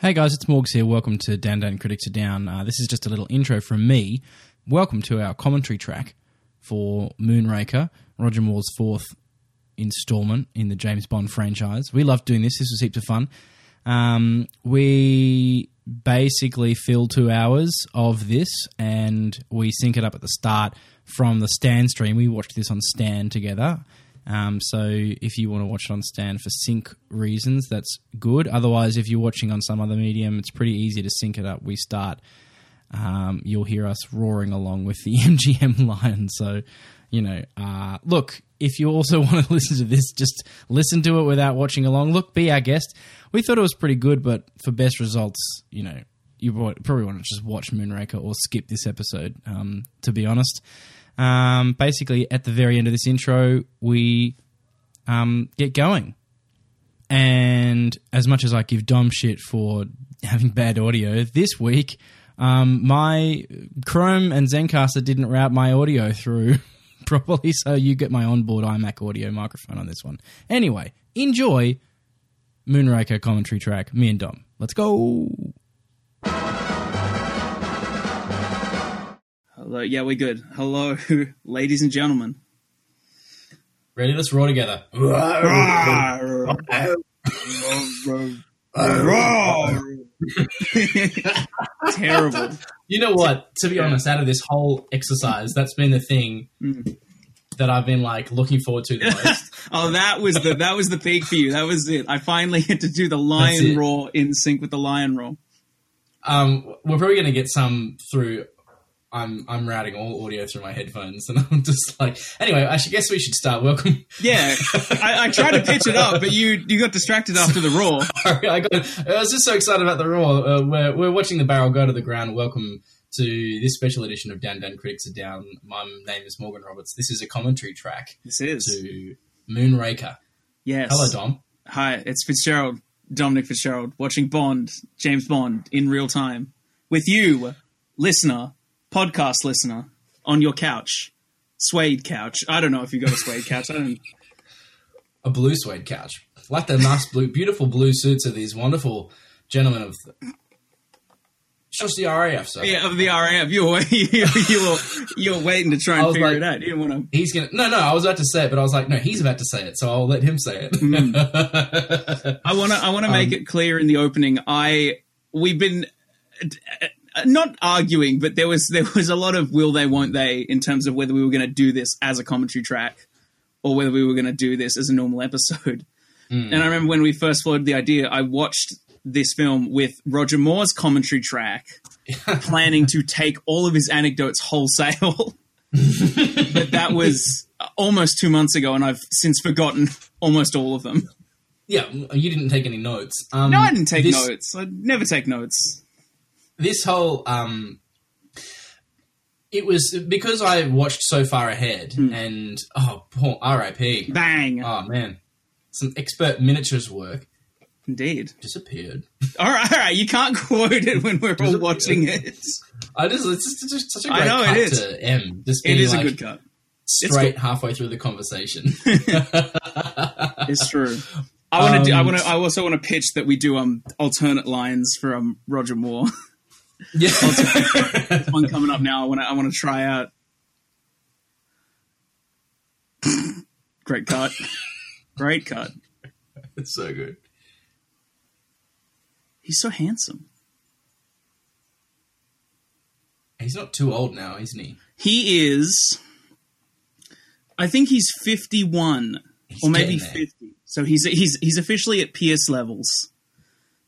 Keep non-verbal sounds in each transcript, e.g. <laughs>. Hey guys, it's Morgs here. Welcome to Down Down Critics Are Down. Uh, this is just a little intro from me. Welcome to our commentary track for Moonraker, Roger Moore's fourth installment in the James Bond franchise. We loved doing this. This was heaps of fun. Um, we basically fill two hours of this and we sync it up at the start from the Stan stream. We watched this on Stan together. Um, so if you want to watch it on Stan for sync reasons, that's good. Otherwise, if you're watching on some other medium, it's pretty easy to sync it up. We start, um, you'll hear us roaring along with the <laughs> MGM lion. So, you know, uh, look, if you also <laughs> want to listen to this, just listen to it without watching along. Look, be our guest. We thought it was pretty good, but for best results, you know, you probably want to just watch Moonraker or skip this episode, um, to be honest. Um, basically, at the very end of this intro, we um, get going. And as much as I give Dom shit for having bad audio, this week um, my Chrome and Zencaster didn't route my audio through <laughs> properly, so you get my onboard iMac audio microphone on this one. Anyway, enjoy Moonraker commentary track, me and Dom. Let's go. Hello. Yeah, we're good. Hello, <laughs> ladies and gentlemen. <laughs> Ready? Let's roar together. Terrible. You know what? To be honest, out of this whole exercise, that's been the thing that I've been like looking forward to the most. Oh, that was the that was the peak for you. That was it. I finally <laughs> had to do the lion it. roar in sync with the lion roar. Um, we're probably going to get some through. I'm I'm routing all audio through my headphones, <laughs> and I'm just like. Anyway, I should guess we should start. Welcome. <laughs> Yeah, I, I tried to pitch it up, but you you got distracted after the roar. I, got, I was just so excited about the raw. Uh, we're, we're watching the barrel go to the ground. Welcome to this special edition of Down Down Critics Are Down. My name is Morgan Roberts. This is a commentary track This is to Moonraker. yes. Hello, Dom. Hi, it's Fitzgerald, Dominic Fitzgerald, watching Bond, James Bond, in real time with you, listener, podcast listener, on your couch, suede couch. I don't know if you got a suede couch. I don't. a blue suede couch. Like the nice blue, beautiful blue suits of these wonderful gentlemen of just the RAF. So <laughs> Yeah, of <laughs> the RAF, you were you, you were you were waiting to try I and was figure like- it out. You didn't want he's gonna. No, no, I was about to say it, but I was like, no, he's about to say it, so I'll let him say it. Mm. to. I want to. I want to make it clear in the opening. I we've been uh, not arguing, but there was there was a lot of will they, won't they, in terms of whether we were going to do this as a commentary track or whether we were going to do this as a normal episode. And I remember when we first floated the idea, I watched this film with Roger Moore's commentary track, planning to take all of his anecdotes wholesale. <laughs> but that was almost two months ago, and I've since forgotten almost all of them. <laughs> yeah, you didn't take any notes. Um, No, I didn't take this, notes. I never take notes. This whole um, it was because I watched so far ahead, Mm. and oh, poor R.I.P. Bang. Oh man, some expert miniatures work Indeed. disappeared. All right, all right. You can't <laughs> quote it when we're all watching it. I just <laughs> it's just, it's just such a I great know, it cut is. to M. Just It being, is a like, good cut. It's straight halfway through the <laughs> conversation. <laughs> It's true. I want to. do I Um, want to. I also want to pitch that we do um alternate lines for um Roger Moore. <laughs> yeah. One coming up now. I want to. I want to try out. <laughs> <laughs> Great cut. Great cut. <laughs> it's so good. He's so handsome. He's not too old now, isn't he? He is. I think he's fifty-one, or maybe getting there. fifty. So he's he's he's officially at Pierce levels.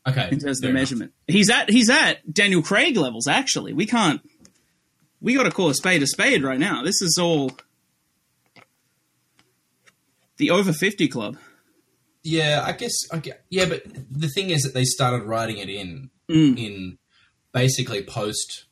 Okay. in terms of the fair enough. measurement. He's at he's at Daniel Craig levels. Actually, we can't. We got to call a spade a spade right now. This is all the over fifty club. Yeah, I guess. I gue- yeah, but the thing is that they started writing it in Mm. in basically post.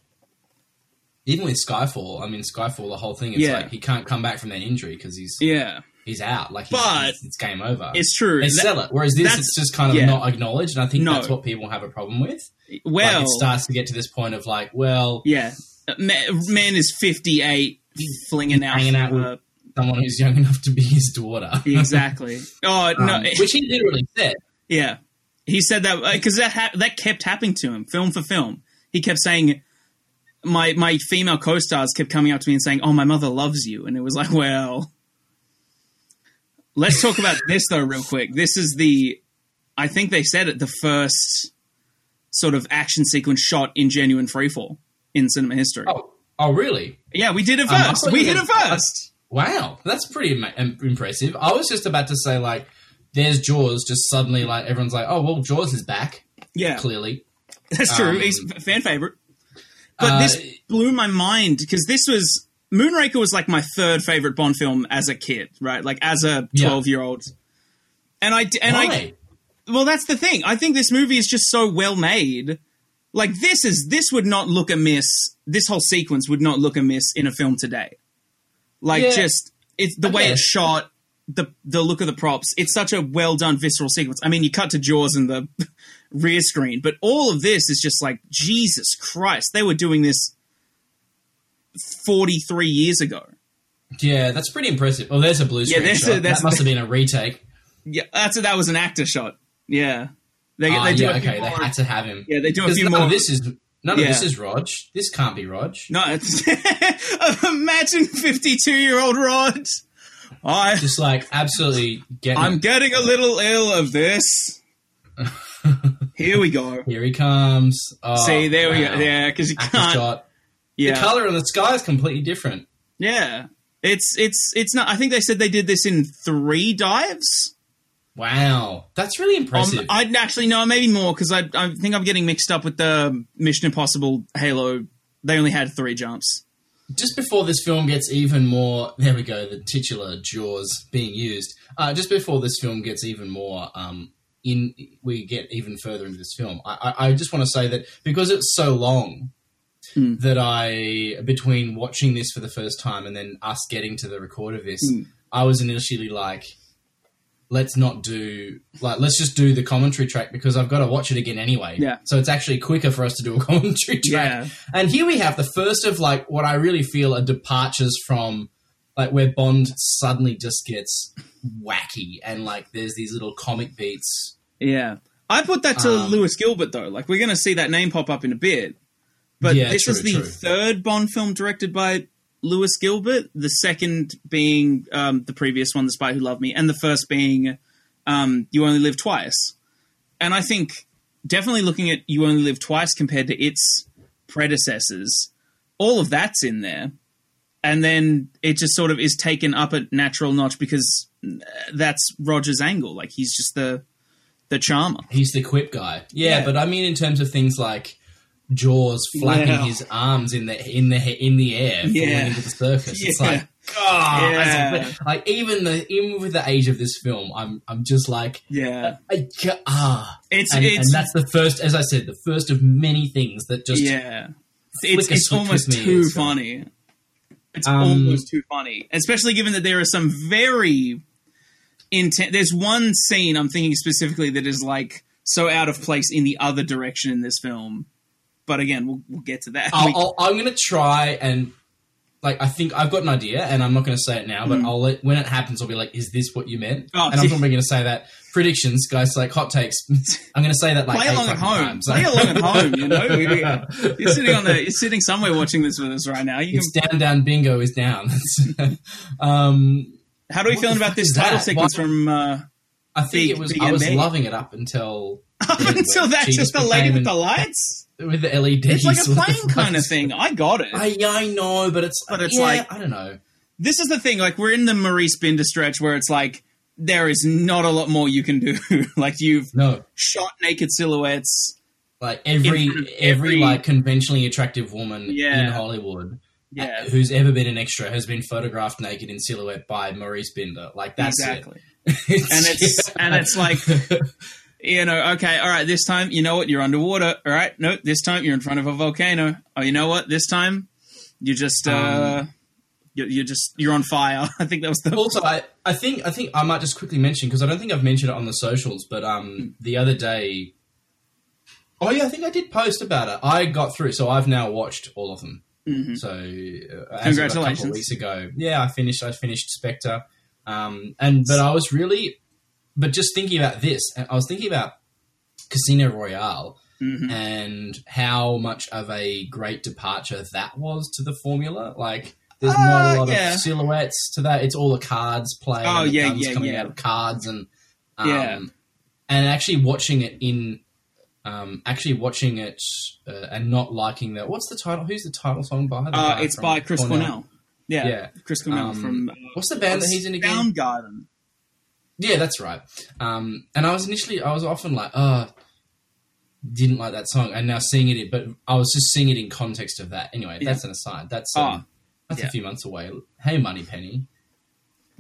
Even with Skyfall, I mean Skyfall, the whole thing. It's Yeah. like he can't come back from that injury because he's Yeah, he's out. Like, he's, But- it's- it's game over. it's true. they That- sell it, whereas this that's- it's just kind of yeah. not acknowledged, and I think No. that's what people have a problem with. well, like it starts to get to this point of like, well, yeah, Uh, man, man is fifty eight, flinging out, hanging out with- uh, someone who's <laughs> young enough to be his daughter, <laughs> exactly. Oh Um, no, which he literally said. yeah. He said that because that ha- that kept happening to him, film for film. He kept saying, "My my female co-stars kept coming up to me and saying, oh, my mother loves you,' and it was like, well, let's talk about this though, real quick. This is the, I think they said it, the first sort of action sequence shot in genuine freefall in cinema history. Oh, oh really? Yeah, we did it Um, I first. thought we you hit were- it first. Wow, that's pretty ima- im- impressive. I was just about to say like, there's Jaws. Just suddenly like everyone's like, oh well, Jaws is back. Yeah, Clearly, that's true. Um, He's a fan favorite. But Uh, this blew my mind because this was Moonraker was like my third favorite Bond film as a kid, right? Like as a Yeah. twelve year old. And I d- and Why? I well, that's the thing. I think this movie is just so well made. Like this is this would not look amiss. This whole sequence would not look amiss in a film today. Like Yeah. just it's the way Okay. it's shot, the the look of the props. It's such a well done visceral sequence. I mean, you cut to Jaws and the <laughs> rear screen, but all of this is just like Jesus Christ. They were doing this forty three years ago. yeah, that's pretty impressive. Well, there's a blue screen. there's a- shot. there's- that must have been a retake. Yeah, that's that was an actor shot. Yeah, <laughs> they, Ah, they do yeah, a few okay, they more- had to have him. yeah, they do a 'Cause few none more. of this is none of this Yeah. is Rog. This can't be Rog. No, it's <laughs> imagine fifty-two-year-old Rod. I Just like absolutely get. I'm getting a little ill <laughs> of this. Here we go. Here he comes. Oh, See, there we wow. go. Yeah, because you Actor <laughs> can't. shot. The Yeah, color in the sky is completely different. yeah. It's it's it's not. I think they said they did this in three dives. Wow, that's really impressive. Um, I'd actually no, maybe more because I I think I'm getting mixed up with the Mission Impossible Halo. They only had three jumps. just before this film gets even more, there we go, the titular jaws being used. Uh, just before this film gets even more, um, in we get even further into this film. I, I, I just want to say that because it's so long, Hmm. that I between watching this for the first time and then us getting to the record of this, Hmm. I was initially like, let's not do like let's just do the commentary track because I've got to watch it again anyway. Yeah. So it's actually quicker for us to do a <laughs> commentary track. Yeah. And here we have the first of like what I really feel are departures from like where Bond suddenly just gets wacky and like there's these little comic beats. Yeah, I put that to Um, Lewis Gilbert though. Like we're gonna see that name pop up in a bit. But Yeah, this true, is the true. third Bond film directed by Lewis Gilbert. The second being um, the previous one, The Spy Who Loved Me, and the first being um, You Only Live Twice. And I think definitely looking at You Only Live Twice compared to its predecessors, all of that's in there. And then it just sort of is taken up a natural notch because uh, that's Roger's angle. Like he's just the the charmer. He's the quip guy. Yeah, Yeah. but I mean in terms of things like Jaws flapping Yeah. his arms in the in the in the air, falling Yeah. into the surface. It's Yeah. <laughs> like, God, Yeah. that's- like even the even with the age of this film, I'm I'm just like, Yeah, I ca- ah, it's and, it's and that's the first, as I said, the first of many things that just yeah. It's flicker it's switch almost with me too is- funny. It's Um, almost too funny, especially given that there are some very intense. There's one scene I'm thinking specifically that is like so out of place in the other direction in this film. But again, we'll we'll get to that. We- I'll, I'll, I'm going to try and like I think I've got an idea, and I'm not going to say it now, but I'll let when it happens, I'll be like, "Is this what you meant?" Hmm. Oh, and I'm probably going to say that predictions, guys, like hot takes. <laughs> I'm going to say that like play eight along at fucking home. times. Play <laughs> along at home. You know, We- we- you're sitting on the you're sitting somewhere watching this with us right now. You It's down, can, down, bingo is down. <laughs> um, how do we what feel the about fuck this is title that? sequence Why- from? Uh, <laughs> I think Big- it was. big I was MA. loving it up until up until that, She just the became lady with an- the lights. with the E LEDs. It's <laughs> like a with the plane kind of lights. thing. I got it. I, yeah, I know, but it's But it's yeah, like- I don't know. this is the thing. Like we're in the Maurice Binder stretch where it's like there is not a lot more you can do. <laughs> like you've No, shot naked silhouettes. like In every front of every, every- like conventionally attractive woman Yeah. in Hollywood uh, Yeah, <laughs> who's ever been an extra has been photographed naked in silhouette by Maurice Binder. Like that's exactly. it. <laughs> And it's and it's like you know, okay, all right. This time, you know what? You're underwater. All right, no. This time, you're in front of a volcano. Oh, you know what? This time, you just uh, Um, you you're just you're on fire. <laughs> I think that was the also I, I think I think I might just quickly mention because I don't think I've mentioned it on the socials, but Hmm. um the other day Oh yeah, I think I did post about it. I got through, so I've now watched all of them. Mhm. So uh, as of a couple Congratulations. of weeks ago, yeah, I finished. I finished Spectre, um, and but I was really, but just thinking about this, and I was thinking about Casino Royale Mm-hmm. Mm. Uh, and how much of a great departure that was to the formula. Like, there's not Uh, a lot yeah. of silhouettes to that. It's all a cards play. Oh, and the yeah, guns yeah, coming yeah. out of cards and um, Yeah. and actually watching it in. Um, actually watching it uh, and not liking that. What's the title? Who's the title song by? The Uh, guy it's from by Chris Cornell. Yeah, Yeah. Chris Cornell Um, from uh, what's the band that he's in again? Soundgarden. Yeah, that's right. Um, and I was initially, I was often like, oh, didn't like that song, and now seeing it, in- but I was just seeing it in context of that. Anyway, Yeah. that's an aside. That's um, Ah, that's yeah. a few months away. Hey, Money Penny.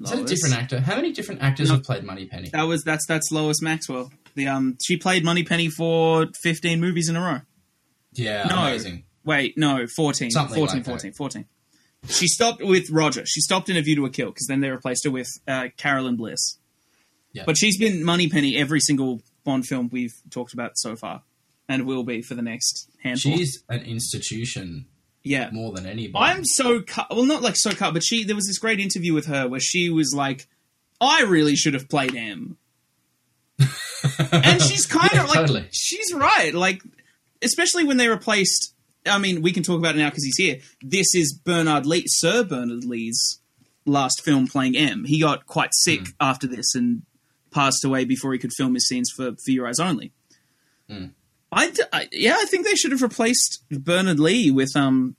Is that a Lois. different actor? How many different actors No. have played Money Penny? That was that's that's Lois Maxwell. The um, she played Moneypenny for fifteen movies in a row. Yeah, No. amazing. Wait, no, 14. Something 14, like that. 14, 14. She stopped with Roger. She stopped in A View to a Kill because then they replaced her with uh, Carolyn Bliss. Yeah. But she's been Moneypenny every single Bond film we've talked about so far and will be for the next handful. She's an institution yeah. more than anybody. <laughs> I'm so cut. Well, not like so cut, but she. There was this great interview with her where she was like, "I really should have played him," and she's kind Yeah, of like, totally. she's right. Like, especially when they replaced. I mean, we can talk about it now because he's here. This is Bernard Lee, Sir Bernard Lee's last film playing M. He got quite sick after this and passed away before he could film his scenes for For Your Eyes Only. I, d- I- yeah, I think they should have replaced Bernard Lee with um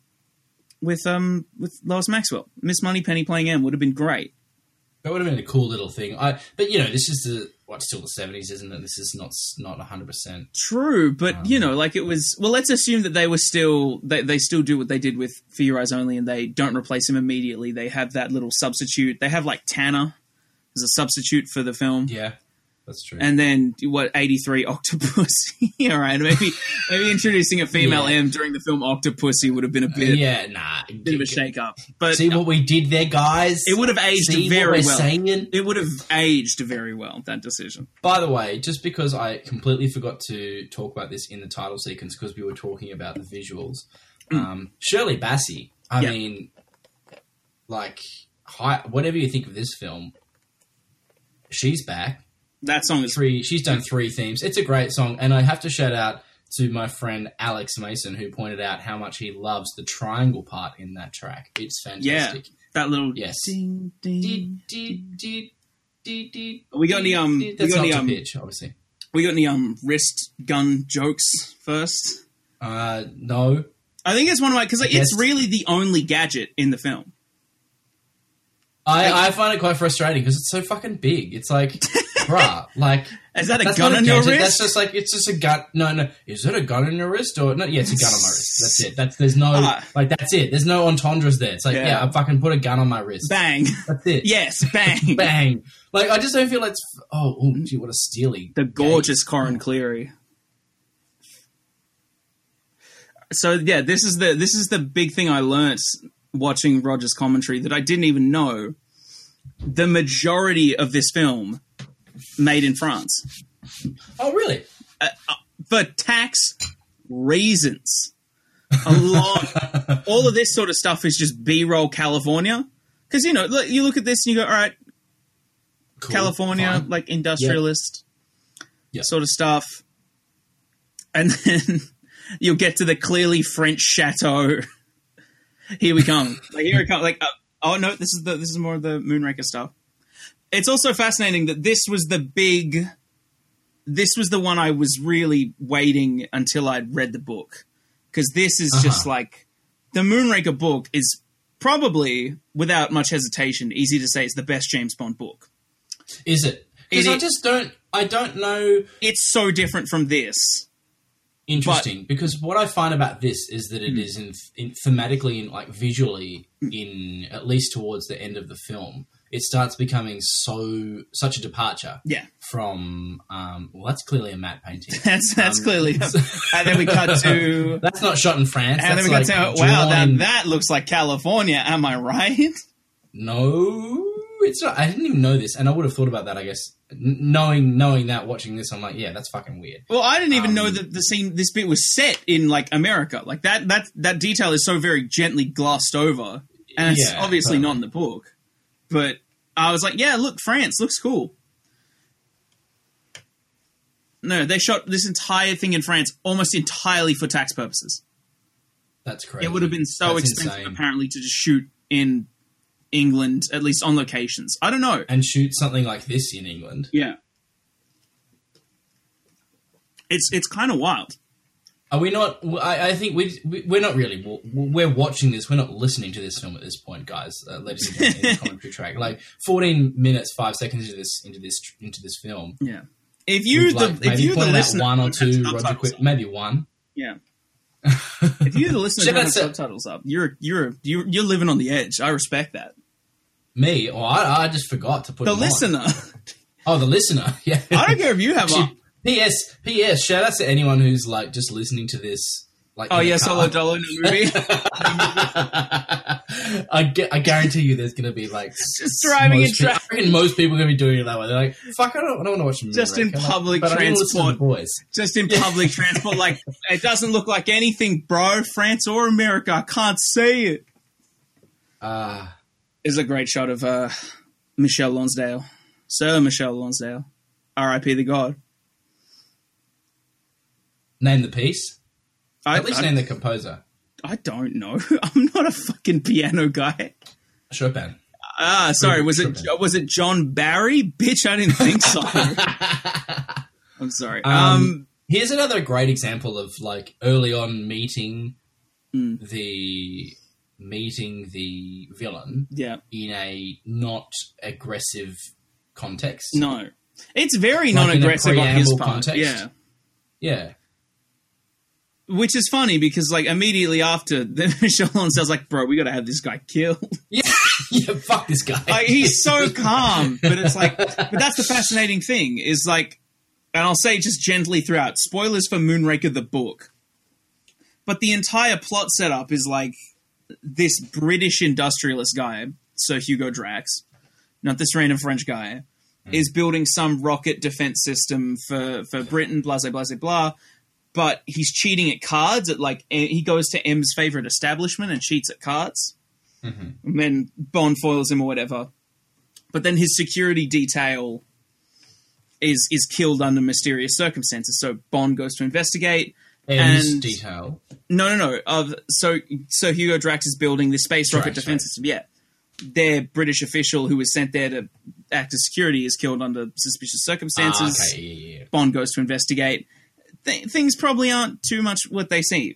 with um with Lois Maxwell. Miss Moneypenny playing M would have been great. That would have been a cool little thing. I, but you know, this is the what's still the seventies, isn't it? This is not not hundred percent. True, but you Um, know, like it was. Well, let's assume that they were still they they still do what they did with For Your Eyes Only, and they don't replace him immediately. They have that little substitute. They have like Tanner as a substitute for the film. Yeah, that's true. And then what? Eighty three Octopus. <laughs> All right, maybe maybe introducing a female Yeah. Uh, M during the film Octopussy would have been a bit, yeah, nah. bit of a shake up. But See what we did there, guys. it would have aged See very what we're well. saying? It would have aged very well that decision. By the way, just because I completely forgot to talk about this in the title sequence because we were talking about the visuals, um, Shirley Bassey. I Mm. Yeah. mean, like, hi, whatever you think of this film, she's back. That song is Three, she's done three themes. It's a great song, and I have to shout out to my friend Alex Mason who pointed out how much he loves the triangle part in that track. It's fantastic. that little Yes. ding ding. Dee, dee, dee, dee, dee, We got any, um, dee. we That's got any, not um, to pitch, obviously. We got any um wrist gun jokes first? Uh, no, I think it's one of my because it's Yes. really the only gadget in the film. I, I find it quite frustrating because it's so fucking big. It's <laughs> like, bruh, like Is that a that's gun not on your gadget, wrist? That's just like it's just a gun. No, no, is it a gun on your wrist or no? Yeah, it's a gun on my wrist. That's it. That's there's no Ah. like that's it. There's no entendres there. It's like Yeah. yeah, I fucking put a gun on my wrist. bang! <laughs> That's it. yes, bang! bang. Like I just don't feel like it's, oh, ooh, gee, what a steely. The gorgeous Corin Cleary. So yeah, this is the this is the big thing I learnt watching Rogers commentary that I didn't even know. The majority of this film made in France. Oh, really? for tax reasons. A lot. all of this sort of stuff is just B-roll California. Because, you know, look, you look at this and you go, all right, Cool. California, Fine. like industrialist Yeah. sort of stuff. And <laughs> then you'll get to the clearly French chateau. Here we come. <laughs> like here we come. Like uh, oh no, this is the this is more of the Moonraker stuff. It's also fascinating that this was the big this was the one I was really waiting until I'd read the book. Because this is Uh-huh. just like the Moonraker book is probably, without much hesitation, easy to say it's the best James Bond book. Is it? Because It I is- just don't. I don't know. it's so different from this. interesting because what I find about this is that Hmm. it is in, in thematically and like visually in at least towards the end of the film, it starts becoming so such a departure Yeah, <laughs> from. Um, well, that's clearly a matte painting. that's that's Um, <laughs> clearly. <laughs> and then we cut to, that's not shot in France. and then that's we cut like to, wow, drawn- that that looks like California. Am I right? <laughs> No, it's not. I didn't even know this, and I would have thought about that. I guess N- knowing knowing that, watching this, I'm like, yeah, that's fucking weird. Well, I didn't even Um, know that the scene, this bit was set in like America. Like that that that detail is so very gently glossed over, and it's Yeah, obviously totally. not in the book. But I was like, yeah, look, France looks cool. No, they shot this entire thing in France almost entirely for tax purposes. That's crazy. It would have been so That's expensive, insane. apparently, to just shoot in England, at least on locations. I don't know. And shoot something like this in England. Yeah, it's it's kind of wild. Are we not? I, I think we, we we're not really. We're watching this. We're not listening to this film at this point, guys. Uh, ladies and gentlemen, in the commentary track. Like fourteen minutes, five seconds into this into this into this film. Yeah, if you We've, the like, if maybe you the pointed out listener one or don't have two Roger subtitles Quinn, on, maybe one. <laughs> yeah. If you the listener Shit, don't have that's it. subtitles up, you're you're you're you're living on the edge. I respect that. Me or I, I just forgot to put them The on. listener, Oh, the listener. <laughs> Yeah. I don't care if you have. <laughs> A, Actually, P.S. P.S. Shout out to anyone who's like just listening to this. Like, oh in the yeah, car. Solo Dolo in the movie. <laughs> I, gu- I guarantee you, there's going to be like Just driving in most people, traffic. I reckon most people are going to be doing it that way. They're like, "Fuck, I don't, I don't want to watch a movie Just in right now, public but I wanna listen to the transport. Boys, just in public transport. Like it doesn't look like anything, bro. France or America, I can't see it. uh, Is a great shot of uh, Michelle Lonsdale, Sir Michelle Lonsdale, R.I.P. the God. name the piece. I, At least I, name the composer. I don't know. <laughs> I'm not a fucking piano guy. Chopin. <laughs> Ah, sorry. Was it Chopin. was it John Barry? Bitch, I didn't <laughs> think so. I'm sorry. Um, Here's another great example of like early on meeting Hmm. the meeting the villain yeah. in a not aggressive context. No, it's very Like in a non-aggressive on his preamble part. context? Yeah. Yeah. <laughs> Which is funny because, like, immediately after, <laughs> then Michelle Lonsdale's like, "Bro, we got to have this guy killed." Yeah. yeah. Fuck this guy. <laughs> Like, Uh, he's so calm, but it's like, but that's the fascinating thing is like, and I'll say just gently throughout. Spoilers for Moonraker the book, but the entire plot setup is like this British industrialist guy, Sir Hugo Drax, not this random French guy, is building some rocket defense system for for Britain. Blah blah blah blah. blah. But he's cheating at cards. At like eh, he goes to M's favorite establishment and cheats at cards. And then Bond foils him or whatever. But then his security detail is is killed under mysterious circumstances. So Bond goes to investigate. M's and- detail. No, no, no. Of so so Hugo Drax is building this space rocket Drax, defense right. system. Yeah, their British official who was sent there to act as security is killed under suspicious circumstances. Ah, okay. Yeah. Yeah. Bond goes to investigate. Th- things probably aren't too much what they seem.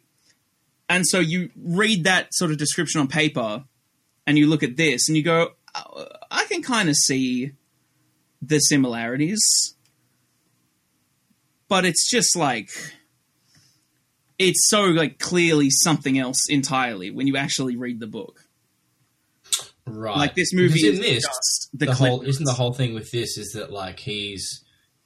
And so you read that sort of description on paper and you look at this and you go, "Oh, I can kind of see the similarities. But it's just like, it's so like clearly something else entirely when you actually read the book. yeah. Right. Like this movie Because is in this, just the, the, whole clip notes. isn't the whole thing with this is that like he's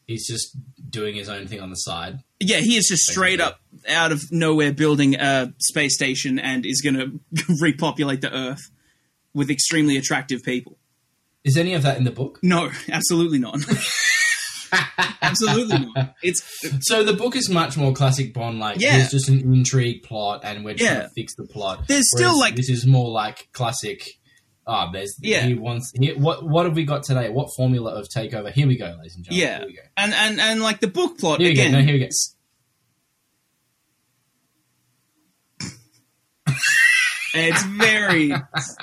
he's just doing his own thing on the side. Yeah, he is just straight up out of nowhere building a space station and is going to <laughs> repopulate the Earth with extremely attractive people. Is any of that in the book? No, <laughs> absolutely not. absolutely not. It's So the book is much more classic Bond. Like Yeah. there's just an intrigue plot, and we're trying Yeah. to fix the plot. There's still, Whereas like- this is more like classic. Ah, there's Yeah. He wants. He, what what have we got today? What formula of takeover? Here we go, ladies and gentlemen. yeah, Here we go. and and and like the book plot Here we go. again. No, here we go. s- It's very,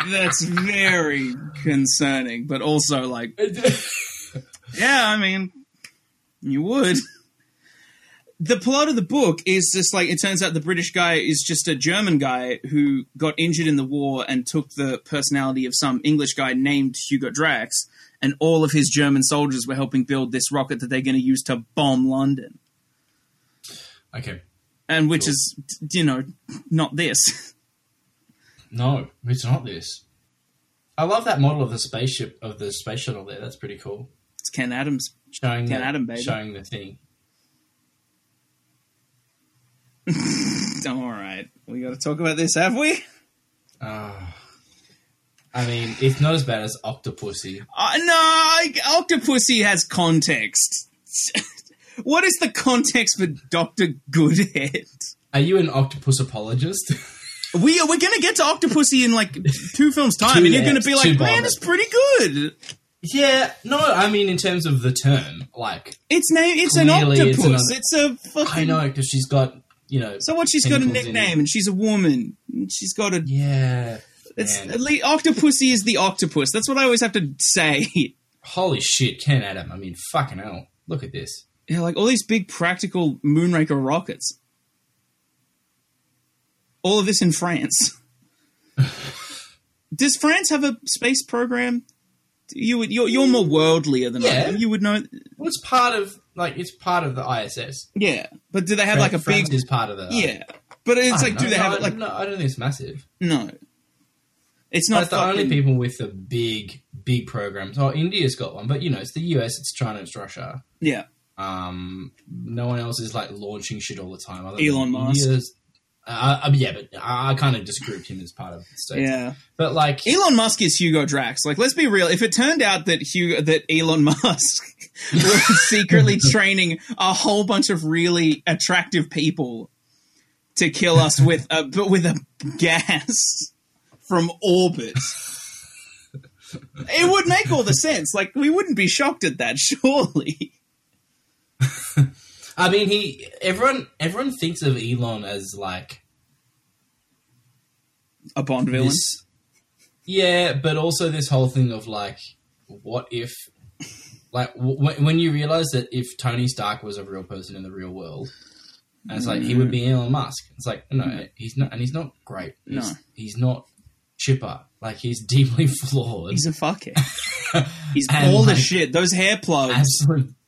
that's very concerning, but also like Yeah, I mean, you would. The plot of the book is just like it turns out the British guy is just a German guy who got injured in the war and took the personality of some English guy named Hugo Drax, and all of his German soldiers were helping build this rocket that they're going to use to bomb London, <laughs> okay. and which is t- you know not this. No, it's not this. I love that model of the spaceship of the space shuttle there. That's pretty cool. It's Ken Adams. Showing Ken the, Adam, baby. showing the thing. All right, we got to talk about this, have we? Ah. I mean, it's not as bad as Octopussy. Uh, no, I- Octopussy has context. <laughs> what is the context for Doctor Goodhead? Are you an octopus apologist? <laughs> We are, we're gonna get to Octopussy in like two films time, Two and you're gonna minutes, be two like, "Man, bombers." it's pretty good." Yeah, no, I mean in terms of the term, like Its name, it's an Clearly it's an octopus. oct- It's, a fucking. I know because she's got you know. So what? She's got a Tentacles in it. nickname, and she's a woman. and She's got a. yeah, It's man. at least, octopussy is the octopus. That's what I always have to say. holy shit, Ken Adam. I mean, fucking hell, look at this. Yeah, like all these big practical Moonraker rockets. All of this <laughs> in France. Does France have a space program? You would, you're, you're more worldlier than I Yeah. am. You would know. Well, it's part of like it's part of the ISS. Yeah, but do they have like a France big? is part of the Yeah, but I it's like, don't do know. they No, have I- like? No, I don't think it's massive. No, it's not Like the only fucking- people with the big big programs. Oh, India's got one, but you know it's the US, it's China, it's Russia. Yeah, Um, no one else is like launching shit all the time. Other than Elon Musk. India's- Uh, uh, yeah, but I, I kind of disgrouped him as part of the States. yeah. But like, Elon Musk is Hugo Drax. Like, let's be real. If it turned out that Hugo, that Elon <laughs> Musk <laughs> was secretly training a whole bunch of really attractive people to kill us with a but with a gas from orbit, it would make all the sense. Like, we wouldn't be shocked at that, <laughs> surely. I mean, he everyone everyone thinks of Elon as like A Bond villain. this. Yeah, but also this whole thing of like, what if, like, w- when- when you realize that if Tony Stark was a real person in the real world, and it's like he would be Elon Musk. It's like no, he's not, and he's not great. He's, Mm. No. he's not chipper. Like he's deeply <laughs> flawed. He's <laughs> a fuckhead. He's And, all the like, shit. Those hair plugs. absolute. <laughs>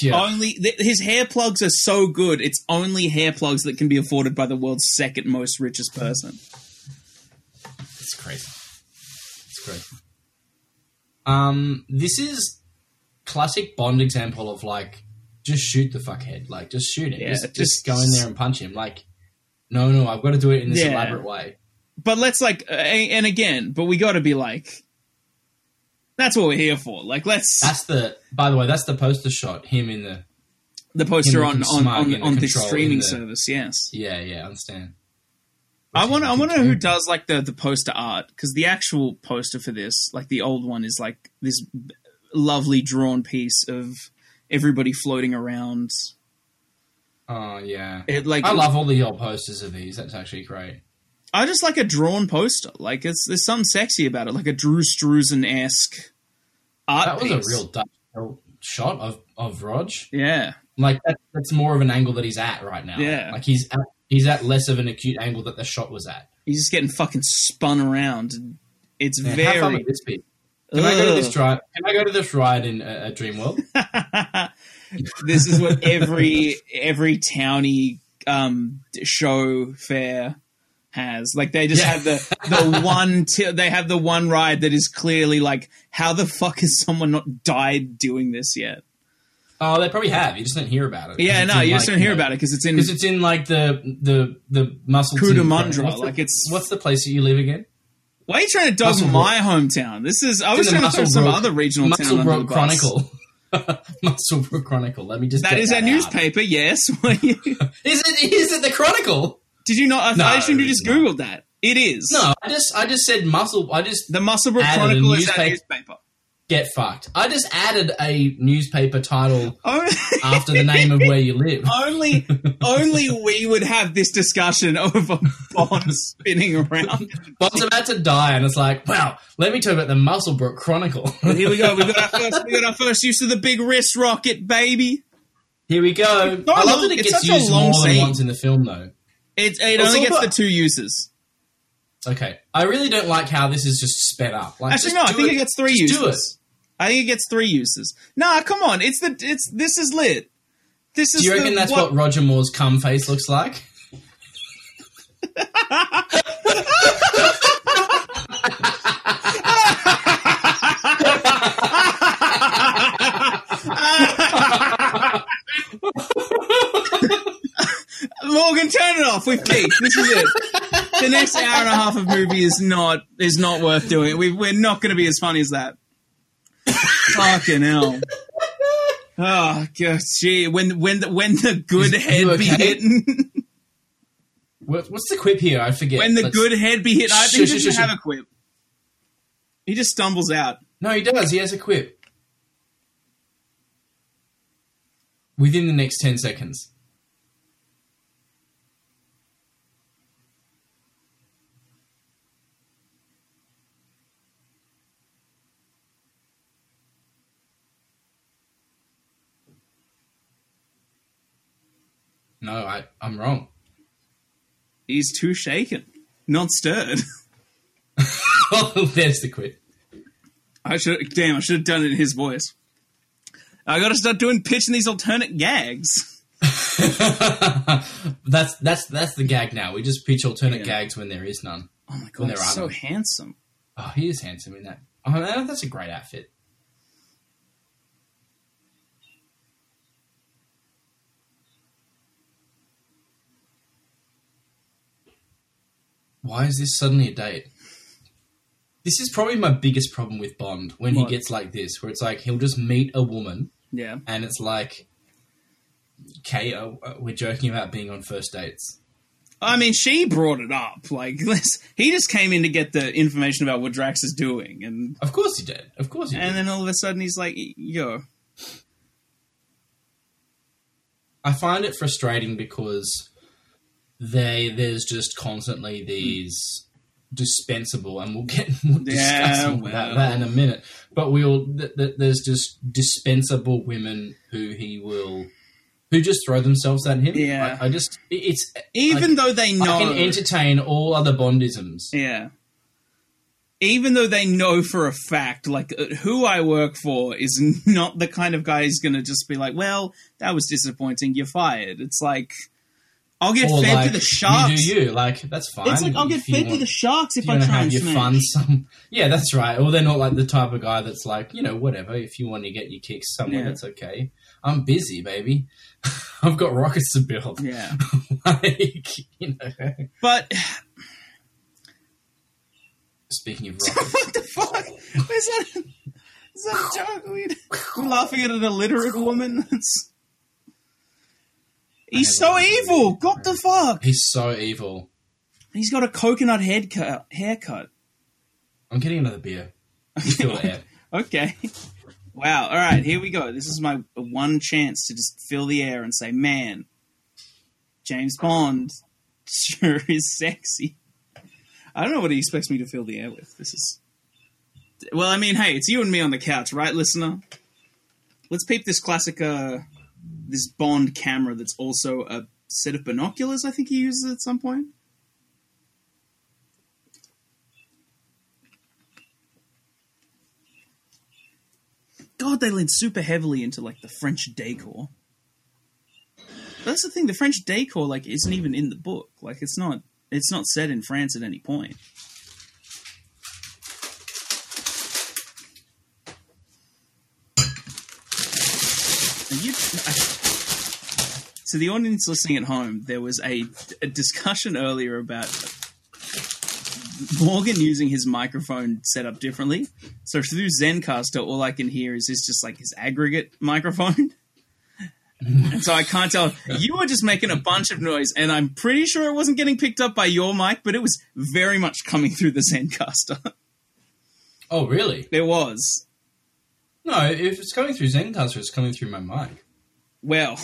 Yeah. Only th- his hair plugs are so good. It's only hair plugs that can be afforded by the world's second most richest person. It's crazy. It's crazy. Um, this is classic Bond example of like, just shoot the fuckhead. Like, just shoot him. Yeah, just, just, just- go in there and punch him. Like, no, no, I've got to do it in this Yeah. elaborate way. But let's like, uh, a- and again, but we got to be like, that's what we're here for. Like, let's That's the. By the way, that's the poster shot. Him in the. the poster him on looking on smug on, in the on this control, streaming in the- service. Yes, Yeah, yeah, I understand. I want I want to know who does like the the poster art because the actual poster for this, like the old one, is like this b- lovely drawn piece of everybody floating around. Oh yeah. It like I love all the old posters of these. That's actually great. I just like a drawn poster. Like it's there's something sexy about it, like a Drew Struzan esque art. That was piece. a real Dutch hell shot of of Rog. yeah, like that, that's more of an angle that he's at right now. Yeah. like he's at, he's at less of an acute angle that the shot was at. he's just getting fucking spun around. It's Man, How fun very. would this be? Can I go to this ride? Can I go to this ride in uh, a dream <laughs> world? Ugh. this is what every every towny um, show fair has. Like they just Yeah. have the the one t- they have the one ride that is clearly like, how the fuck has someone not died doing this yet? Oh, they probably have. You just don't hear about it. Yeah, no, you just don't hear about it because it's in because it's in like the the the muscle. Cootamundra, What's the- like it's- what's the place that you live again? Why are you trying to dog Muscle my hometown? This is I was in the trying to throw some Musselbrook- other regional town under the Musclebrook bus. Chronicle. <laughs> Musclebrook Chronicle. Let me just That get is that our out. newspaper. Yes. <laughs> Why you- <laughs> Is it? Is it the Chronicle? Did you not? I, No, I assumed you it's just not. googled that. It is. No, I just I just said muscle. I just The Musselbrook Added a Chronicle is our newspaper. newspaper. get fucked. I just added a newspaper title Oh, <laughs> after the name of where you live. only, only we would have this discussion over Bond <laughs> spinning around. Bob's about to die, and it's like, wow, let me talk about the Musselbrook Chronicle. Here we go. We got our first. We got our first use of the big wrist rocket, baby. <laughs> Here we go. not I a love long- that it it's gets such a used long more scene. than once in the film, though. It, it Well, only so gets the what- two uses. Okay, I really don't like how this is just sped up. Like, Actually, just no. I do think it gets three just Do it. uses. I think it gets three uses. Nah, come on. It's the it's this is lit. This is. Do you the- reckon that's what, Roger Moore's cum face looks like? Morgan? Turn it off. We've peaked. This is it. the next hour and a half of movie is not is not worth doing. We, we're not going to be as funny as that. Fucking hell. Oh god, gee. When when the, when the good Is- head you be okay? hit, What, what's the quip here? I forget. when the Let's- good head be hit, I think Shh, he shh, doesn't shh, have a quip. He just stumbles out. No, he does. He has a quip. Within the next 10 seconds. No, I, I'm wrong. <laughs> He's too shaken, not stirred. <laughs> oh, there's the quip. <laughs> I should damn. I should have done it in his voice. I got to start doing pitching these alternate gags. that's that's that's the gag now. We just pitch alternate Yeah. gags when there is none. Oh my Well, god, there he's are so none. handsome. Oh, he is handsome in that. Oh, that- that's a great outfit. Why is this suddenly a date? This is probably my biggest problem with Bond when What? he gets like this, where it's like he'll just meet a woman Yeah, and it's like, okay, uh, we're joking about being on first dates. I mean, she brought it up. Like, <laughs> this- he just came in to get the information about what Drax is doing, and Of course he did. Of course he did. and then all of a sudden he's like, "Yo, I find it frustrating because they there's just Hmm. constantly these dispensable, and we'll get we'll Yeah, discuss more about well. that in a minute. But we'll th- th- there's just dispensable women who he will who just throw themselves at him. Yeah. I, I just it- it's even though they I, know, I can entertain all other Bondisms. yeah." Even though they know for a fact, like uh, who I work for is <laughs> not the kind of guy who's going to just be like, "Well, that was disappointing. You're fired." It's like, I'll get Or fed like, to the sharks. You do you like that's fine. It's like I'll get if you fed to want- the sharks if you I wanna try have and your smash. <laughs> fun some yeah that's right or they're not like the type of guy that's like you know whatever if you want to get your kicks somewhere Yeah. that's okay i'm busy baby <laughs> i've got rockets to build <laughs> Yeah. like you know But speaking of rockets what the fuck? Is that, is that a joke? <laughs> We- We're laughing at an illiterate woman. It's- He's so evil. God the fuck. he's so evil He's got a coconut head cut, haircut. i'm getting another beer you feel the air <laughs> Okay. Wow. All right. Here we go. This is my one chance to just fill the air and say, man, James Bond sure <laughs> is sexy. I don't know what he expects me to fill the air with. This is. Well, I mean, hey, it's you and me on the couch, right, listener? Let's peep this classic, uh, this Bond camera that's also a set of binoculars, I think he uses at some point. God, they lean super heavily into like the French decor. That's the thing. The French decor like isn't even in the book. Like it's not. It's not set in France at any point. And you- I- so the audience listening at home, there was a, a discussion earlier about Morgan using his microphone set up differently. So through Zencaster, all I can hear is his just like his aggregate microphone. and so I can't tell. You were just making a bunch of noise, and I'm pretty sure it wasn't getting picked up by your mic, but it was very much coming through the Zencaster. <laughs> oh really it was. no if it's going through zencaster it's coming through my mic Well,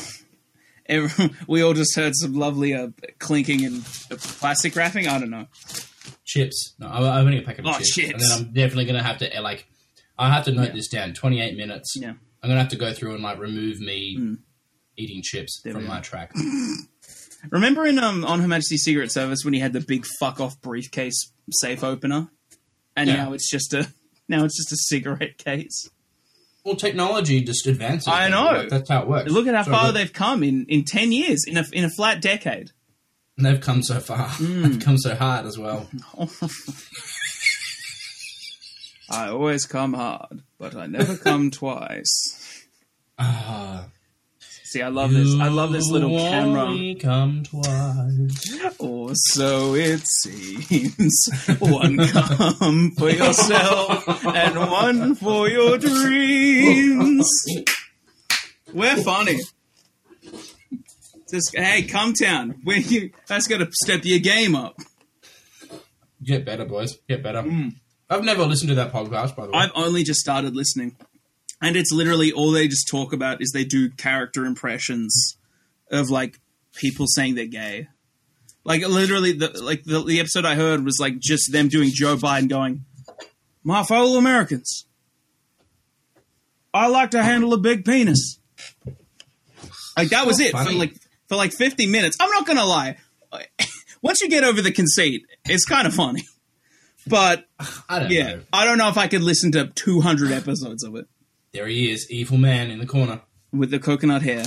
every- <laughs> we all just heard some lovely uh, clinking and uh, plastic wrapping. I don't know. chips no I- i'm only a packet of Oh, chips. and chips. then i'm definitely gonna have to eh, like i have to note Yeah. this down 28 minutes Yeah. I'm gonna have to go through and like remove me eating chips Hmm. There we from go. my track. Remember in um, on Her Majesty's Secret Service when he had the big fuck off briefcase safe opener, and Yeah. now it's just a <laughs> now it's just a cigarette case. well, technology just advances. I man. know. Like, that's how it works. Look at how So far good. they've come in, in ten years in a in a <laughs> flat decade. they've come so far. <laughs> Hmm. They've come so hard as <laughs> well. I always come hard, but I <laughs> never come twice. Ah. See, I love this. I love this little You camera. only Come twice. Or so it seems. One come for yourself and one for your dreams. We're funny. Just hey, come town. When you that's got to step your game up. Hmm. Get better, boys. Get better. I've never listened to that podcast, by the way. I've only just started listening, and it's literally all they just talk about is they do character impressions of like people saying they're gay. Like literally, the like the, the episode I heard was like just them doing Joe Biden going, "My fellow Americans, I like to handle a big penis." Like that was it for funny. like for like fifty minutes. I'm not gonna lie. Once you get over the conceit, it's kind of funny. But I don't yeah, know. I don't know if I could listen to 200 episodes of it There he is, evil man in the corner. with the coconut hair.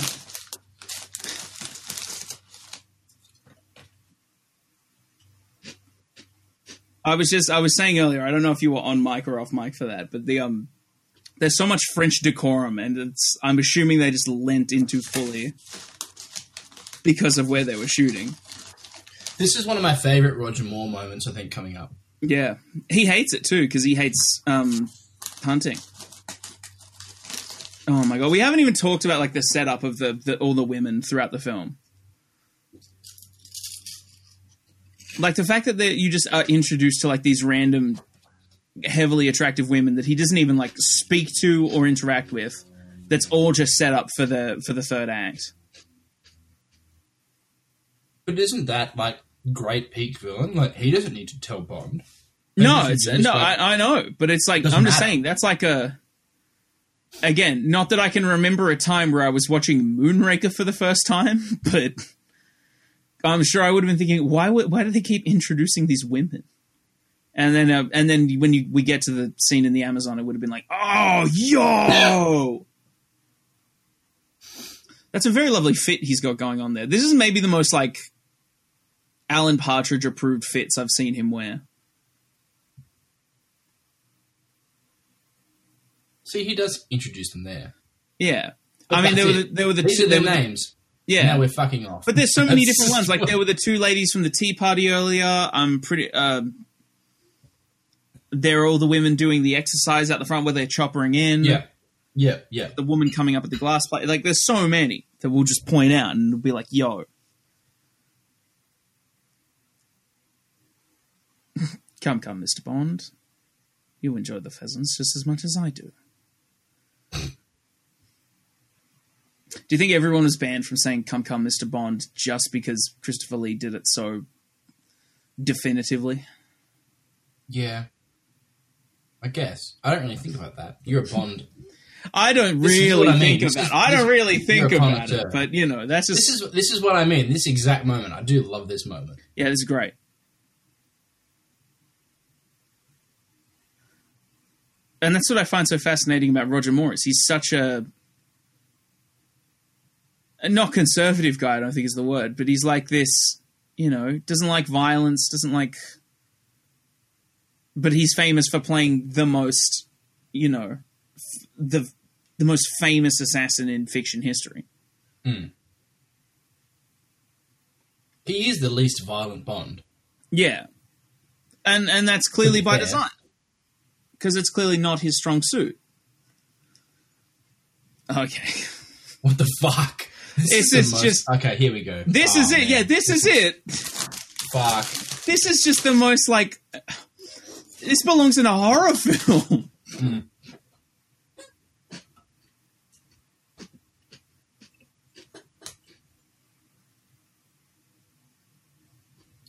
I was just I was saying earlier, I don't know if you were on mic or off mic for that, but the um there's so much French decorum and it's I'm assuming they just lent into fully because of where they were shooting. This is one of my favorite Roger Moore moments, I think, coming up. Yeah. He hates it too because he hates um, hunting. Oh my god, we haven't even talked about like the setup of the, the all the women throughout the film. Like the fact that they- you just are introduced to like these random heavily attractive women that he doesn't even like speak to or interact with. That's all just set up for the for the third act. But isn't that like great peak villain? Like he doesn't need to tell Bond. No, Maybe it's it's no, just like- I, I know, but it's like Doesn't I'm just matter. saying that's like a. Again, not that I can remember a time where I was watching Moonraker for the first time, <laughs> but I'm sure I would have been thinking, why would, why do they keep introducing these women? And then uh, and then when you, we get to the scene in the Amazon, it would have been like, oh yo, that's a very lovely fit he's got going on there. This is maybe the most like Alan Partridge approved fits I've seen him wear. See, he does introduce them there. Yeah. But I mean, there that's were, the, it. there were the These two. are their there were the- names. Now yeah. we're fucking off. But there's so many That's- <laughs> different ones. Like, there were the two ladies from the Tea Party earlier. I'm pretty. Um, there are all the women doing the exercise out the front where they're choppering in. yeah, yeah, yeah. The woman coming up at the glass plate. Like, there's so many that we'll just point out and it'll be like, yo. <laughs> come, come, Mr. Bond. You enjoy the pheasants just as much as I do. Do you think everyone was banned from saying "Come, come, Mr. Bond" just because Christopher Lee did it so definitively? Yeah. I guess. I don't really think about that. <laughs> You're a Bond. I don't This is really what I mean. think This about. is- it. I don't this- really think you're a about it, connoisseur. but you know, that's just This is this is what I mean. This exact moment. I do love this moment. yeah, this is great. And that's what I find so fascinating about Roger Morris. He's such a a not conservative guy, I don't think is the word, but he's like this, you know, doesn't like violence, doesn't like but he's famous for playing the most, you know, f- the the most famous assassin in fiction history. He is the least violent Bond. <laughs> Yeah, and and that's clearly by fair. design because it's clearly not his strong suit. Okay, <laughs> What the fuck? This It's- the it's most- just- okay. Here we go. this Oh, is it. man. Yeah, this is it. fuck. This is just the most like. This belongs in a horror <laughs> film.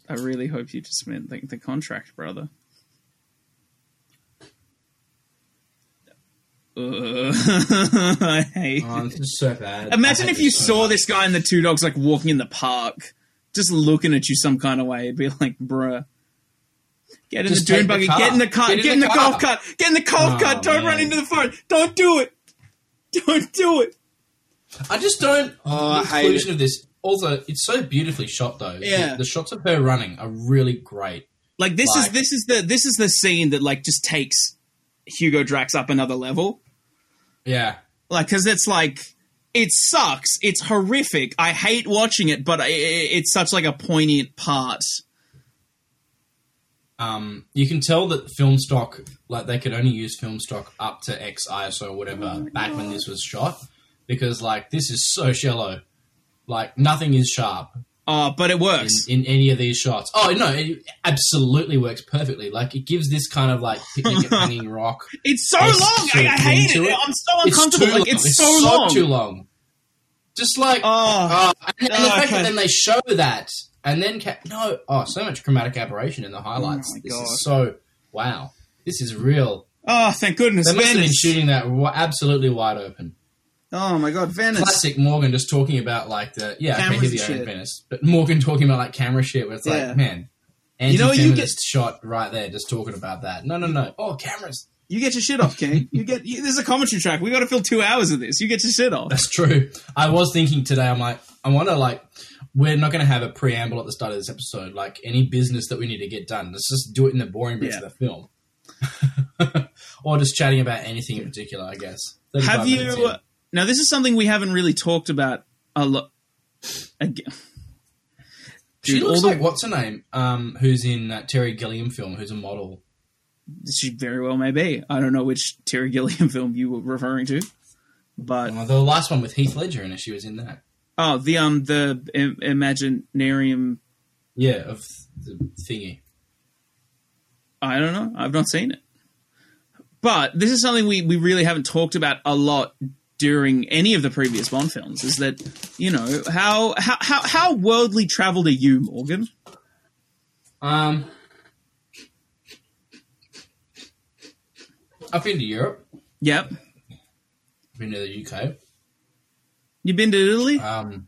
I really hope you just meant the, the contract, brother. Ugh. <laughs> I hate Oh, this is so bad. Imagine I hate if you so saw much. this guy and the two dogs like walking in the park, just looking at you some kind of way. It'd be like, bruh, get in Just the take the dune buggy, car. get in the car, get, in the, golf cart, get in the golf Oh, cart, don't run man. into the phone, don't do it, <laughs> don't do it. I just don't. Oh, I the hate inclusion of this. Also, it's so beautifully shot though. Yeah. The, the shots of her running are really great. Like this is Like- this is the this is the scene that like just takes Hugo Drax up another level. Yeah. Like, because it's like it sucks, it's horrific. I hate watching it, but I, i it's such like a poignant part. Um, you can tell that film stock, like they could only use film stock up to X ISO or Oh whatever back when this was shot, because like this is so shallow, like nothing is sharp. Oh, but it works. in, in any of these shots. Oh no, it absolutely works perfectly. Like it gives this kind of like <laughs> picnic at Hanging Rock. it's so It's long. sort I, of I hate it. into it. I'm so It's too uncomfortable. long. Like, it's, so, long. too long. Just like Oh. oh, and, and the Oh, fact okay. that then they show that and then ca- no, oh, so much chromatic aberration in the highlights. Oh my this God. is so wow. This is real. Oh, thank goodness. They must have been Venice. shooting that wa- absolutely wide open. Oh my god, Venice. Classic Morgan just talking about like the yeah, okay, Cameras here they and are in shit. Venice, but Morgan <laughs> talking about like camera shit where it's Yeah. like man, You know, anti-feminist you shot right there, just talking about that. No, no, no. Oh, cameras. <laughs> You get your shit off, King. You get. You, there's a commentary track. We got to fill two hours of this. You get your shit off. That's true. I was thinking today, I'm like, I want to, like, we're not going to have a preamble at the start of this episode. Like, any business that we need to get done, let's just do it in the boring bits Yeah. of the film. <laughs> or just chatting about anything in particular, I guess. 35 Have minutes you? in. Now, this is something we haven't really talked about a lot. Again, She Dude, looks all the- like, what's her name? Um, who's in that Terry Gilliam film, who's a model. she very well may be. I don't know which Terry Gilliam <laughs> film you were referring to, but Uh, the last one with Heath Ledger in it, she was in that. oh, the um the Im- Imaginarium. Yeah, of the thingy. I don't know. I've not seen it. But this is something we, we really haven't talked about a lot during any of the previous Bond films. Is that you know how how how, how worldly traveled are you, Morgan? Um, I've been to Europe, Yep, I've been to the UK. you've been to Italy. Um,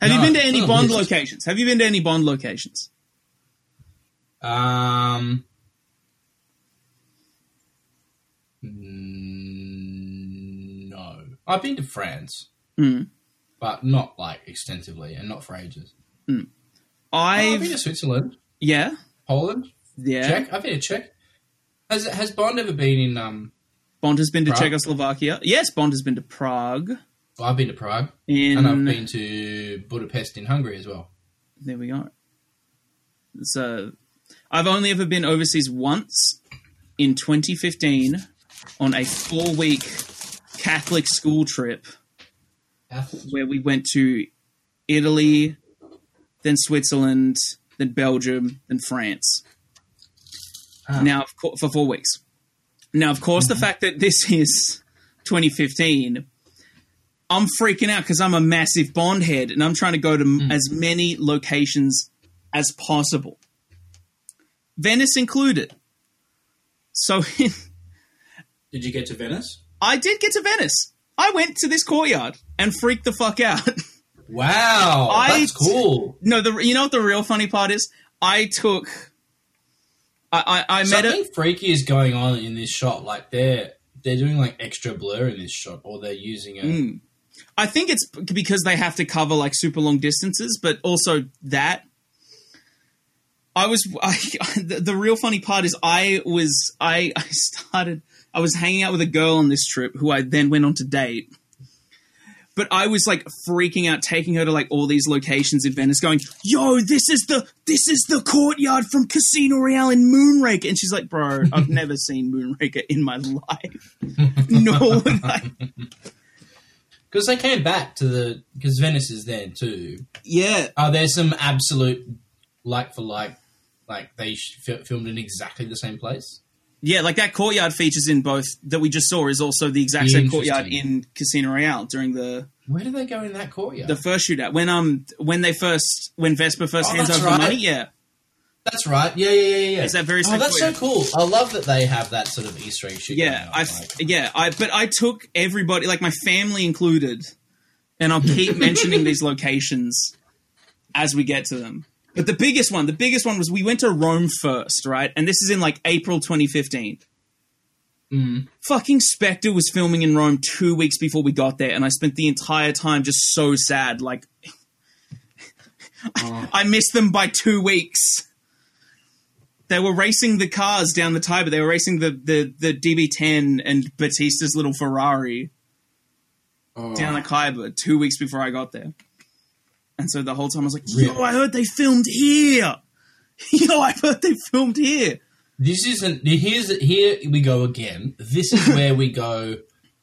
Have No, you Oh, been to any no, Bond it's- locations? Have you been to any Bond locations? Um. mm, No, I've been to France, Mm. but not like extensively and not for ages. Oh, I've I've been to Switzerland, yeah Poland, yeah. Czech. I've been to Czech. Has has Bond ever been in? Um, Bond has been to Prague? Czechoslovakia. Yes, Bond has been to Prague. well, I've been to Prague, In and I've been to Budapest in Hungary as well. there we go. So I've only ever been overseas once in 2015 on a four-week Catholic school trip where we went to Italy, then Switzerland, then Belgium, then France. Ah. Now, of cour- for four weeks. Now, of course, the fact that this is 2015, I'm freaking out because I'm a massive Bond head and I'm trying to go to m as many locations as possible, Venice included. So <laughs> Did you get to Venice? I did get to Venice. I went to this courtyard and freaked the fuck out. Wow, I- that's cool. No, the you know what the real funny part is? I took, I I, I met Something a freaky is going on in this shot. Like they're they're doing like extra blur in this shot, or they're using a Hmm. I think it's b- because they have to cover like super long distances, but also that. I was <laughs> I, the, the real funny part is I was I <laughs> I started I was hanging out with a girl on this trip who I then went on to date. But I was like freaking out, taking her to like all these locations in Venice, going, "Yo, this is the this is the courtyard from Casino Royale in Moonraker," and she's like, "Bro, I've never seen Moonraker in my <laughs> life, nor would I." Because they came back to the because Venice is there too. Yeah, Are there some absolute like for like, like they sh- fi- filmed in exactly the same place? Yeah, like that courtyard features in both that we just saw is also the exact same courtyard in Interesting. Casino Royale during the Where do they go in that courtyard? the first shootout when um when they first when Vesper first Oh, hands that's over the right. money. Yeah, that's right. Yeah, yeah, yeah, yeah, yeah. It's that very Oh, same that's so courtyard. cool. I love that they have that sort of Easter egg shit. yeah, going on, I like- yeah I but I took everybody like my family included, and <laughs> I'll keep mentioning these locations as we get to them. But the biggest one, the biggest one was we went to Rome first, right? And this is in like April 2015. Mm. fucking Spectre was filming in Rome two weeks before we got there, and I spent the entire time just so sad. Like, <laughs> Oh. I missed them by two weeks. They were racing the cars down the Tiber. They were racing the, the, the DB10 and Batista's little Ferrari Oh. down the Khyber two weeks before I got there. And so the whole time I was like, yo, Really? I heard they filmed here. <laughs> Yo, I heard they filmed here. This isn't. Here's here we go again. This is where we go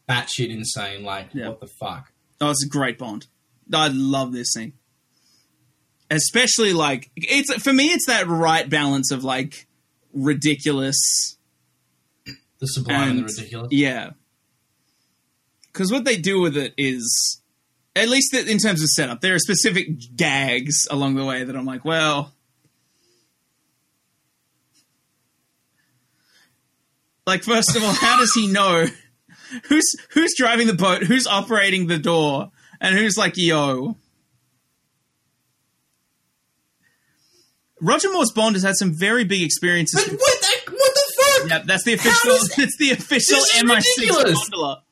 batshit insane. Like Yeah. what the fuck? Oh, it's a great Bond. I love this scene. especially like it's for me it's that right balance of like ridiculous The sublime and, And- the ridiculous. yeah because what they do with it is at least in terms of setup there are specific gags along the way that i'm like well like first of all how does he know who's who's driving the boat who's operating the door and who's like yo Roger Moore's Bond has had some very big experiences. But what? the- What the fuck? Yep, <laughs> that's the official. does- it's the official This is MI6 ridiculous. gondola.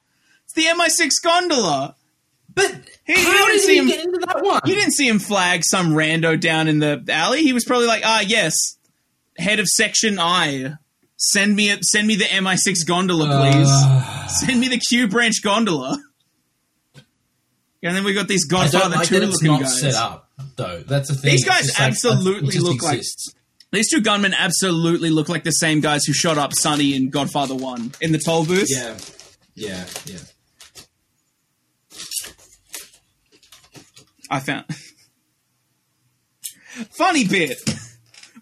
It's the MI6 gondola. But He- he how didn't did see he him- get into that one? You didn't see him flag some rando down in the alley. He was probably like, "Ah, yes, head of section I, send me a, send me the MI6 gondola, Uh, please. send me the Q branch gondola." And then we got these I don't Godfather like two that it's looking not guys. set up, though. That's the thing. These It's guys just like, absolutely it just look like- exists. These two gunmen absolutely look like the same guys who shot up Sonny in Godfather One in the toll booth. Yeah, yeah, yeah. I found <laughs> funny bit,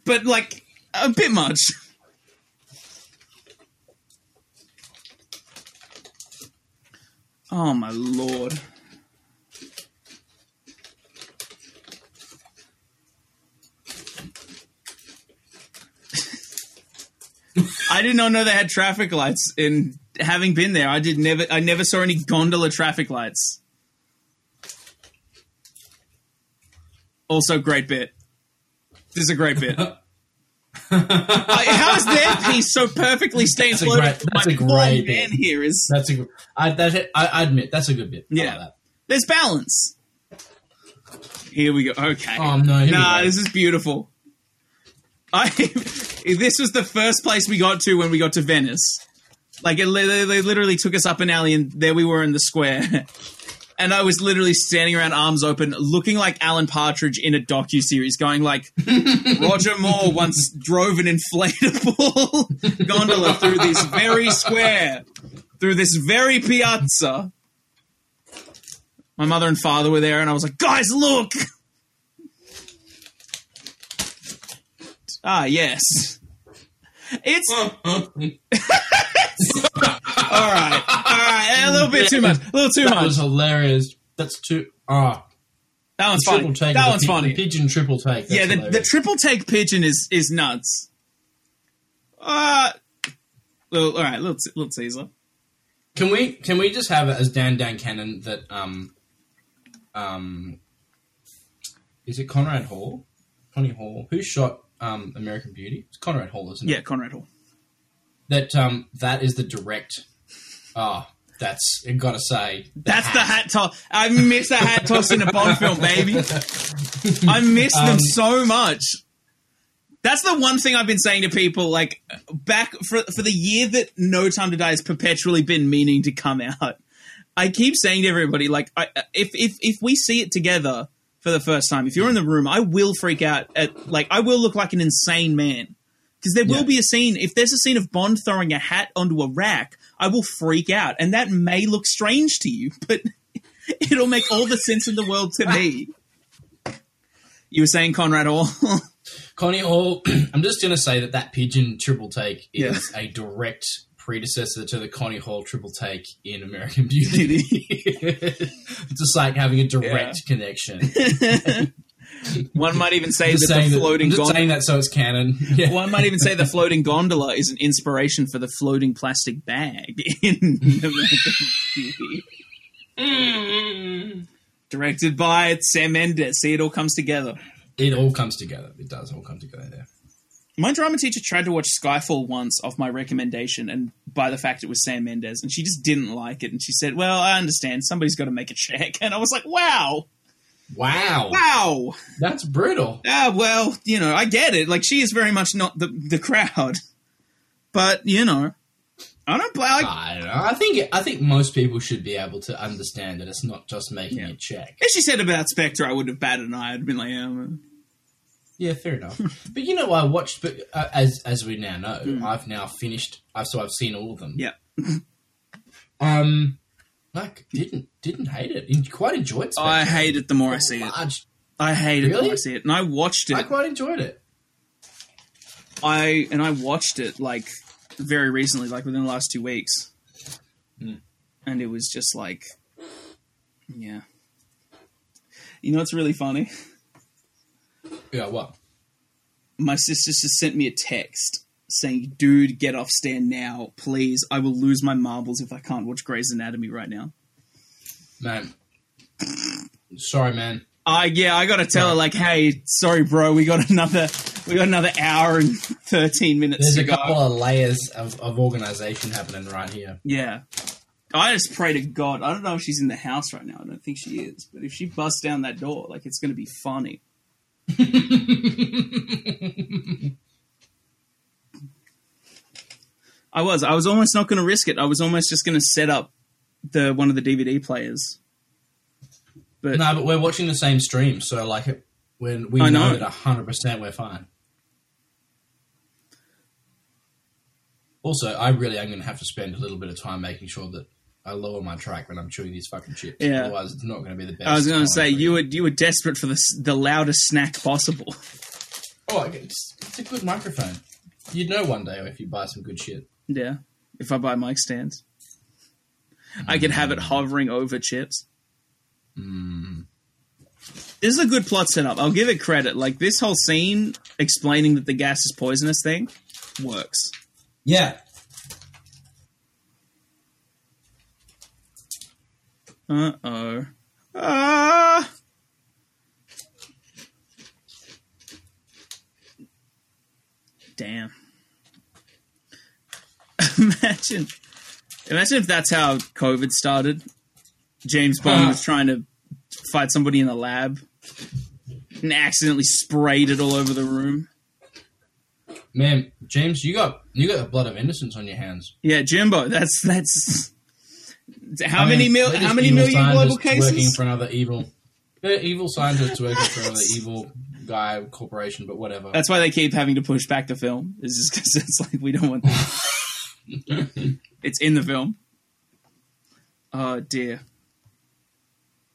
but like a bit much. Oh my lord! I did not know they had traffic lights. In having been there, I did never. I never saw any gondola traffic lights. Also, great bit. This is a <laughs> great bit. I- how is their piece so perfectly staying That's a floating? great- that's My a poor great man bit. here is That's a. gr- I, that, I, I admit that's a good bit. I like Yeah. that. there's balance. Here we go. Okay. Oh, no, here we Nah, go. this is beautiful. I <laughs> this was the first place we got to when we got to Venice. Like it, li- they literally took us up an alley, and there we were in the square. <laughs> And I was literally standing around, arms open, looking like Alan Partridge in a docu series, going like, "Roger Moore once drove an inflatable <laughs> gondola through this very square, through this very piazza." My mother and father were there, and I was like, "Guys, look!" Ah, yes. It's Oh. all right, all right. A little bit too much, a little too That much. was hilarious. That's too. Ah, that one's funny. triple take. That of the one's pi- funny. the Pigeon triple take. That's yeah, the, the hilarious. triple take pigeon is is nuts. Uh, little, all right, little, little Caesar. Can we can we just have it as Dan Dan Cannon that um um is it Conrad Hall? Connie Hall? Who shot um American Beauty? It's Conrad Hall, isn't Yeah, it? Conrad Hall. That um that is the direct Ah, that's I gotta say. the That's the hat toss. I miss the hat toss in a Bond film, baby. I miss them Um, so much. That's the one thing I've been saying to people, like back for for the year that No Time to Die has perpetually been meaning to come out. I keep saying to everybody, like, I, if if if we see it together for the first time, if you're in the room, I will freak out at like I will look like an insane man because there will Yeah. be a scene. If there's a scene of Bond throwing a hat onto a rack, I will freak out, and that may look strange to you, but <laughs> it'll make all the sense in the world to me. You were saying Conrad Hall. Connie Hall <clears throat> I'm just gonna say that that pigeon triple take is a direct predecessor to the Connie Hall triple take in American <laughs> Beauty. <laughs> it's just like having a direct <laughs> connection. <laughs> One might even say that just saying the that- floating I'm just gondola. saying that so it's <laughs> canon. Yeah. One might even say the floating gondola is an inspiration for the floating plastic bag <laughs> in American Beauty. Directed by Sam Mendes. See, it all comes together. <laughs> It all comes together. It does all come together there. My drama teacher tried to watch Skyfall once off my recommendation, and by the fact it was Sam Mendes, and she just didn't like it. And she said, "Well, I understand. Somebody's got to make a check." <laughs> And I was like, "Wow, Wow. wow." That's brutal. Ah, well, you know, I get it. Like she is very much not the the crowd, <laughs> but you know, I don't blame. I don't know. I think I think most people should be able to understand that it's not just making Yeah. a check. If she said about Spectre, I would have batted an eye. I'd have been like, yeah, well, Yeah, fair <laughs> enough. but you know, I watched, but uh, as as we now know, I've now finished. I so I've seen all of them. Hmm. <laughs> yeah. Um, like didn't didn't hate it. En- Quite enjoyed. Spectre. I hate it the more I see it. large, I hated Really? that I see it, and I watched I it. quite enjoyed it. I and I watched it like very recently, like within the last two weeks, Hmm. and it was just like, yeah. You know, it's really funny. Yeah, what? My sister just sent me a text saying, "Dude, get off stand now, please. I will lose my marbles if I can't watch Grey's Anatomy right now." Man. Sorry, man. I yeah, I gotta tell her like, hey, sorry, bro, we got another, we got another hour and thirteen minutes There's to a go. couple of layers of, of organization happening right here. Yeah, I just pray to God. I don't know if she's in the house right now. I don't think she is, but if she busts down that door, like it's gonna be funny. I was, I was almost not gonna risk it. I was almost just gonna set up the one of the DVD players. But No, but we're watching the same stream, so like it- when we I know. know that hundred percent we're fine. Also, I really am going to have to spend a little bit of time making sure that I lower my track when I'm chewing these fucking chips. Yeah. Otherwise, it's not going to be the best. I was gonna going to say you were you were desperate for the s- the loudest snack possible. Oh, okay, it's, it's a good microphone. You'd know one day if you buy some good shit. Yeah. If I buy mic stands, I could have it hovering over chips. This is a good plot setup. I'll give it credit. Like this whole scene explaining that the gas is poisonous thing works. Yeah. Uh oh. Ah. Damn. <laughs> imagine, imagine if that's how COVID started. James Bond was trying to fight somebody in the lab and accidentally sprayed it all over the room. Man, James, you got you got the blood of innocence on your hands. Yeah, Jimbo. That's that's. How I mean, many mil? they're How just many evil million global scientists Working cases? for another evil, they're evil scientists working for another evil guy corporation, but whatever. That's why they keep having to push back the film. Is just because it's like we don't want. <laughs> it's in the film. Oh dear.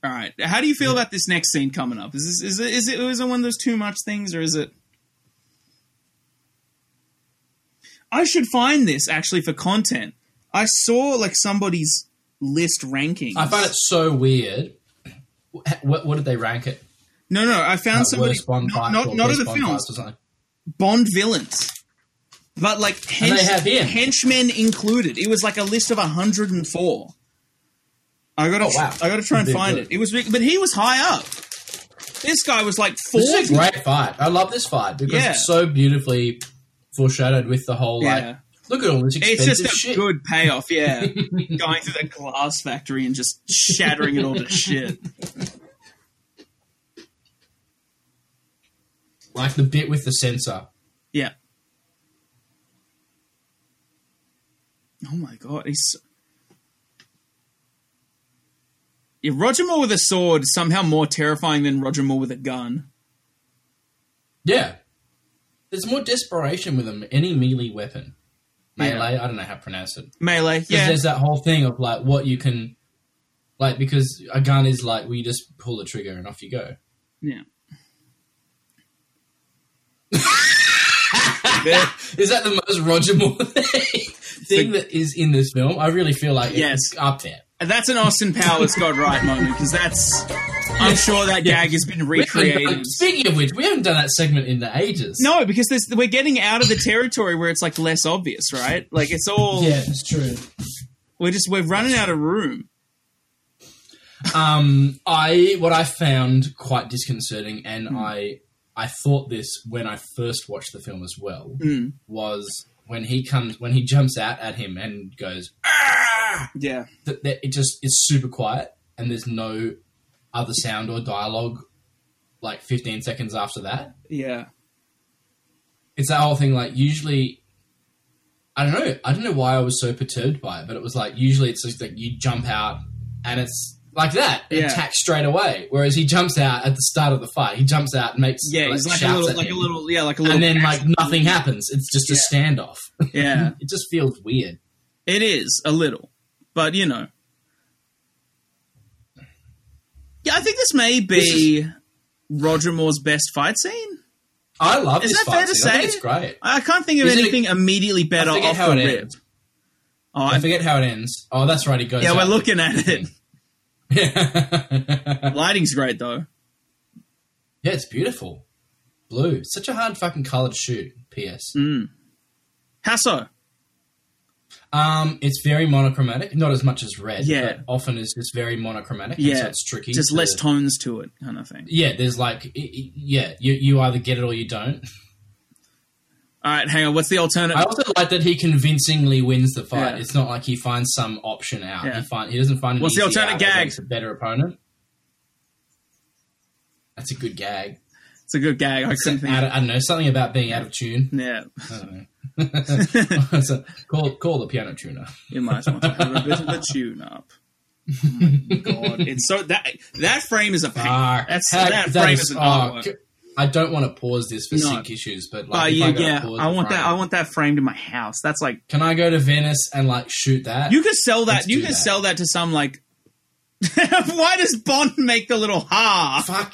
All right. How do you feel about this next scene coming up? Is this is it is it is it one of those too much things, or is it? I should find this actually for content. I saw like somebody's list ranking. I find it so weird. Wh- What, what did they rank it? No, no. I found Like, somebody worst Bond not fights not, or not of best the Bond films. fights or something. Bond villains, but like And they hench- have him. henchmen included. It was like a list of hundred and four. I gotta, Oh, wow. I gotta try and Did find good. it. It was, but he was high up. This guy was like four. This is a great fight. I love this fight because Yeah. it's so beautifully foreshadowed with the whole like. Yeah. Look at all this It's expensive just a shit. good <laughs> payoff, yeah. Going through that glass factory and just shattering it all to shit. Like the bit with the sensor. Yeah. Oh my god, he's. Yeah, Roger Moore with a sword somehow more terrifying than Roger Moore with a gun. Yeah. There's more desperation with them. Any melee weapon, Yeah. melee. I don't know how to pronounce it. Melee, Because yeah, there's that whole thing of like what you can, like because a gun is like we just pull the trigger and off you go. yeah. <laughs> Is that the most Roger Moore <laughs> thing, thing that is in this film? I really feel like Yes. it's up there. That's an Austin Powers got right moment because that's. I'm sure that gag has been We haven't done- <laughs> recreated. Speaking of which, we haven't done that segment in the ages. No, because this, we're getting out of the territory where it's like less obvious, right? Like it's all Yeah, it's true. we're just we're running out of room. Um, I what I found quite disconcerting, and Hmm. I I thought this when I first watched the film as well, Hmm. Mm, was when he comes when he jumps out at him and goes Yeah, that, that it just is super quiet and there's no other sound or dialogue like 15 seconds after that yeah. it's that whole thing like usually i don't know i don't know why i was so perturbed by it but it was like usually it's just like you jump out and it's like that Yeah. attack straight away whereas he jumps out at the start of the fight he jumps out and makes Yeah, he's like a shouts little, at like a him. little, yeah, like a little. and then like action. nothing happens it's just a standoff <laughs> <laughs> Yeah, it just feels weird it is a little, but you know. Yeah, I think this may be Roger Moore's best fight scene. I love Is this that fight fair to scene. I think say? it's great. I can't think of Is it- anything immediately better forget off how the it rip. ends. Oh, I I- forget how it ends. Oh, that's right. He goes. yeah, out. we're looking at it. <laughs> yeah, Lighting's great though. it's beautiful. Blue. Such a hard fucking color to shoot. P.S. Mm. How so? Um, it's very monochromatic. Not as much as red. But Yeah. often is just very monochromatic. and Yeah, so it's tricky. Just to- less tones to it, kind of thing. Yeah, there's like, i- i- yeah, you, you either get it or you don't. All right, hang on. What's the alternative? I also like that he convincingly wins the fight. Yeah. It's not like he finds some option out. Yeah. He find he doesn't find. An What's the easy alternate out gag? against A better opponent. That's a good gag. It's a good gag. I couldn't think. Out of- I don't know something about being out of tune. Yeah, I don't know. <laughs> <laughs> So, call call the piano tuner. you might want to have a bit of a tune up. Oh my God, it's so that that frame is a pain. Ah, That's heck, that, frame is, an oh, artwork. c- I don't want to pause this for No. sick issues, but Oh like, if yeah, I gotta yeah. pause I the want that. frame- I want that framed in my house. That's like Can I go to Venice and like shoot that? you could sell that. Let's you do could that. sell that to some like. <laughs> Why does Bond make the little ha? fuck,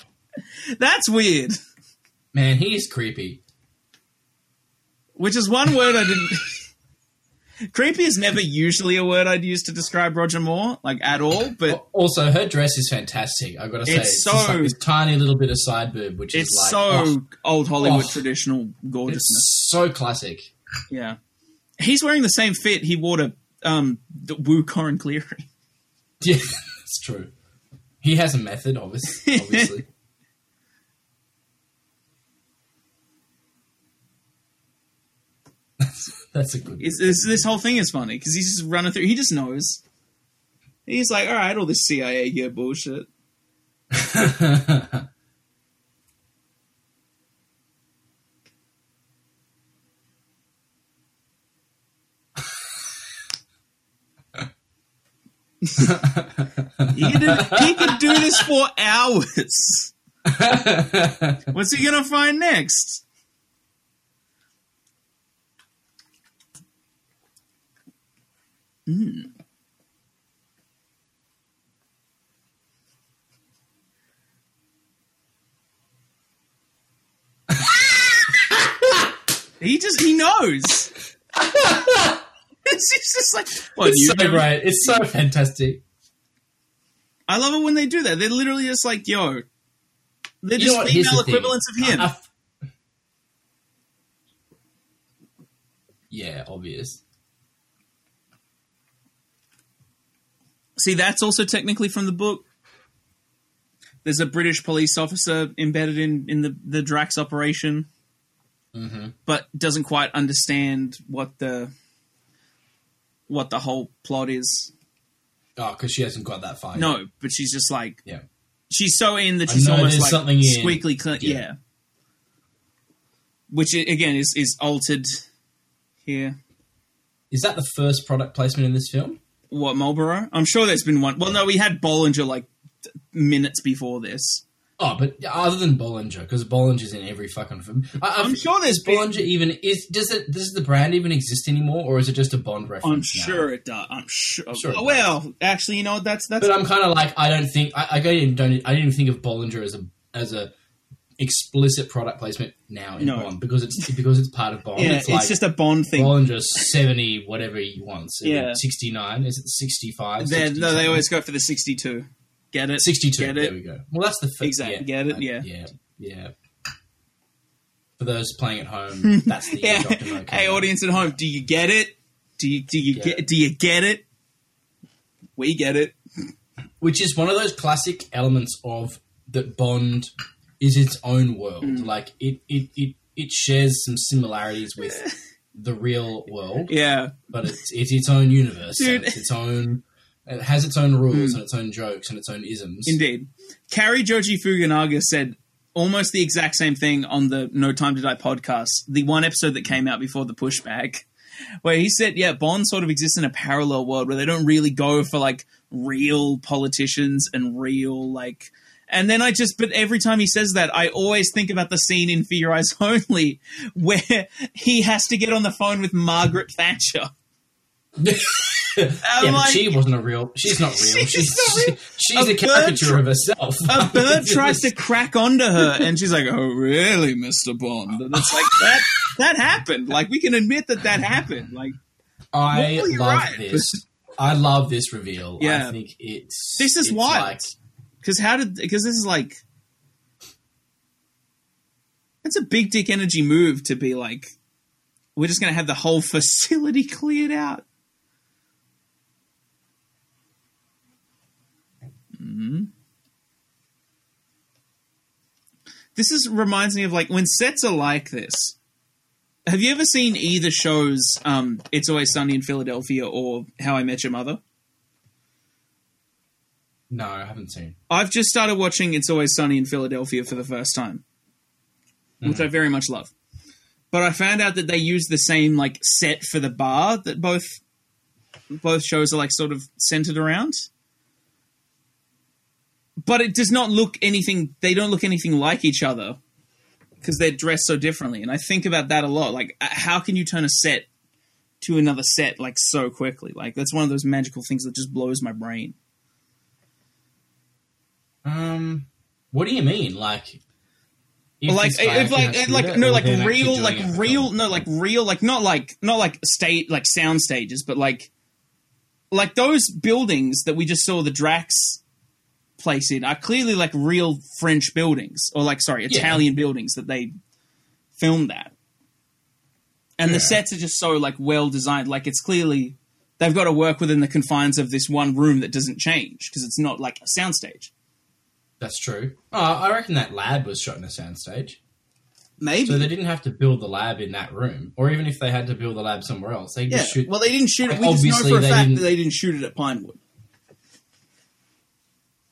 That's weird. man, he is creepy. Which is one word I didn't. <laughs> Creepy is never usually a word I'd use to describe Roger Moore, like at all. But Al- Also, her dress is fantastic. I gotta say, It's it's, just so- like this tiny little bit of side boob, which it's is like so oh, old Hollywood Oh. traditional gorgeousness. it's so classic. Yeah, he's wearing the same fit he wore to um, the Woo Corin Cleary. Yeah, <laughs> it's true. He has a method, obviously. <laughs> obviously. <laughs> That's- That's a good. It's, it's, this whole thing is funny because he's just running through. He just knows. He's like, all right, all this CIA year bullshit. He could, do, he could do this for hours. What's he gonna find next? Hmm. <laughs> He just he knows. <laughs> it's just like what, It's you so never- great. It's so fantastic. I love it when they do that. They're literally just like, yo, You know they're just what? Here's female the thing. equivalents of him. I- I- yeah, obvious. See, that's also technically from the book. There's a British police officer embedded in, in the, the Drax operation, Mm-hmm. but doesn't quite understand what the what the whole plot is. Oh, because she hasn't got that far. yet. No, but she's just like Yeah. she's so in that I she's know almost there's like something in. squeaky clean. Yeah. Yeah. Which i- again is is altered here. Is that the first product placement in this film? What Marlboro? I'm sure there's been one. Well, no, we had Bollinger like th- minutes before this. Oh, but other than Bollinger, because Bollinger's in every fucking film. I, I'm sure there's Does Bollinger even is does it does the brand even exist anymore, or is it just a Bond reference? I'm now? sure it does. I'm sure. sure it does. well, actually, you know what? That's that's but I'm kind of like I don't think I, I didn't don't I didn't even think of Bollinger as a as a explicit product placement now in No. Bond because it's because it's part of Bond. yeah. it's, It's, like just a Bond thing. Bollinger seventy whatever he wants. Yeah. sixty nine is it sixty five? They're- no, they always go for the 62. Get it? 62. Get There it? we go. Well, that's the first. Exactly. Get it? Uh, Yeah. Yeah. Yeah. For those playing at <laughs> home, that's the Yeah. Dr. No Hey, Camo. audience at home, do you get it? Do you do you Get get, it. do you get it? We get it. Which is one of those classic elements of that Bond is its own world. Mm. Like it, it, it, it shares some similarities with <laughs> the real world, Yeah. but it's, it's its own universe. and Dude. Mm. it's its own. It has its own rules and its own jokes and its own isms. Indeed. Carrie Joji Fukunaga said almost the exact same thing on the No Time to Die podcast, the one episode that came out before the pushback, where he said, yeah, Bond sort of exists in a parallel world where they don't really go for like real politicians and real like. And then I just, but every time he says that, I always think about the scene in For Your Eyes <laughs> Only where he has to get on the phone with Margaret Thatcher. <laughs> yeah, but like- she wasn't a real. She's <laughs> not real. she's not real. she's A a, bird caricature tr- of herself. A <laughs> bird tries to crack onto her, and she's like, "Oh, really, Mister Bond?" And it's like that. That happened. Like we can admit that that happened. Like I Well, you're love right. this. I love this reveal. Yeah. I think it's This is it's wild. like- because how did? Because this is like. That's a big dick energy move to be like, we're just going to have the whole facility <laughs> cleared out. Mm-hmm. this is reminds me of like when sets are like this. Have you ever seen either shows? Um, it's always sunny in Philadelphia or How I Met Your Mother. no, I haven't seen. I've just started watching It's Always Sunny in Philadelphia for the first time, which I very much love. But I found out that they use the same like set for the bar that both both shows are like sort of centered around. But it does not look anything. They don't look anything like each other because they're dressed so differently. And I think about that a lot. Like, uh, how can you turn a set to another set like so quickly? Like, that's one of those magical things that just blows my brain. Um, what do you mean? Like, if like this guy if actually like had if to do like that, no or like them actually real doing like it for real film? no like real like not like not like state like sound stages but like like those buildings that we just saw the Drax place in are clearly like real French buildings or like sorry Yeah. Italian buildings that they filmed that and the Yeah. sets are just so like well designed like it's clearly they've got to work within the confines of this one room that doesn't change because it's not like a soundstage That's true. Oh, I reckon that lab was shot in a soundstage, maybe so they didn't have to build the lab in that room, or even if they had to build the lab somewhere else, they could Yeah. just shoot. Well, they didn't shoot it. Like, We just know obviously for a they fact didn't- that they didn't shoot it at Pinewood.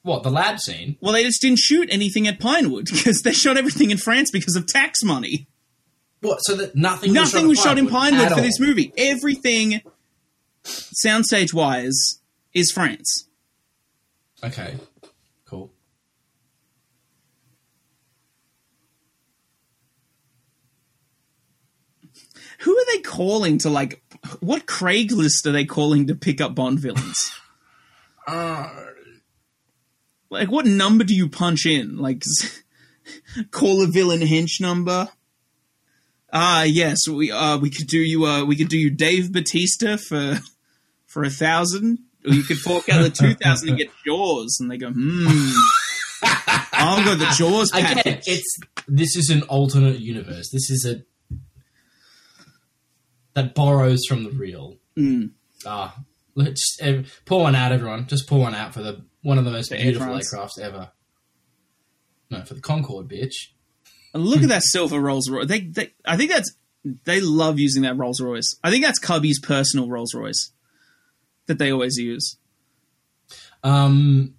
what the lab scene? Well, they just didn't shoot anything at Pinewood <laughs> because they shot everything in France because of tax money. What? So that nothing. Nothing was shot in Pinewood at for all. this movie. Everything, soundstage wise, is France. Okay. Cool. Who are they calling to like? What Craigslist are they calling to pick up Bond villains? like, what number do you punch in? Like, <laughs> call a villain hench number. Ah, yes, we uh, we could do you uh, we could do you Dave Batista for for a thousand, or you could fork out the two thousand and get Jaws, and they go, hmm. I'll go the Jaws package. Again, it's this is an alternate universe. This is a that borrows from the real. Mm. Ah, let's just, eh, pour one out, everyone. Just pour one out for the one of the most For Air beautiful France. aircrafts ever. No, for the Concorde, bitch. And look at that silver Rolls Royce. They, they, I think that's they love using that Rolls Royce. I think that's Cubby's personal Rolls Royce that they always use. Um,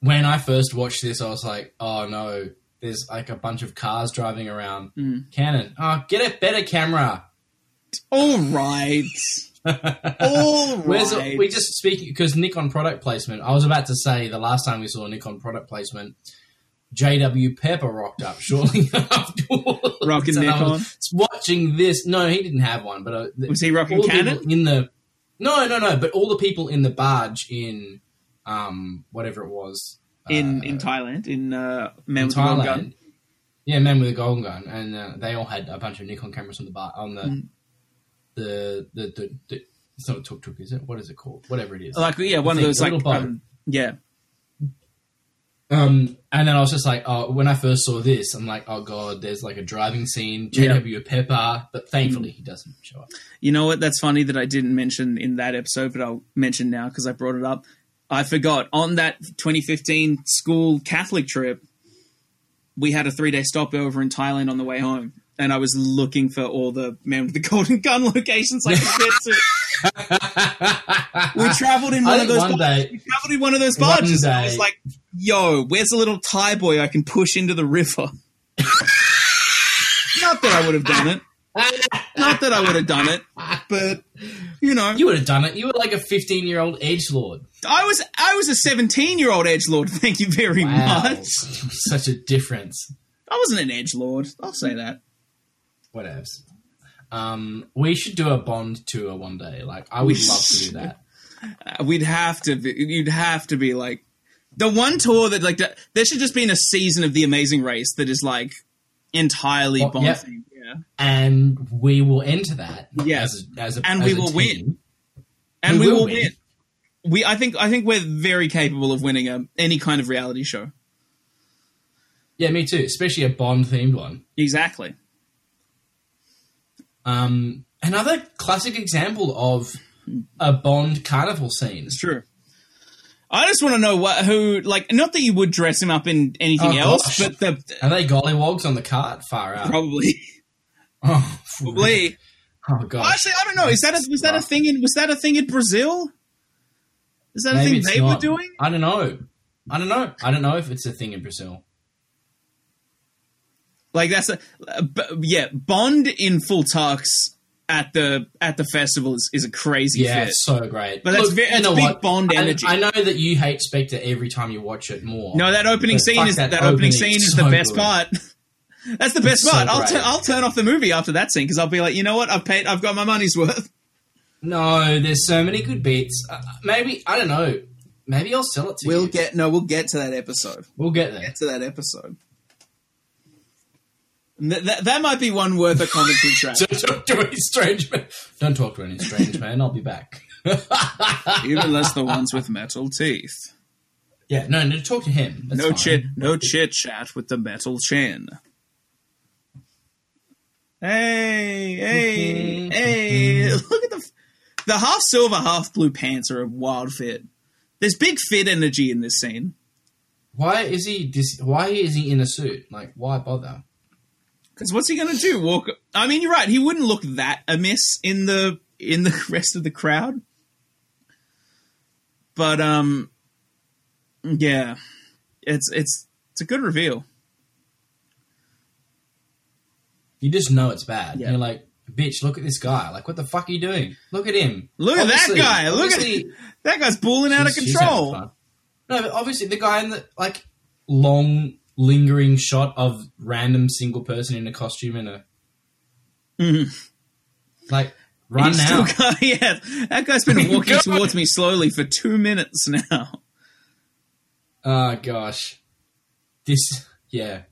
when I first watched this, I was like, "Oh no, there's like a bunch of cars driving around." Hmm. Canon, oh, get a better camera. All <laughs> right, all Where's right. we just speaking because Nikon product placement? I was about to say the last time we saw Nikon product placement, JW Pepper rocked up shortly <laughs> afterwards. Rocking And I Nikon? was watching this. No, he didn't have one, but uh, the- Was he rocking all the people Canon? in the? No, no, no. But all the people in the barge in, um, whatever it was in uh, in Thailand, in uh, Man in with the Golden Gun. Thailand. Yeah, man with a golden gun, and uh, they all had a bunch of Nikon cameras on the bar on the the, the the the. It's not a tuk tuk, is it? What is it called? Whatever it is. Like yeah, one of thing, those the like little boat. um, yeah. Um, and then I was just like, oh, when I first saw this, I'm like, oh god, there's like a driving scene, JW Pepper, but thankfully he doesn't show <laughs> up. You know what? That's funny that I didn't mention in that episode, but I'll mention now because I brought it up. I forgot on that 2015 school Catholic trip, we had a three day stopover in Thailand on the way home, and I was looking for all the men with the <laughs> golden gun locations I could get <laughs> to. we traveled in I one of think those. one barges. day- we traveled in one of those one barges. and I was day- like, "Yo, where's a little Thai boy I can push into <laughs> the river?" Not that I would have done it. Not that I would have done it, but you know, You would have done it. You were like a 15 year old edge lord. I was I was a seventeen year old edge lord. <laughs> Thank you very Wow, much. such a difference. I wasn't an edge lord. I'll say that. Whatevs. Um, we should do a Bond tour one day. Like, I would We love to do <laughs> should. that. Uh, We'd have to. Be, you'd have to be like the one tour that like that, there should just be in a season of the Amazing Race that is like entirely Oh, Bond yeah. themed, Yeah. And we will enter that. Yes. As a, as a, And as we a will team. win. and We we, will will win. win. We, I think, I think we're very capable of winning a, any kind of reality show. Yeah, me too. Especially a Bond themed one. Exactly. Um, another classic example of a Bond carnival scene. It's true. I just want to know what who like. Not that you would dress him up in anything Oh, else, gosh. but the <laughs> Are they gollywogs on the cart? Far out. probably, Oh, probably. Oh gosh. Actually, I don't know. Is that a, was that a thing in was that a thing in Brazil? Is that Maybe a it's thing they not. were doing? I don't know. I don't know. I don't know if it's a thing in Brazil. Like that's a uh, b- yeah. Bond in full tux at the at the festival is, is a crazy Yeah, fit. it's so great. But that's very- you that's know big what? Bond I- energy. I, know that you hate Spectre every time you watch it more. No, that opening But scene fuck is that that, opening opening, scene it's is so the best good. part. <laughs> That's the best It's so part. I'll, tu- great. I'll turn off the movie after that scene because I'll be like, you know what? I've paid. I've got my money's worth. No, there's so many good beats. Uh, maybe I don't know. Maybe I'll sell it to you. get no. <laughs> We'll get to that episode. We'll get there. <laughs> to that episode. Th- th- that might be one worth a commentary track. <laughs> Don't talk to any strange man. Don't talk to any strange man. I'll be back. Even less the ones with metal teeth. Yeah, no, no, talk to him. That's No fine. chit, no chit chat with the metal chin. <laughs> Hey, hey, hey! Look at the f- the half silver, half blue pants are a wild fit. There's big fit energy in this scene. Why is he? Dis- why is he in a suit? Like, why bother? Because what's he gonna do? Walk? I mean, you're right. He wouldn't look that amiss in the in the <laughs> rest of the crowd. But um, yeah, it's it's it's a good reveal. You just know it's bad. Yeah. You're like, bitch, look at this guy. Like, what the fuck are you doing? Look at him. Look at that guy. Look at- obviously- That guy's balling out of she's- she's having control. fun. No, but obviously the guy in the like long lingering shot of random single person in a costume and a Mm-hmm. like right He's now. still <laughs> got- yeah, that <laughs> guy's been walking God. towards me slowly for two minutes now. oh gosh, this yeah.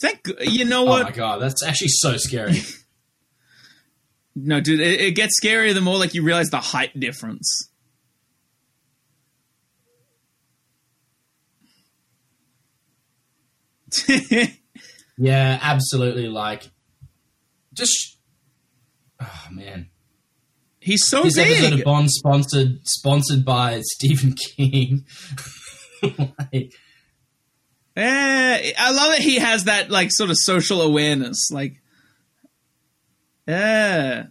Thank g- you know Oh what? my god, that's actually so scary. no, dude, it, it gets scarier the more like you realize the height difference. <laughs> yeah, absolutely. Like, just oh man. He's so This episode big. of Bond sponsored sponsored by <laughs> Stephen King. <laughs> like, Eh, I love it. He has that like sort of social awareness, like, yeah.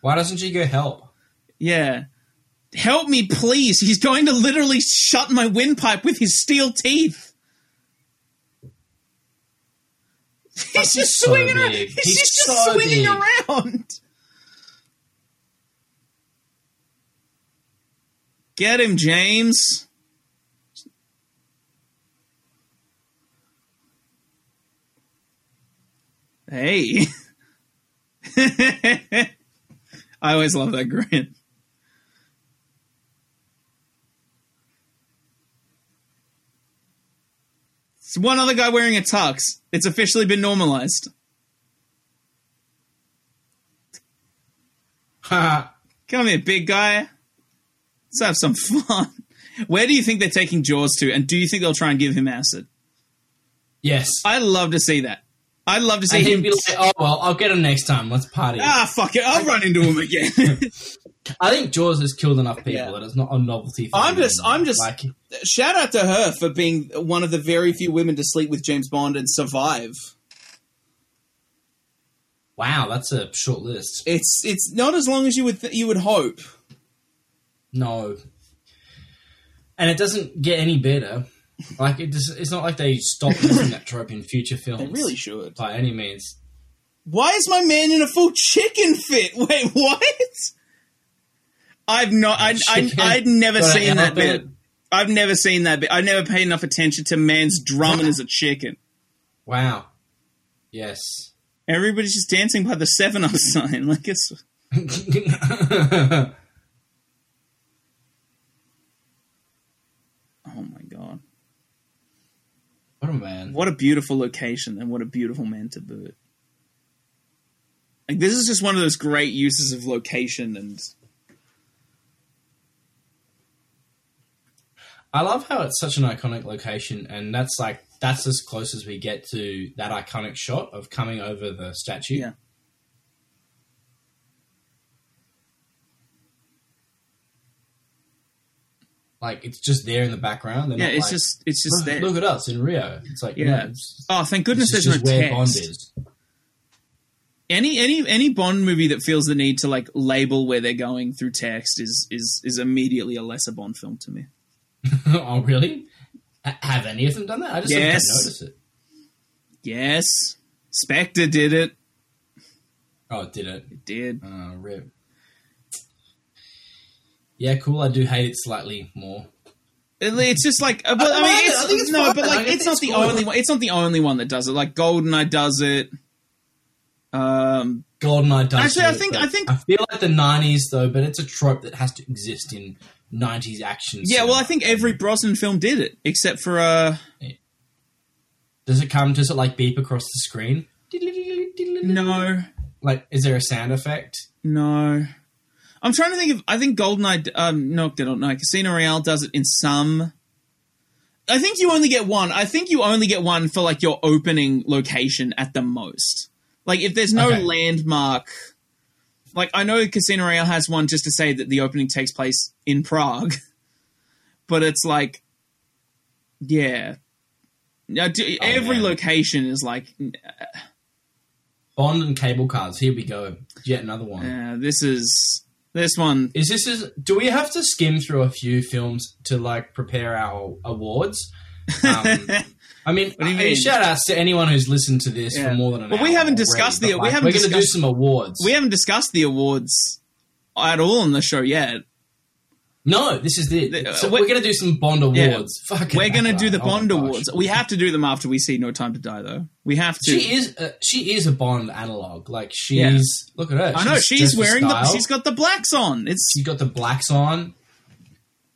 why doesn't she go help? <laughs> Yeah. Help me, please. He's going to literally shut my windpipe with his steel teeth. He's just so swinging around. big. He's, He's just so swinging big. around. Get him, James. Hey. <laughs> I always love that grin. It's one other guy wearing a tux. It's officially been normalized. Come here, big guy. Let's have some <laughs> fun. Where do you think they're taking Jaws to? And do you think they'll try and give him acid? yes. I'd love to see that. I'd love to see And he'd him. be like, "Oh well, I'll get him next time. Let's party." <laughs> ah, fuck it. I'll run into him again. <laughs> I think Jaws has killed enough people Yeah. that it's not a novelty. For I'm him just- anymore. I'm just- like, Shout out to her for being one of the very few women to sleep with James Bond and survive. wow, that's a short list. It's it's not as long as you would th- you would hope. No, and it doesn't get any better. Like it just, it's not like they <laughs> stopped using that trope in future films. They really should. by any means. Why is my man in a full chicken fit? <laughs> Wait, what? I've not. I, I Chicken. I'd never Got an seen that elephant. bit. I've never seen that. But I never paid enough attention to man's drumming as a chicken. Wow. Yes. <laughs> Everybody's just dancing by the seven up <laughs> sign. Like it's That's oh my god, What a man. what a beautiful location and what a beautiful man to boot. Like this is just one of those great uses of location and I love how it's such an iconic location, and that's like that's as close as we get to that iconic shot of coming over the statue. Yeah. Like it's just there in the background. They're yeah, not it's like, just it's just look, there. look at us in Rio. It's like Yeah. yeah, it's, oh, thank goodness this is there's no just where text. Bond is. <laughs> any any any Bond movie that feels the need to like label where they're going through text is is is immediately a lesser Bond film to me. oh really? H- have any of them done that? I just sort of Yes. didn't notice it. Yes, Spectre did it. Oh, it did it? It did. Uh, rip. Yeah, cool. I do hate it slightly more. It- It's just like, uh, but I I like mean, it. it's, I think it's no, fine. but I like, think it's not it's the cool. only one. It's not the only one that does it. Like Goldeneye does it. Um, Goldeneye does. Actually, do I it, think- but I think- I feel like the '90s though, but it's a trope that has to exist in '90s action. yeah, well, cinema. I think every Brosnan film did it except for uh, does it come? Does it like beep across the screen? no, Like, is there a sound effect? no. I'm trying to think of. I think Goldeneye, um, not Goldeneye, Casino Royale does it in some. I think you only get one. I think you only get one for like your opening location at the most. Like if there's no Okay. landmark, like I know Casino Royale has one just to say that the opening takes place in Prague, <laughs> but it's like, yeah, now, do, every man. location is like, Bond and cable cars. Here we go. Yet another one. uh, this is this one. Is this is? Do we have to skim through a few films to like prepare our awards? <laughs> Um, I mean, do you I- mean? shout outs to anyone who's listened to this Yeah. for more than an But hour. we haven't already, discussed the- but, we like, haven't We're going to do discussed- some awards. we haven't discussed the awards at all on the show yet. no, this is it. The- uh, So we- we're going to do some Bond Yeah. awards. Oh Fuck. We're going to do the Bond Awards. We We have to do them after we see No Time to Die, though. We have to. She is uh, she is a Bond analog. Like she's Yeah. look at her. I know she's dressed for wearing the. style. She's got the blacks on. It's she's got the blacks on,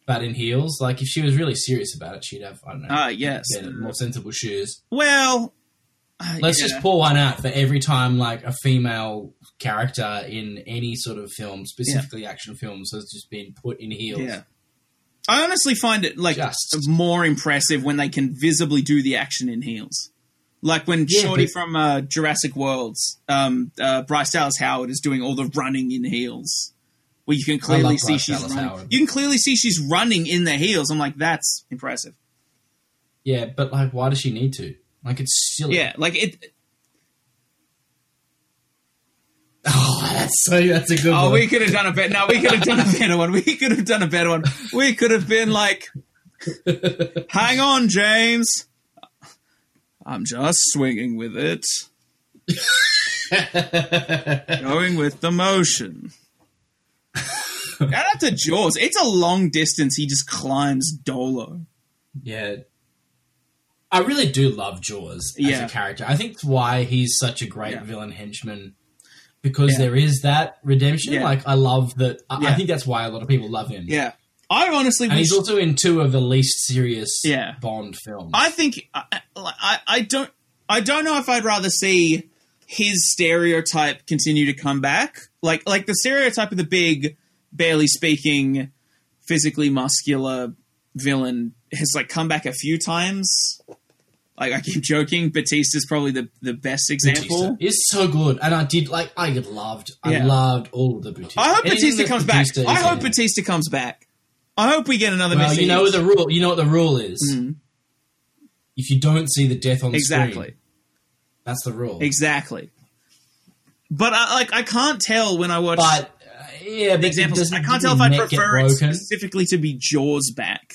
but in heels. Like if she was really serious about it, she'd have I don't know. ah yes. get more sensible shoes. Well, uh, Let's yeah. just pull one out for every time like a female character in any sort of film, specifically action films, has just been put in heels. Yeah. I honestly find it like Just. more impressive when they can visibly do the action in heels. Like when Yeah, Shorty but- from uh, Jurassic Worlds, um, uh, Bryce Dallas Howard is doing all the running in heels, where you can clearly see Bryce she's Dallas running. Howard. You can clearly see she's running in the heels. I'm like, that's impressive. Yeah, but like why does she need to? Like it's silly. Yeah, like it. <laughs> Oh, that's so that's a good Oh, one. we could have done a better. No, we could have done a better one. We could have done a better one. We could have <laughs> been like, "Hang on, James. I'm just swinging with it, going with the motion." Shout out to Jaws. It's a long distance. He just climbs Dolo. <laughs> Yeah. I really do love Jaws Yeah. as a character. I think it's why he's such a great Yeah. villain henchman because Yeah. there is that redemption. Yeah. Like I love that. I, Yeah. I think that's why a lot of people love him. Yeah, I honestly And wish. he's also in two of the least serious Yeah. Bond films. I think I, I, I don't I don't know if I'd rather see his stereotype continue to come back. Like like the stereotype of the big, barely speaking, physically muscular villain has like come back a few times. Like I keep joking, Batista's probably the, the best example. It's so good, and I did like. I loved. Yeah. I loved all of the Batista. I hope Anything Batista that comes Bautista back. I is hope in. Batista comes back. I hope we get another Well, Mr. you know Hughes. the rule. You know what the rule is. Hmm. If you don't see the death on exactly. screen, that's the rule. Exactly. But I like I can't tell when I watch But uh, yeah, the examples. I can't tell if I prefer it <laughs> specifically to be Jaws back.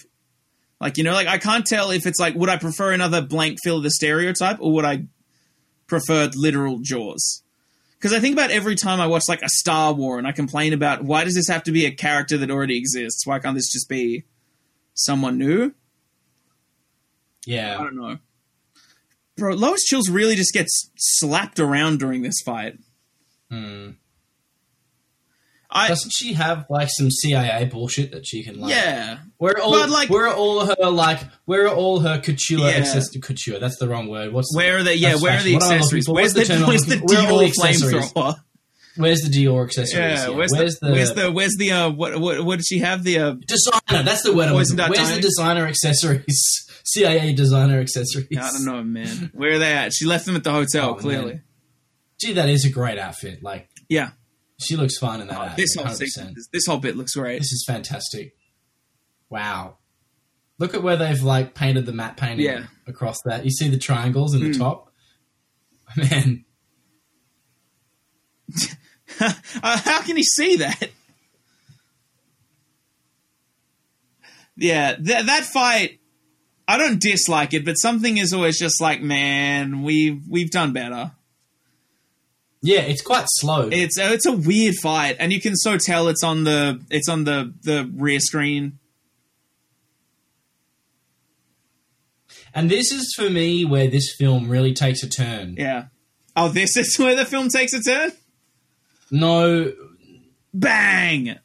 Like you know, like I can't tell if it's like would I prefer another blank fill of the stereotype or would I prefer literal Jaws? Because I think about every time I watch like a Star War and I complain about why does this have to be a character that already exists? Why can't this just be someone new. I Yeah. don't know. Bro, Lois Chills really just gets slapped around during this fight. Hmm. I Doesn't she have like some CIA bullshit that she can like? yeah. Where are all But, like- where are all her like where are all her couture Yeah. access to couture? That's the wrong word. What's Where are the yeah? That's Where are fashion. the What am I looking accessories? for? Where's What's the the term I'm where's the looking for? Where are all Dior the accessories? flamethrower? where's the Dior accessories? Yeah, where's, the, where's the where's the uh what what what did she have the uh designer? That's the word. I'm Poison looking for. dot Where's diamond? the designer accessories? <laughs> CIA designer accessories. I don't know man where are they at? She left them at the hotel Oh, man. clearly. Gee, that is a great outfit. Like Yeah, she looks fine in that outfit. Oh, this whole Ah, 100%. sequence, this whole bit looks great. This is fantastic. Wow. Look at where they've like painted the matte painting Yeah. Hmm. across that. You see the triangles in the top. Man, <laughs> uh, how can he see that? Yeah, th- that fight. I don't dislike it, but something is always just like, man, we've we've done better. yeah, it's quite slow. It's uh, it's a weird fight, and you can so tell it's on the it's on the the rear screen. and this is for me where this film really takes a turn. Yeah. Oh, this is <laughs> where the film takes a turn. No, Bang!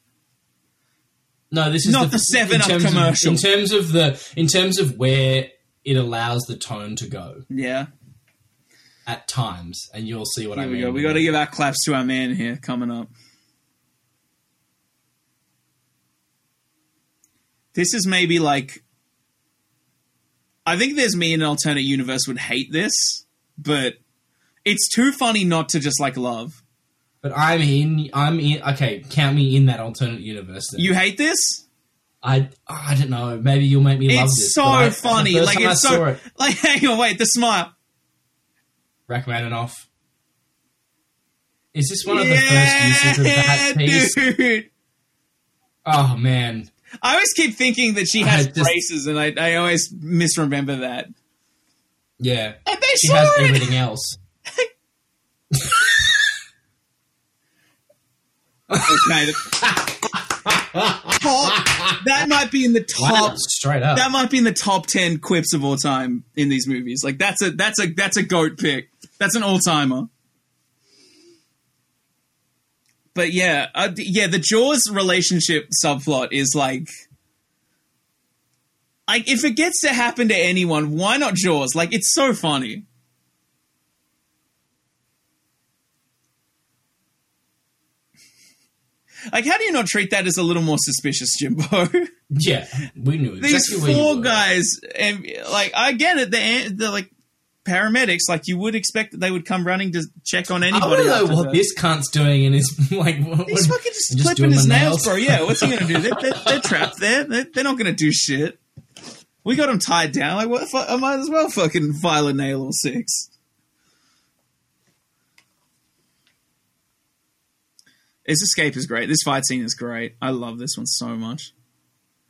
no, this is Not the 7 in up terms of- commercial. in terms of the in terms of where it allows the tone to go Yeah. at times, and you'll see what I Here mean. we go. We got to give our claps to our man here coming up. This is maybe like. I think there's me in an alternate universe would hate this, but it's too funny not to just like love. But I'm in. I'm in. Okay, count me in that alternate universe. Then. You hate this? I I don't know. Maybe you'll make me love it's this. so but I- the funny. first Like time I it's saw so it, like <laughs> hang on, wait, the smile. Rachmaninoff. Is this one of the first uses of the Yeah, hat piece? dude. Oh man, I always keep thinking that she I has just- braces, and I, I always misremember that. yeah. And they She saw has it. everything else. Okay, the- <laughs> top. That might be in the top. Wow, straight up. That might be in the top ten quips of all time in these movies. Like that's a that's a that's a goat pick. That's an all timer. But yeah, uh, d- yeah, the Jaws relationship subplot is like. Like if it gets to happen to anyone, why not Jaws? Like it's so funny. Like how do you not treat that as a little more suspicious, Jimbo? <laughs> yeah, we knew these exactly where you four were. guys and like I get it the the like paramedics like you would expect that they would come running to check on I want anybody to know after what that. this cunt's doing in his <laughs> like. What, he's what- fucking just, I'm clipping doing his my nails, bro yeah what's he gonna do they're, they're, they're trapped there they're, they're not gonna do shit we got him tied down like what the fuck I might as well fucking file a nail or six This escape is great. This fight scene is great. I love this one so much.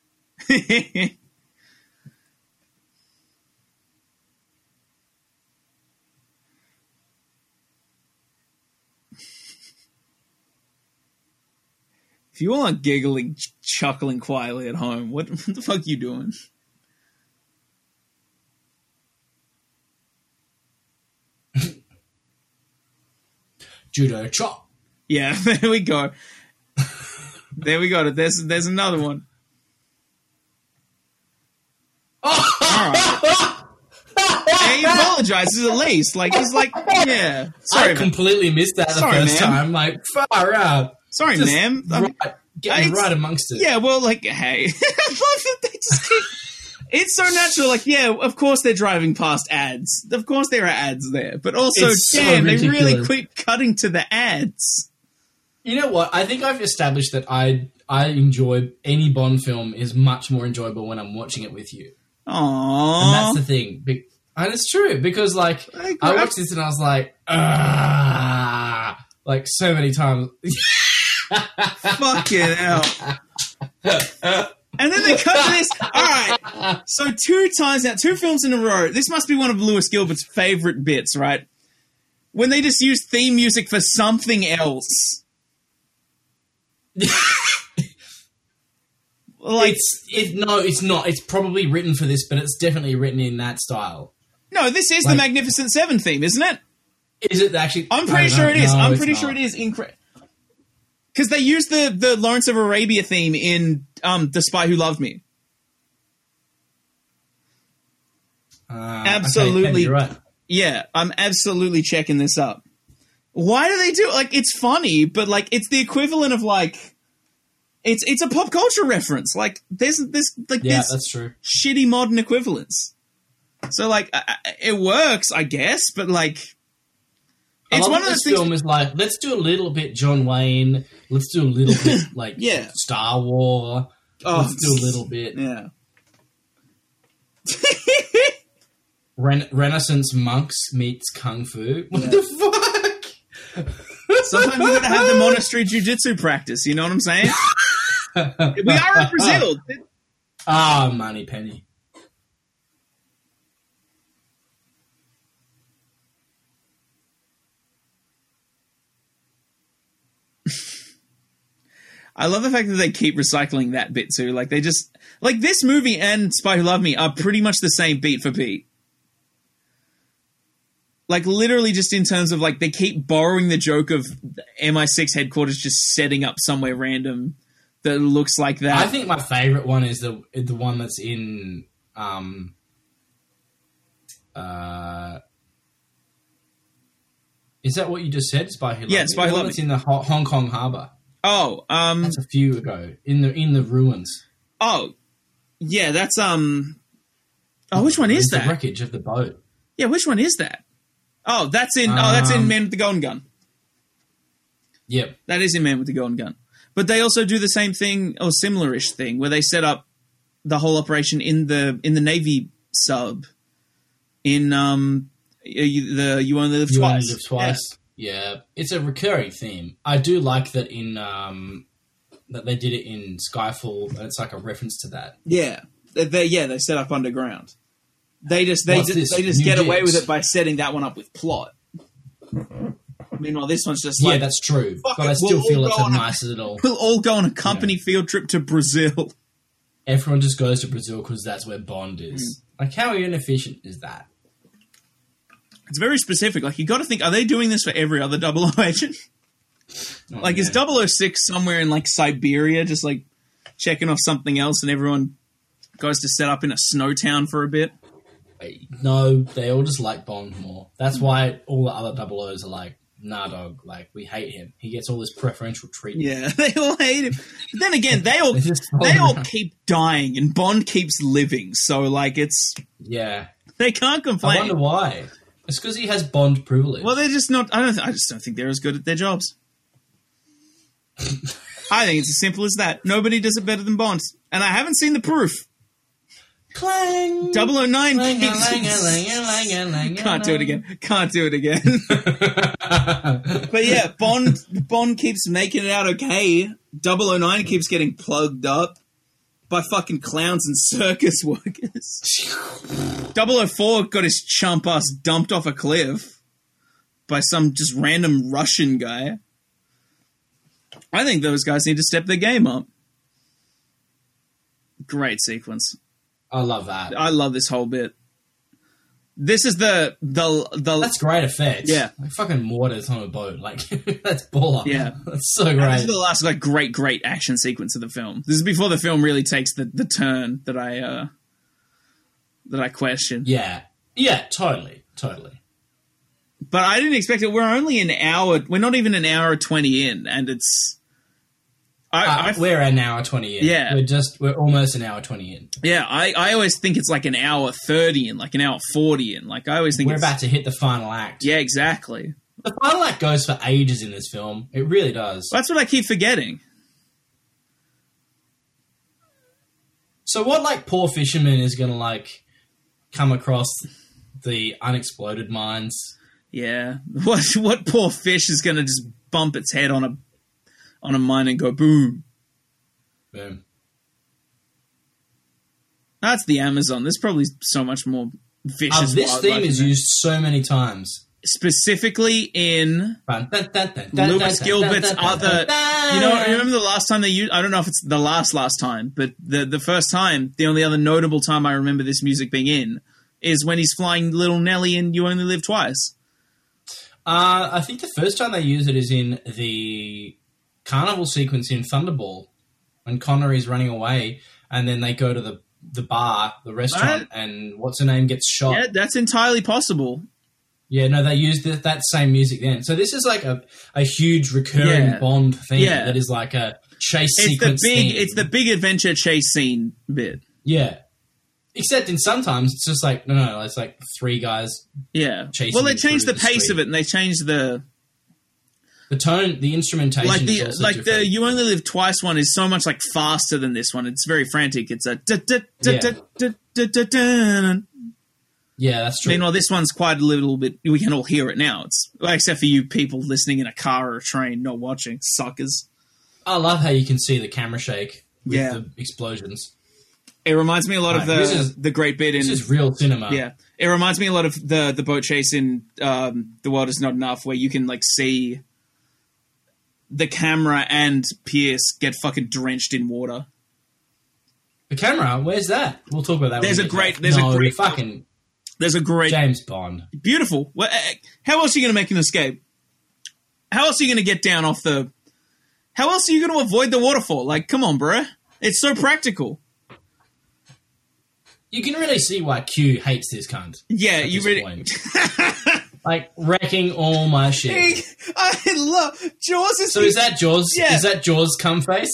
<laughs> If you aren't giggling, ch- chuckling quietly at home, what, <laughs> what the fuck you doing? Judo chop. Yeah, <laughs> there we go. there we go. There's there's another one. All right. Oh! <laughs> hey, he apologizes at least. Like he's like, yeah, sorry, I ma- completely missed that the Sorry, first man. time. Like far out. sorry, Just ma'am. I mean, right, getting it's- right amongst it. yeah, well, like, hey, <laughs> I love that they just keep. It's so natural. Like, yeah, of course they're driving past ads. Of course there are ads there, but also, It's so damn, they really ridiculous. quit cutting to the ads. You know what? I think I've established that I I enjoy any Bond film is much more enjoyable when I'm watching it with you. And Aww. that's the thing. Be- and it's true because like I I, agree. watched this and I was like, ah, like so many times. Fucking hell. And then they cut to this. All right. So two times now, two films in a row. This must be one of Lewis Gilbert's favorite bits, right? When they just use theme music for <laughs> something else. Like, it's it, no, it's not. It's probably written for this, but it's definitely written in that style. no, this is the like- Magnificent Seven theme, isn't it? Is it actually? I'm I pretty don't sure know. it is. No, I'm it's pretty not. sure it is incredible. Because they used the the Lawrence of Arabia theme in um, "The Spy Who Loved Me." Uh, Absolutely. okay, you're right. Yeah, I'm absolutely checking this up. Why do they do like it's funny, but like it's the equivalent of like it's it's a pop culture reference. Like there's this like Yeah, there's that's true. shitty modern equivalents. So like I, I- it works, I guess, but like I it's love one that of those this things. film is like let's do a little bit John Wayne, let's do a little <laughs> bit like Yeah. Star War, Oh, let's do a little bit yeah. Ren- Renaissance monks meets kung fu. What the fuck? Sometimes you <laughs> gotta have the monastery jujitsu practice. You know what I'm saying? we are in Brazil. Ah, money penny. I love the fact that they keep recycling that bit too. Like they just like this movie and Spy Who Loved Me are pretty much the same beat for beat. Like literally, just in terms of like they keep borrowing the joke of MI6 headquarters just setting up somewhere random that looks like that. I think my favorite one is the the one that's in um uh is that what you just said? Spy Who Loved Yeah, Me? Spy Who The one Loved that's in the Ho- Hong Kong harbor. oh, um, That's a few ago in the in the ruins. oh, yeah, that's um. Oh, which one is It's the that? wreckage of the boat? Yeah, which one is that? Oh, that's in. oh, that's in Um, Man with the Golden Gun. Yep. That is in Man with the Golden Gun. But they also do the same thing or similar-ish thing where they set up the whole operation in the in the Navy sub in um you, the you only live You twice. Only Live Twice. Yeah. it's a recurring theme. I do like that in um that they did it in Skyfall. and It's like a reference to that. Yeah. Yeah. They, they- yeah, they set up underground. They just they What's just, this? they just New get away dicks. with it by setting that one up with plot. Meanwhile, this one's just Yeah, like that's true. fuck But it, I still we'll feel all it's go a on a- nice little. we'll all go on a company field trip to Brazil. Everyone just goes to Brazil because that's where Bond is. Hmm. Like, how inefficient is that? It's very specific. Like you got to think, are they doing this for every other <laughs> 00 agent? Oh, Like, man. is 006 somewhere in like Siberia, just like checking off something else, and everyone goes to set up in a snow town for a bit? No, they all just like Bond more. That's why all the other double O's are like, nah, dog. Like, we hate him. He gets all this preferential treatment. Yeah, <laughs> they all hate him. But then again, they all They just roll they all around. keep dying, and Bond keeps living. So like, it's Yeah. they can't I complain. wonder why. It's because he has Bond privilege. Well, they're just not. I don't. Th- I just don't think they're as good at <laughs> their jobs. I think it's as simple as that. Nobody does it better than Bond, and I haven't seen the proof. Clang! 009 Langa, keeps- langa, langa, langa, langa, Can't do it langa. again. Can't do it again. but yeah, Bond Bond keeps making it out okay. 009 keeps getting plugged up by fucking clowns and circus <laughs> workers. 004 got his chump ass dumped off a cliff by some just random Russian guy. I think those guys need to step their game up. Great sequence. I love that. I love this whole bit. This is the the the That's great effects. Yeah. Like fucking waters on a boat. Like, <laughs> that's baller. Yeah. That's so This great. is the last like great, great action sequence of the film. This is before the film really takes the, the turn that I uh that I question. Yeah. Yeah, totally. Totally. But I didn't expect it. We're only an hour. We're not even an hour twenty in, and it's. I, Uh, I we're an hour twenty in. Yeah. we're just we're almost an hour twenty in. yeah. I, I always think it's like an hour thirty in, like an hour forty in. Like I always think We're it's, about to hit the final act. yeah, exactly. The final act goes for ages in this film. It really does. That's what I keep forgetting. So what, like, poor fisherman is gonna like come across the unexploded mines? Yeah. <laughs> What what poor fish is going to just bump its head on a on a mine and go boom? Boom. That's the Amazon. There's probably so much more Uh, vicious. this wildlife Um, theme in is there. used so many times. specifically in Lewis Lewis Gilbert's other. You Uh. know, remember the last time they used? I don't know if it's the last last time, but the the first time, the only other notable time I remember this music being in is when he's flying Little Nelly in "You Only Live Twice." Uh, I think the first time they use it is in the carnival sequence in Thunderball when Connery's running away, and then they go to the the bar, the restaurant, and what's her name gets shot. Yeah, that's entirely possible. Yeah, no, they used th- that same music then. So this is like a, a huge recurring Yeah. Bond theme Yeah. that is like a chase It's the sequence. big, theme. it's the big adventure chase scene bit. yeah. Except in sometimes it's just like no, no, it's like three guys. Yeah. Chasing well, they him changed the through the pace street. of it, and they changed the The tone, the instrumentation, like is the also like different. the "You Only Live Twice" one is so much like faster than this one. It's very frantic. It's a da- da- da- Yeah. da- da- da- da- da- yeah, that's true. Meanwhile, this one's quite a little bit. We can all hear it now. It's well, except for you people listening in a car or a train, not watching suckers. I love how you can see the camera shake with Yeah. the explosions. It reminds me a lot of Right, the this is- the great bit in This is real cinema. yeah. It reminds me a lot of the the boat chase in um, The World Is Not Enough, where you can like see the camera and Pierce get fucking drenched in water. The camera, where's that? We'll talk about that. There's when we a get great- back. there's a No, great- fucking There's a great James Bond. beautiful. Well, eh, eh, How else are you going to make an escape? How else are you going to get down off the? How else are you going to avoid the waterfall? Like, come on, bruh. It's so practical. You can really see why Q hates this cunt. Yeah, at you this really. point. like wrecking all my shit. <laughs> I love Jaws. Is, So is that Jaws? Yeah. Is that Jaws cum face?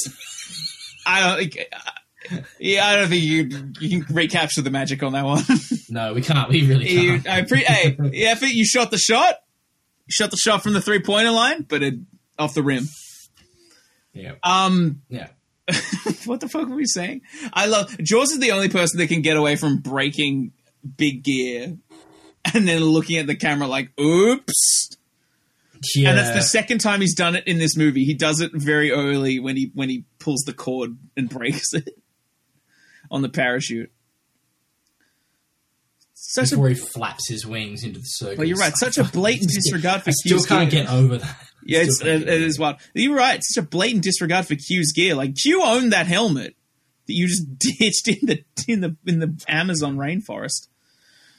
<laughs> I don't. think- I- Yeah, I don't think you you can recapture the magic on that one. <laughs> No, we can't. We really you, uh, can't. <laughs> I pre- hey, yeah, if it- you shot the shot, you shot the shot from the three pointer line, but it off the rim. yeah. Um, yeah. what the fuck were we saying? I love Jaws is the only person that can get away from breaking Big Gear and then looking at the camera like, "Oops." Yeah. And that's the second time he's done it in this movie. He does it very early when he when he pulls the cord and <laughs> breaks it on the parachute. Such Before a he flaps his wings into the circle. well, you're right. Such a blatant disregard <laughs> for I still Q's can't gear. get over that. yeah, it's, uh, Still can't it get it over is wild. You're right. Such a blatant disregard for Q's gear. Like Q owned that helmet that you just <laughs> ditched in the in the in the Amazon rainforest.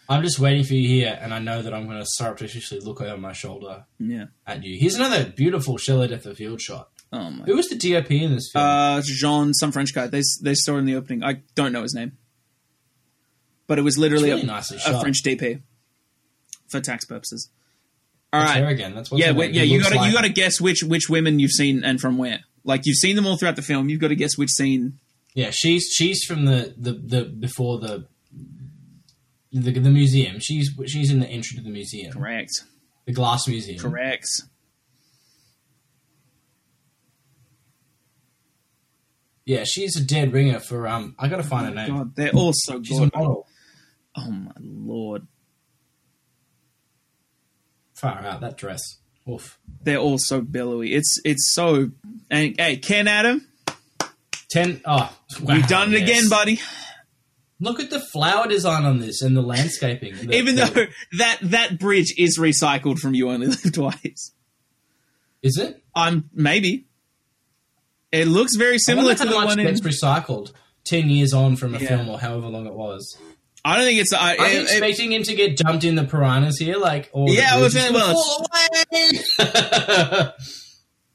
I'm just waiting for you here, and I know that I'm going to surreptitiously look over my shoulder Yeah. at you. Here's another beautiful Shelley Depth of Field shot. Oh my. Who was the DOP in this film? Uh, Jean, some French guy. They they saw in the opening. I don't know his name, but it was literally It's really a, nicely a shot. French DP for tax purposes. All That's right. her again. That's what's Yeah, her wait, name. yeah. It You looks got to like- you got to guess which which women you've seen and from where. Like you've seen them all throughout the film. You've got to guess which scene. Yeah, she's she's from the the, the before the, the the museum. She's she's in the entry to the museum, Correct. the glass museum. Correct. Yeah, she's a dead ringer for um. I gotta find her name. Oh God, they're all so she's good. a model. Oh my lord, Far out that dress. Oof. they're all so billowy. It's it's so. And hey, <laughs> Ken Adam, Ten. Oh, wow, you've done it yes. again, buddy. Look at the flower design on this and the landscaping. The- <laughs> Even the- though that that bridge is recycled from You Only Live <laughs> Twice. is it I'm maybe. It looks very I similar wonder to how the much one in. gets recycled ten years on from a Yeah. film or however long it was. I don't think it's. Are I, you it- it- expecting him to get dumped in the piranhas here? Like, or the Yeah, I was bridges? gonna- well, <laughs> Fall away!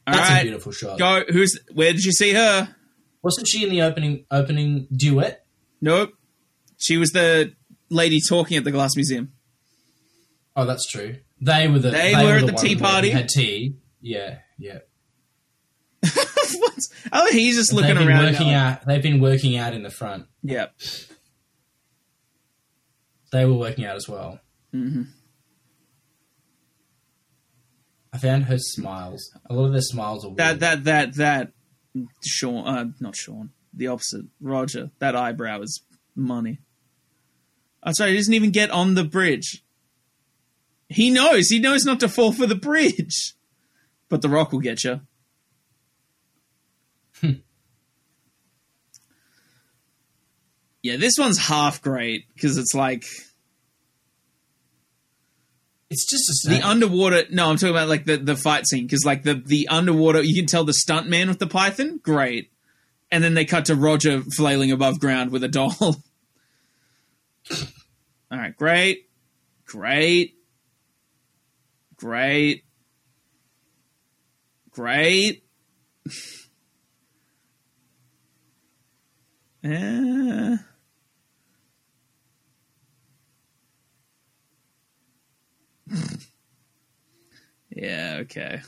all That's a right, beautiful shot. go. Who's? Where did you see her? Wasn't she in the opening opening duet? Nope. She was the lady talking at the glass museum. <laughs> Oh, that's true. They were the They were at the ones tea who party. Had tea. Yeah, yeah. what? Oh, he's just looking they've been around. Working now. out. They've been working out in the front. Yeah. They were working out as well. Mhm. I found her smiles. A lot of their smiles are weird. That that that that. Sean, uh, not Sean. The opposite. Roger. That eyebrow is money. I'm sorry. He doesn't even get on the bridge. He knows. He knows not to fall for the bridge. But the rock will get you. yeah, this one's half great because it's like It's just a The snake. underwater. No, I'm talking about like the, the fight scene because like the the underwater. You can tell the stunt man with the python. Great, and then they cut to Roger flailing above ground with a doll. <laughs> All right, great, great, great, great. <laughs> Eh. Yeah, okay.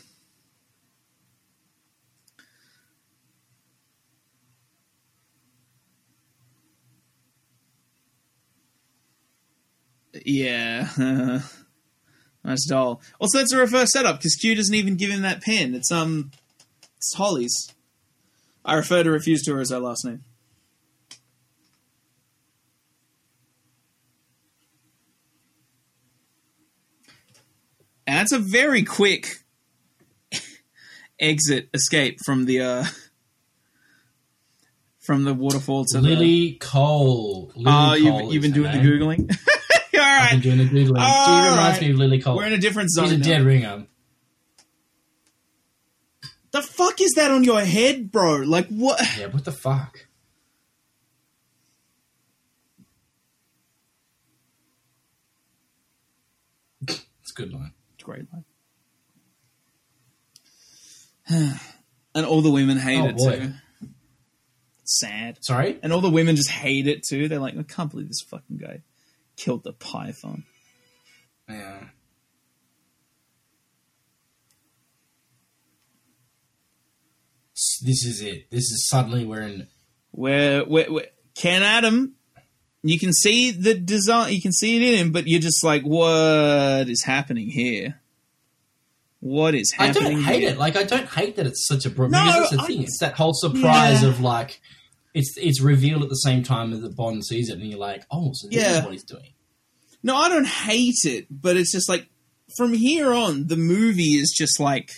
Yeah. <laughs> nice doll. Also, that's a reverse setup because Q doesn't even give him that pen. It's um, it's Holly's. I refer to refuse to her as her last name. And that's a very quick <laughs> exit escape from the uh <laughs> from the waterfall to the Lily Cole. Lily Oh, Cole you've, you've is been her doing the name. googling. <laughs> All I've been right, doing the googling. All she reminds right. me of Lily Cole. we're in a different zone. She's a now. dead ringer. The fuck is that on your head, bro? Like what? <sighs> Yeah, what the fuck? It's a good line. Great line. <sighs> and all the women hate Oh, it boy. too. Sad. Sorry? And all the women just hate it too. They're like, I can't believe this fucking guy killed the python. Yeah. S- This is it. This is suddenly we're in. where, where, where Ken Adam, you can see the design, you can see it in him, but you're just like, what is happening here? What is I happening? don't hate here? it. Like I don't hate that it's such a broad. No, because that's the I- thing. It's that whole surprise Yeah. of like, it's it's revealed at the same time as the Bond sees it, and you're like, oh, so this Yeah. is what he's doing. No, I don't hate it, but it's just like from here on, the movie is just like,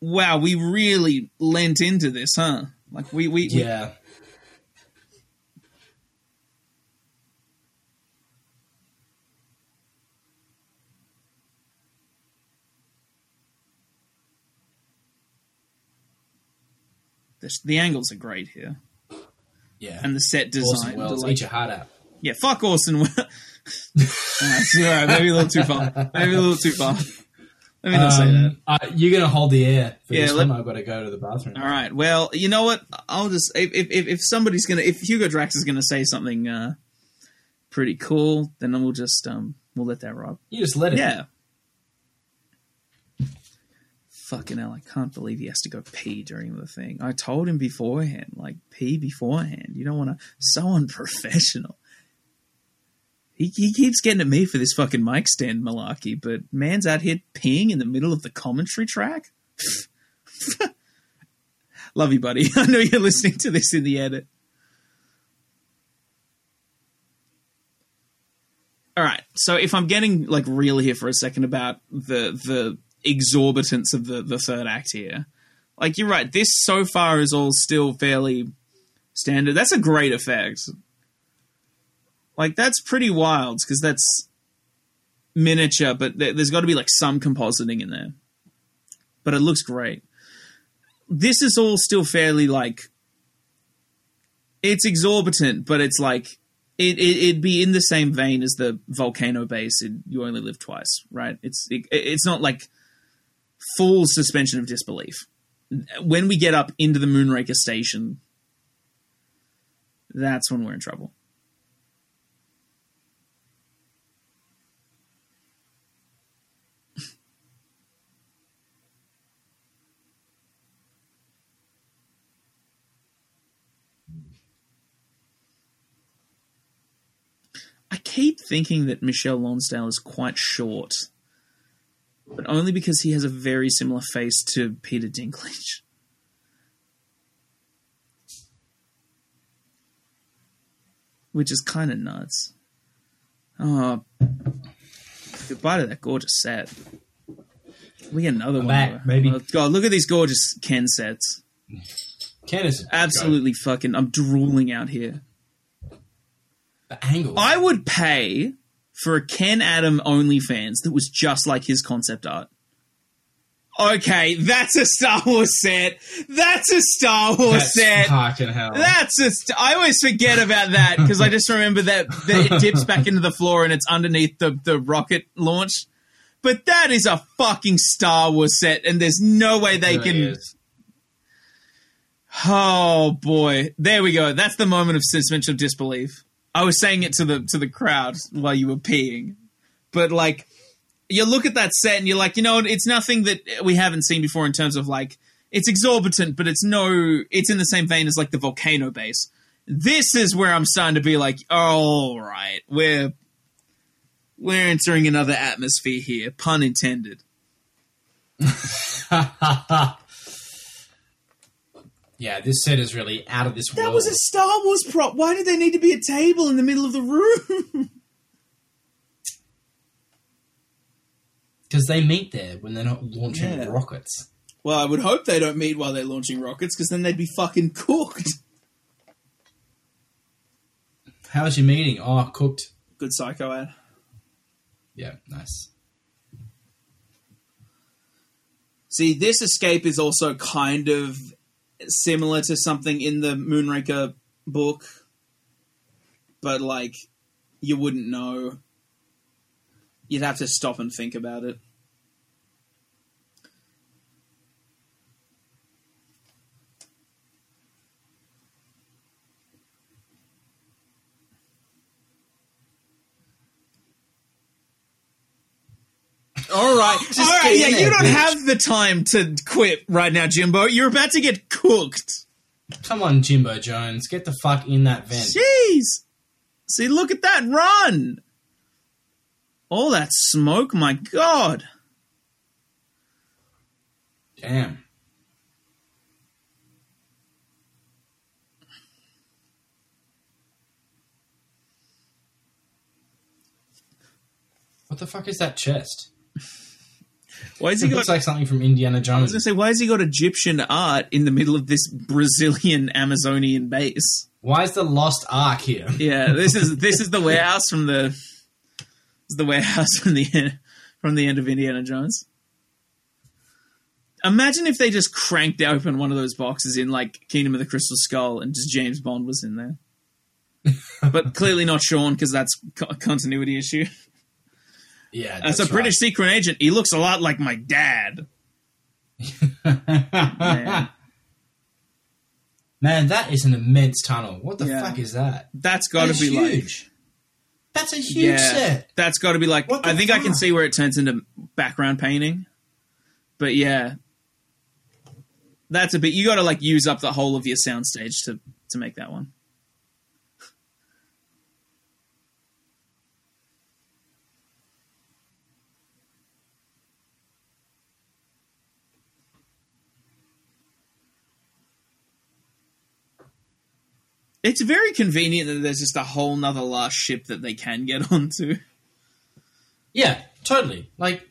wow, we really lent into this, huh? Like we we, we Yeah. the, the angles are great here, Yeah. and the set Orson design. the, Welles, like- eat your heart out. yeah, fuck <laughs> Orson Welles. <laughs> all right, maybe a little too far. Maybe a little too far. Let me not say that. Um, uh, you're gonna hold the air for Yeah, this let- one. I've got to go to the bathroom. All right. Well, you know what? I'll just if if if if somebody's gonna if Hugo Drax is gonna say something uh, pretty cool, then we'll just um we'll let that rock. You just let it. Yeah. Fucking hell! I can't believe he has to go pee during the thing. I told him beforehand, like pee beforehand. You don't want to. So unprofessional. He, he keeps getting at me for this fucking mic stand malarkey, but man's out here peeing in the middle of the commentary track. <laughs> Love you, buddy. <laughs> I know you're listening to this in the edit. All right. So if I'm getting like real here for a second about the the exorbitance of the the third act here, like you're right. This so far is all still fairly standard. That's a great effect. Like that's pretty wild because that's miniature, but there, there's got to be like some compositing in there. But it looks great. This is all still fairly like it's exorbitant, but it's like it, it it'd be in the same vein as the volcano base in You Only Live Twice, right? It's it, it's not like full suspension of disbelief. When we get up into the Moonraker station, that's when we're in trouble. I keep thinking that Michelle Lonsdale is quite short, but only because he has a very similar face to Peter Dinklage. Which is kind of nuts. Oh, goodbye to that gorgeous set. We get another one. back, though. baby. Oh, God, look at these gorgeous Ken sets. Candace, Absolutely fucking, I'm drooling out here. The angle. I would pay for a Ken Adam OnlyFans that was just like his concept art. Okay, that's a Star Wars set. That's a Star Wars That's set. fucking hell. That's a st- I always forget about that because I just remember that, that it dips back into the floor and it's underneath the, the rocket launch. But that is a fucking Star Wars set, and there's no way they Really can. is. <laughs> Oh boy, there we go. That's the moment of suspension of disbelief. I was saying it to the to the crowd while you were peeing, but like, you look at that set and you're like, you know, what? it's nothing that we haven't seen before in terms of like, it's exorbitant, but it's no, it's in the same vein as like the volcano base. This is where I'm starting to be like, all right, we're we're entering another atmosphere here, pun intended. yeah, this set is really out of this That world. was a Star Wars prop. Why did they need to be a table in the middle of the room? <laughs> Because they meet there when they're not launching Yeah. rockets. Well, I would hope they don't meet while they're launching rockets, because then they'd be fucking cooked. How's your meeting? Oh, cooked. <laughs> Good psycho ad. Yeah, nice. See, this escape is also kind of similar to something in the Moonraker book, but like, you wouldn't know. You'd have to stop and think about it. All right. All right, yeah, you don't have the time to quit right now, Jimbo. You're about to get cooked. Come on, Jimbo Jones, get the fuck in that vent. Jeez. See, look at that run. All that smoke, my god. Damn. What the fuck is that chest? Why has he <laughs> It got? looks like something from Indiana I was Jones. gonna say, why has he got Egyptian art in the middle of this Brazilian Amazonian base? Why is the Lost Ark <laughs> here? Yeah, this is this is the warehouse from the, this is the warehouse from the end, from the end of Indiana Jones. Imagine if they just cranked open one of those boxes in like Kingdom of the Crystal Skull and just James Bond was in there, but clearly not Sean because that's co- a continuity issue. Yeah, That's, a British secret agent. He looks a lot like my dad. man. <laughs> that is an immense tunnel. What the Yeah. fuck is that? That's got to That's be like huge. That's a huge set. That's got to be like. What the I think I can fuck? see where it turns into background painting, but yeah, that's a bit. You got to like use up the whole of your soundstage to to make that one. It's very convenient that there's just a whole nother last ship that they can get <laughs> onto. Yeah, totally. Like,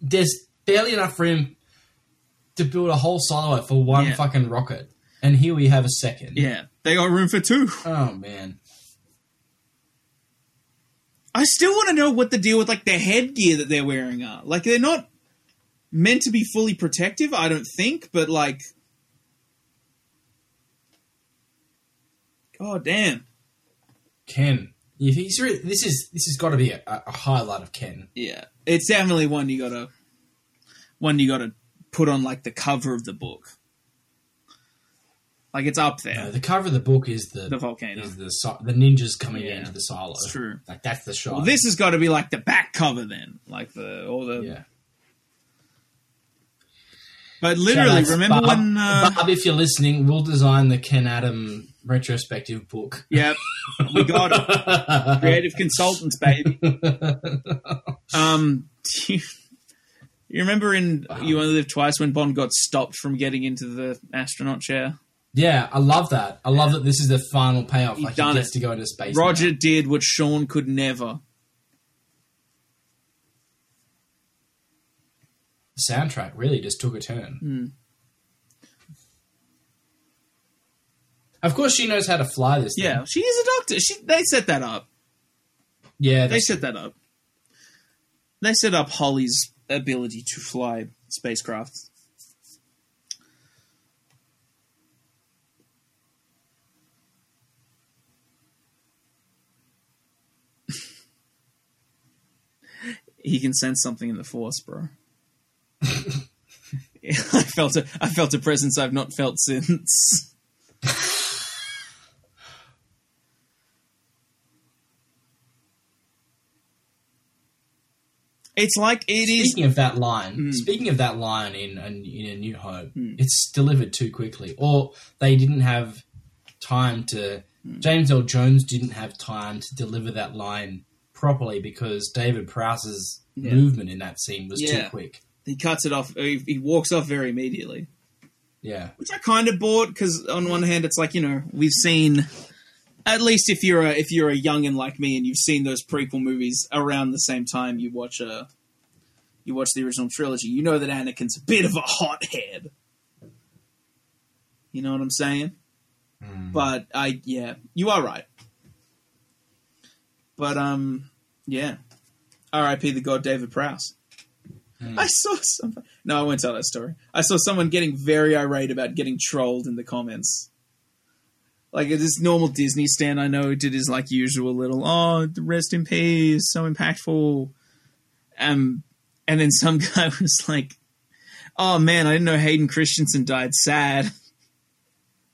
there's barely enough room to build a whole silo for one Yeah. fucking rocket, and here we have a second. Yeah, they got room for two. Oh man. I still want to know what the deal with like the headgear that they're wearing are. Like they're not meant to be fully protective, I don't think, but like God damn. Ken, if he's re- this is this has got to be a, a highlight of Ken. Yeah. It's definitely one you gotta one you gotta put on like the cover of the book. Like it's up there. Uh, the cover of the book is the The volcano. is the si- the ninjas coming Yeah. into the silo. It's true. Like that's the shot. Well, this uh, has got to be like the back cover then, like the all the. yeah. But literally, Shoutouts, remember Barb. when? Uh, Barb, if you're listening, we'll design the Ken Adam retrospective book. Yep, we got it. creative consultants, baby. um, <laughs> do you, you remember in You Only Live Twice when Bond got stopped from getting into the astronaut chair? yeah, I love that. I love that this is the final payoff. He's like done he gets it. to go into space. now. Roger did what Sean could never. soundtrack really just took a turn. Hmm. Of course, she knows how to fly this. Yeah, thing. she is a doctor. She they set that up. yeah, They that's- set that up. They set up Holly's ability to fly spacecraft. <laughs> he can sense something in the force, bro. <laughs> I felt a, I felt a presence I've not felt since. it's like it is. Speaking of that line, Hmm. speaking of that line in a, in a New Hope, it's delivered too quickly, or they didn't have time to. Hmm. James L. Jones didn't have time to deliver that line properly because David Prowse's movement in that scene was Yeah. too quick. He cuts it off. He, he walks off very immediately, Yeah, which I kind of bought because on one hand, it's like you know we've seen. At least if you're a if you're a youngin like me and you've seen those prequel movies around the same time you watch a you watch the original trilogy, you know that Anakin's a bit of a hothead. You know what I'm saying? But I yeah, you are right. But um yeah. R.I.P. the god David Prowse. Hmm. I saw some No, I won't tell that story. I saw someone getting very irate about getting trolled in the comments. Like this normal Disney stand I know did his like usual little oh rest in peace, so impactful. Um and then some <laughs> guy was like, Oh man, I didn't know Hayden Christensen died sad.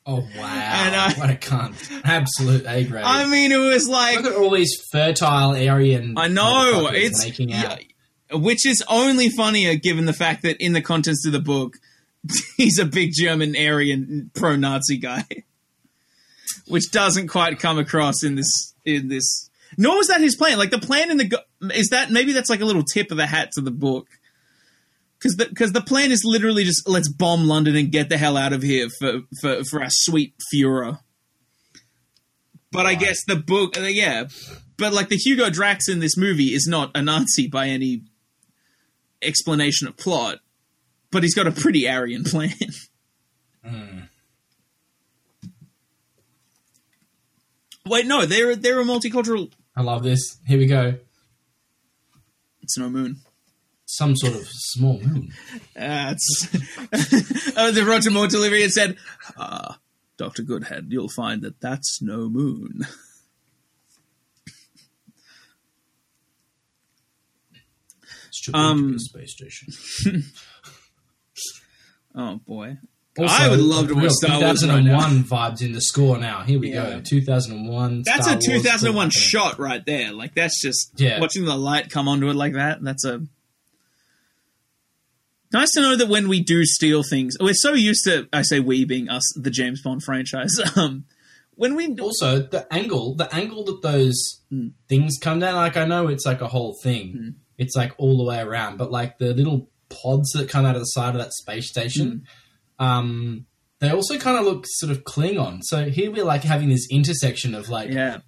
Oh wow! <laughs> I- what a cunt! Absolute A grade. I mean it was like Look at all these fertile Aryan. I know motherfuckers it's making out. yeah, which is only funnier given the fact that in the contents of the book, <laughs> he's a big German Aryan pro-Nazi guy, <laughs> which doesn't quite come across in this in this. Nor was that his plan. Like the plan in the go- is that maybe that's like a little tip of the hat to the book. Because the, 'cause the plan is literally just let's bomb London and get the hell out of here for, for, for our sweet Fuhrer. But I guess the book, uh, yeah. But like the Hugo Drax in this movie is not a Nazi by any explanation of plot, but he's got a pretty Aryan plan. <laughs> Wait, no, they're they're a multicultural. I love this. Here we go. It's no moon. Some sort of small moon. Uh, <laughs> it's oh, the Roger Moore delivery had said, uh, "Doctor Goodhead, you'll find that that's no moon." It's too big to Um, be a space station. Oh boy, I would love to watch real Star Wars right now. 2001 vibes in the score now. Here we Yeah. go. 2001. that's Star a Wars 2001 score. shot right there. Like that's just Yeah. watching the light come onto it like that. That's a nice to know that when we do steal things, we're so used to I say we being us the James Bond franchise. <laughs> Um, when we Also, the angle, the angle that those Hmm. things come down. Like I know it's like a whole thing. It's like all the way around, but like the little pods that come out of the side of that space station. Hmm. Um, they also kind of look sort of Klingon. So here we're like having this intersection of like yeah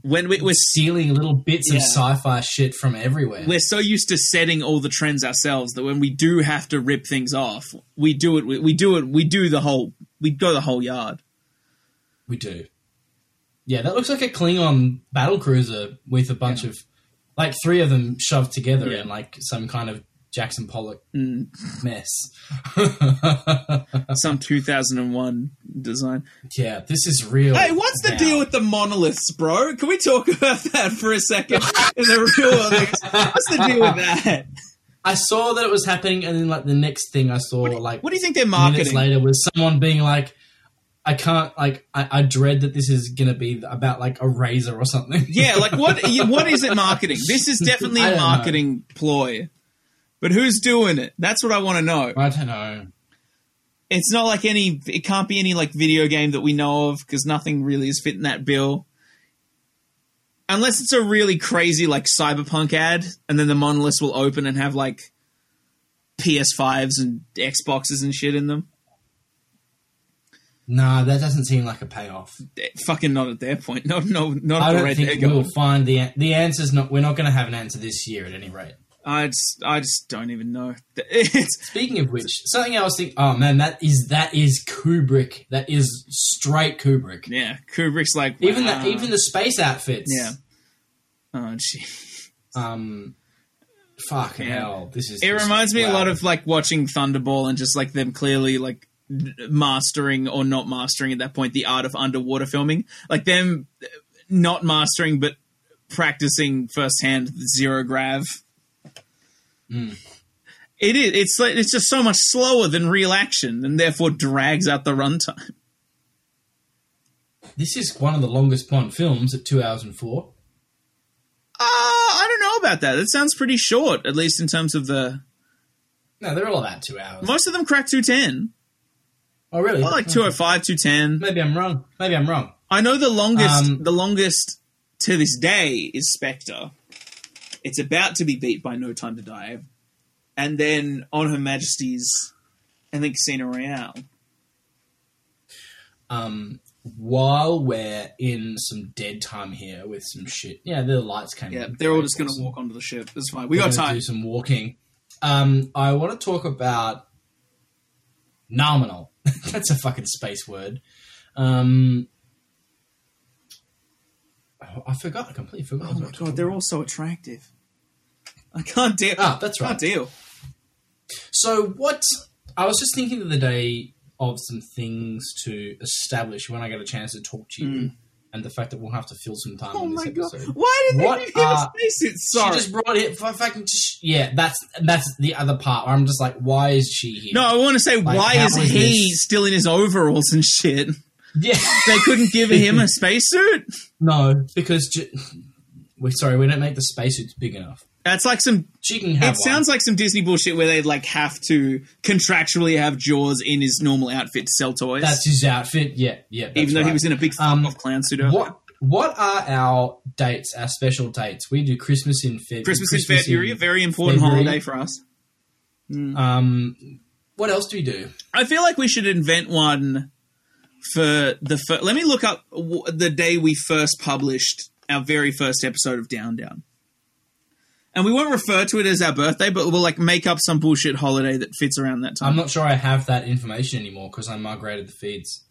when we, we're stealing little bits of Yeah. sci-fi shit from everywhere. we're so used to setting all the trends ourselves that when we do have to rip things off, we do it. We, we do it. We do the whole. We go the whole yard. We do. Yeah, that looks like a Klingon battle cruiser with a bunch of, like, three of them shoved together Yeah. Mm. in like some kind of Jackson Pollock mess. <laughs> Some 2001 design. yeah, this is real. Hey, what's the now. deal with the monoliths, bro? Can we talk <laughs> about that for a second in the real world? What's the deal with that? I saw that it was happening, and then like the next thing I saw, like What do you think they're minutes marketing? later, was someone being like. I can't like I, I dread that this is gonna be about like a razor or something. Yeah, <laughs> like what? What is it marketing? This is definitely I a don't know. marketing ploy, but who's doing it? That's what I want to know. I don't know. it's not like any it can't be any like video game that we know of because nothing really is fitting that bill unless it's a really crazy like cyberpunk ad and then the monoliths will open and have like ps5s and xboxes and shit in them Nah, that doesn't seem like a payoff. Eh, fucking not at their point <laughs> no no not I at the don't rate think they're we'll going find the the answer's not. We're not going to have an answer this year at any rate. i just i just don't even know <laughs> it's Speaking of which, something else. Think, oh man, that is that is Kubrick. That is straight Kubrick. yeah kubrick's like Even wow. the even the space outfits. yeah oh gee Um. Fuck Yeah. hell, this is. It just- reminds me a wow. lot of like watching Thunderball and just like them clearly like n- mastering or not mastering at that point the art of underwater filming. Like them uh, not mastering but practicing firsthand zero grav. It is. It's like it's just so much slower than real action, and therefore drags out the runtime. This is one of the longest Bond films at two hours and four. Uh, I don't know about that. That sounds pretty short, at least in terms of the. No, they're all about two hours. Most of them crack two ten, oh, really? or like Oh, two hundred five, two ten. Maybe I'm wrong. Maybe I'm wrong. I know the longest Um, the longest to this day is Spectre. It's about to be beat by No Time to Die. And then on Her Majesty's and then Casino Royale. Um, while we're in some dead time here with some shit, yeah, the lights came. Yeah, on. they're all just gonna walk onto the ship. That's fine. We We're got gonna time. Do some walking. Um, I want to talk about nominal. <laughs> That's a fucking space word. Um, I- I forgot. I completely forgot. Oh my god, they're all so attractive. I can't deal. Ah, that's I right. can't deal. So what I was just thinking the other day of some things to establish when I get a chance to talk to you, and the fact that we'll have to fill some time Hmm. Oh on this my god. episode. Why did What they give us are- spacesuits? She Sorry. just brought it for fucking. Just, yeah, that's that's the other part. Where I'm just like, why is she here? No, I want to say, why how is is he this- still in his overalls and shit? yeah, They couldn't give <laughs> him a spacesuit? no, because ju- we're sorry, we don't make the spacesuits big enough. That's like some She can have. It sounds like some Disney bullshit where they like have to contractually have Jaws in his normal outfit to sell toys, that's his outfit. Yeah, yeah. that's even though he right. was in a big Um, off clown suit. earlier. What what are our dates? Our special dates? We do Christmas in February. Christmas, in February, a very important February. holiday for us. Um, what else do we do? I feel like we should invent one for the. Fir- Let me look up w- the day we first published our very first episode of Down Down. And we won't refer to it as our birthday, but we'll like make up some bullshit holiday that fits around that time. I'm not sure I have that information anymore because I migrated the feeds.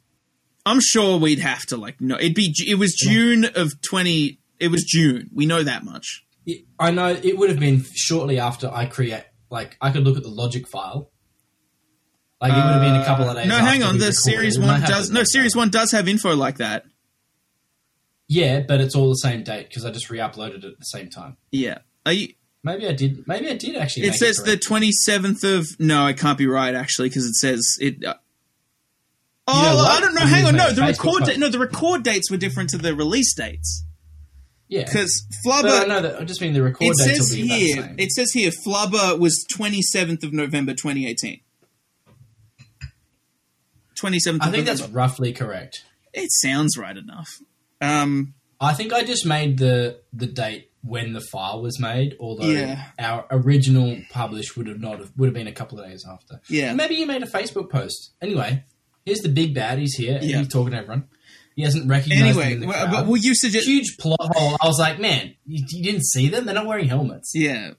I'm sure we'd have to like no. It'd be Ju- it was June of twenty. It was June. We know that much. It- I know it would have been shortly after I create. Like I could look at the logic file. Like it would have been a couple of days. Uh, No, after hang on. we The recorded. series It might one have does to- no series one does have info like that. Yeah, but it's all the same date because I just re-uploaded it at the same time. Yeah. Are you, Maybe I did. Maybe I did actually. it make says the correct. twenty seventh of no, it can't be right actually because it says it. Uh, oh, know what? I don't know. I'm Hang on. using No, my the Facebook record post. da- no the record dates were different to the release dates yeah. because But, uh, I Flubber. know that. I just mean the record it dates says will be about the here. same. It says here. Flubber was twenty seventh of November, twenty eighteen. Twenty seventh. I think that's roughly correct. It sounds right enough. Um, I think I just made the the date when the file was made, although Yeah. our original publish would have not have, would have been a couple of days after. Yeah. maybe you made a Facebook post. Anyway, here's the big bad. He's here. And Yeah. he's talking to everyone. He hasn't recognized. anyway, them in the well, crowd. but will you suggest? huge plot hole. I was like, man, you, you didn't see them. They're not wearing helmets. Yeah.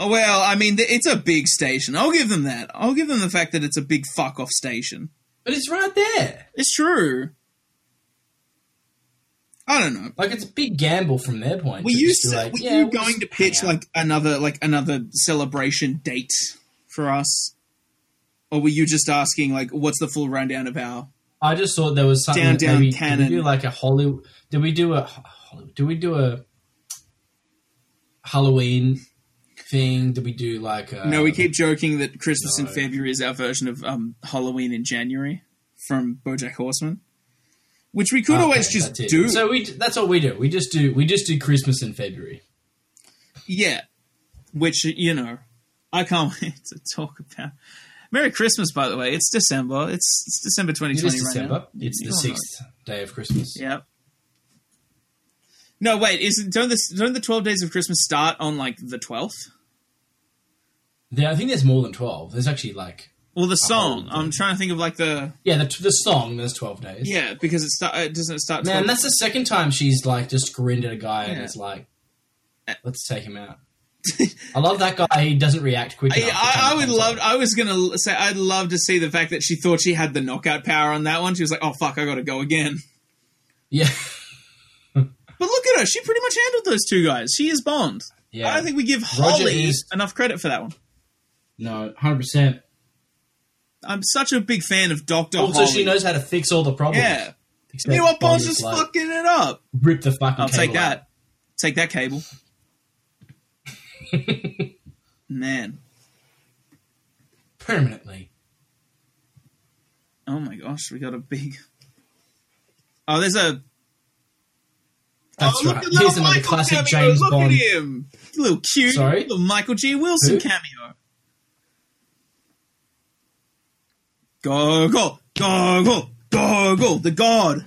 Oh, Well, I mean, th- it's a big station. I'll give them that. I'll give them the fact that it's a big fuck off station. But it's right there. It's true. I don't know. Like it's a big gamble from their point. Were to you, just be se- like, were yeah, you we'll just going to hang pitch out. like another like another celebration date for us, or were you just asking like what's the full rundown of our? I just thought there was something Down, that down, maybe, cannon. Did we do like a Hollywood? Did we do a Hollywood? Did we do a Halloween thing? Did we do like a no, we keep joking that Christmas in Uh, no. February is our version of um, Halloween in January from BoJack Horseman, which we could Oh, Okay, always just that's it. do. So we that's all we do. We just do we just do Christmas in February. Yeah. Which, you know, I can't <laughs> wait to talk about. Merry Christmas, by the way. It's December. It's, it's December It 2020 is right December. now. It's the Oh, sixth day of Christmas. Yeah. No, wait. Is it, don't, the, don't the 12 days of Christmas start on, like, the 12th? There, I think there's more than twelve. There's actually like Well, the song. hold on. I'm trying to think of, like, the. yeah, the, the song. There's twelve days. Yeah, because it start, uh, doesn't it start 12th? man, that's the second time she's like just grinned at a guy and Yeah. Uh, is like, let's take him <laughs> out. I love that guy. He doesn't react quickly. I, I, I would love. I was gonna say I'd love to see the fact that she thought she had the knockout power on that one. She was like, "Oh fuck, I gotta go again." Yeah. But look at her; she pretty much handled those two guys. She is Bond. Yeah. I don't think we give Roger Holly is- enough credit for that one. no, hundred percent. I'm such a big fan of Doctor Also, Holly. she knows how to fix all the problems. Yeah, Except you know what? Bond's Bond is just like, fucking it up. Rip the fucking. I'll take cable out. that. Take <laughs> that cable. Man, permanently. oh my gosh, we got a big. Oh, there's a. That's oh, look right. at little Here's another Michael classic cameo. James look Bond. at him, little cute, Sorry? little Michael G. Wilson Who? cameo. Goggle, goggle, goggle, the god,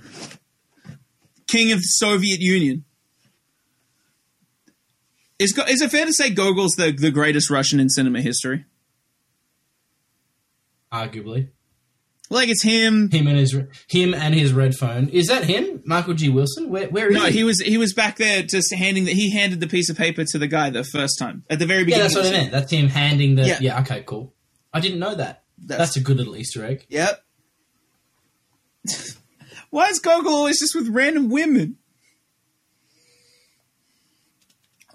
king of Soviet Union. Is, Go- is it fair to say Gogol's the, the greatest Russian in cinema history? Arguably, Like it's him. him and his him and his red phone. Is that him, Michael G. Wilson? Where where is No, he? he was he was back there just handing that. He handed the piece of paper to the guy the first time at the very yeah, beginning. that's what I of the meant. That's him handing the. Yeah. Yeah. okay, cool. I didn't know that. That's- That's, a good little Easter egg. scene. Yep. <laughs> Why is Gogol always just with random women?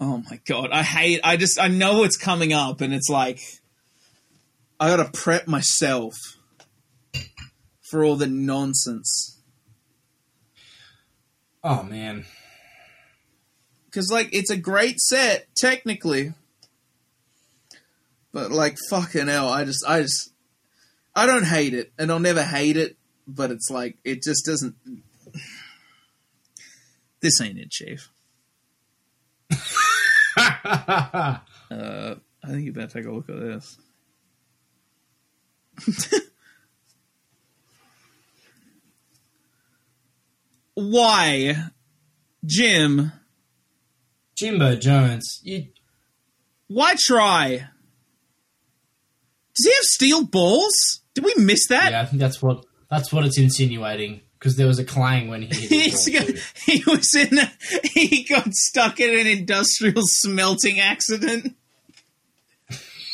Oh my god, I hate. I just I know it's coming up, and it's like I gotta prep myself for all the nonsense. Oh man, <laughs> because like it's a great set technically, but like fucking hell, I just I just I don't hate it, and I'll never hate it, but it's like it just doesn't. <sighs> This ain't it, Chief. uh, I think you better take a look at this. <laughs> Why, Jim? Jimbo Jones. You, Why try? Does he have steel balls? Did we miss that? yeah, I think that's what that's what it's insinuating because there was a clang when he <laughs> hit his He's ball, got- too. he was in. A, he got stuck in an industrial smelting accident.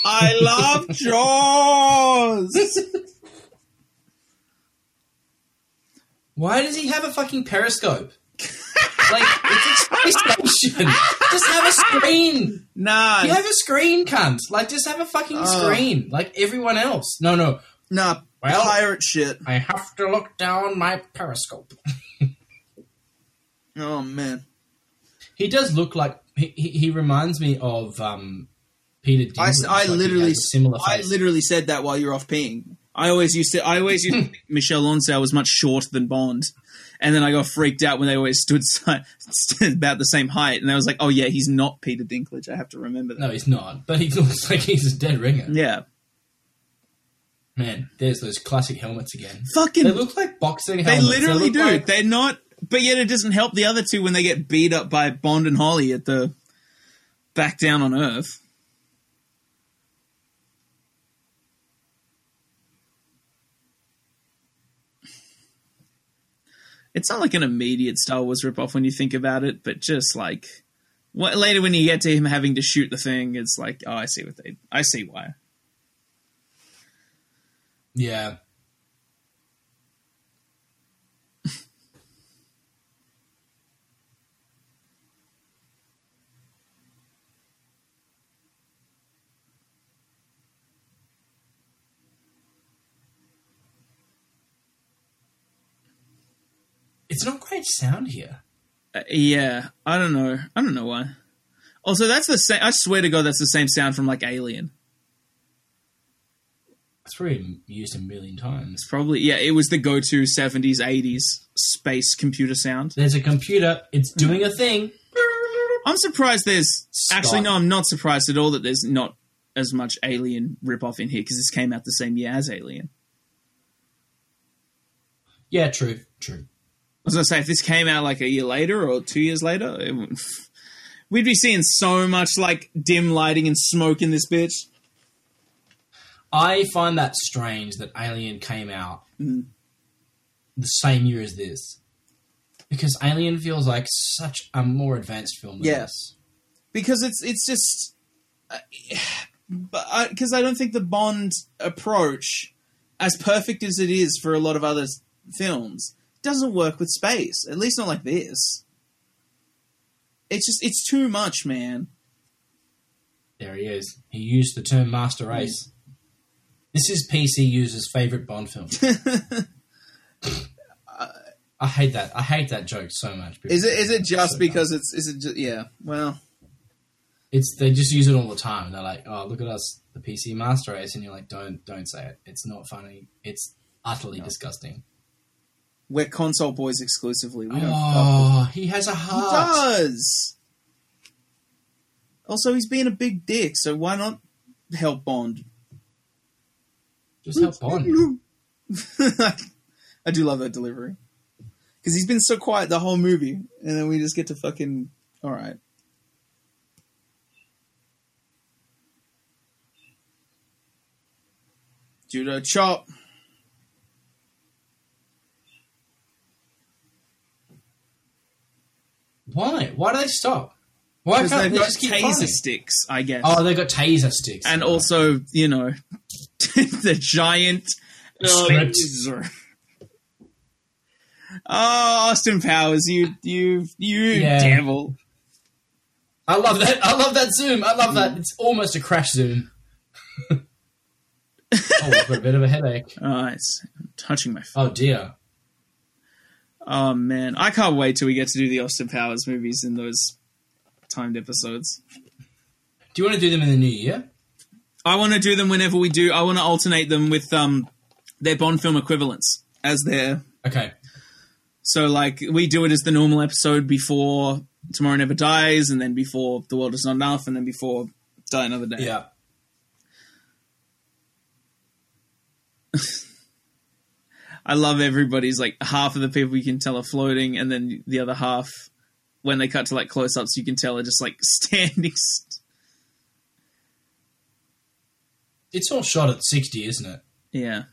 I love Jaws. Why does he have a fucking periscope? like it's a space station. Just have a screen. nah, You have a screen, cunt. Like, just have a fucking Oh. screen, like everyone else. No, no. nah. Well- pirate shit. I have to look down my periscope. Oh man, He does look like he. He, he reminds me of um, Peter. Dinklage. I, s- I like he literally has a similar I face. literally said that while you're off peeing. I always used to. I always used to think Michelle Lonsdale was much shorter than Bond, and then I got freaked out when they always stood <laughs> si- stood about the same height, and I was like, "Oh yeah, he's not Peter Dinklage. I have to remember that." no, he's not. But he <laughs> looks like he's a dead ringer. Yeah, Man, there's those classic helmets again. fucking. They They, look like boxing helmets. literally look do. like- They're not. But yet, it doesn't help the other two when they get beat up by Bond and Holly at the back down on Earth. it's not like an immediate Star Wars ripoff when you think about it, but just like what, later when you get to him having to shoot the thing, it's like, oh, I see what they, I see why. yeah. It's not great sound here. Uh, yeah, I don't know, I don't know why. Also, that's the same. I swear to God, that's the same sound from like Alien. It's probably used a million times. It's probably yeah, it was the go-to seventies, eighties space computer sound. There's a computer. It's Mm-hmm. doing a thing. I'm surprised there's Stop. actually no, I'm not surprised at all that there's not as much Alien ripoff in here because this came out the same year as Alien. Yeah, true, true. I was gonna say if this came out like a year later or two years later, it would, <laughs> we'd be seeing so much like dim lighting and smoke in this bitch. I find that strange that Alien came out Mm. the same year as this, because Alien feels like such a more advanced film. Than Yeah. this. because it's it's just uh, <sighs> but because I, don't think the Bond approach, as perfect as it is for a lot of other s- films, doesn't work with space. At least not like this. It's just it's too much, man. There he is. He used the term Mm. master race. This is PC users' favorite Bond <laughs> film. I hate that. I hate that joke so much. Is it is it So just dumb. because it's is it just, yeah? Well, it's they just use it all the time? They're like, "Oh, look at us, the PC master race," and you're like, "Don't, don't say it. It's not funny. It's utterly disgusting." we're console boys exclusively. We don't. Oh, he has a He heart. does. Also, he's being a big dick, so why not help Bond? Just help Bond. <laughs> I do love that delivery because he's been so quiet the whole movie, and then we just get to fucking all right. Judo uh, chop. Why? Why do they stop? Why Because can't they've they got just keep taser fighting? sticks, I guess. Oh, they got taser sticks. and also, you know, <laughs> the giant Script. laser. Oh, Austin Powers, you, you, you Yeah. devil! I love that. I love that zoom. I love Mm. that. It's almost a crash <laughs> zoom. oh, I've got a bit of a headache. Oh, it's touching my. F- Oh dear. oh man, I can't wait till we get to do the Austin Powers movies in those timed episodes. Do you want to do them in the new year? I want to do them whenever we do. I want to alternate them with um their Bond film equivalents as their Okay. So like we do it as the normal episode before Tomorrow Never Dies, and then before The World Is Not Enough, and then before Die Another Day. Yeah. I love everybody's like half of the people you can tell are floating, and then the other half, when they cut to like close ups, you can tell are just like <laughs> standing. St- It's all shot at 60, isn't it? yeah,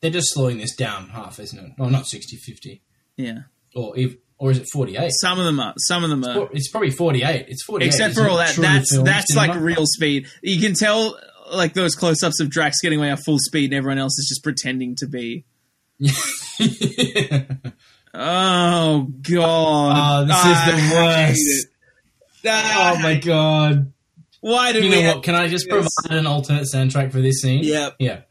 They're just slowing this down half, isn't it? Well, not 60, 50. yeah. Or, ev- or is it 48? Some of them are. Some of them are. Or- It's probably 48. It's 48. Uh, except isn't for all it? that True to that's film that's cinema. like real speed you can tell like those close-ups of drax getting away at full speed and everyone else is just pretending to be oh Oh, god this is the I hate worst. it. Ah, <laughs> Oh <laughs> my god. why did You we know have- what? Can I just provide an alternate soundtrack for this scene? Yep. Yeah.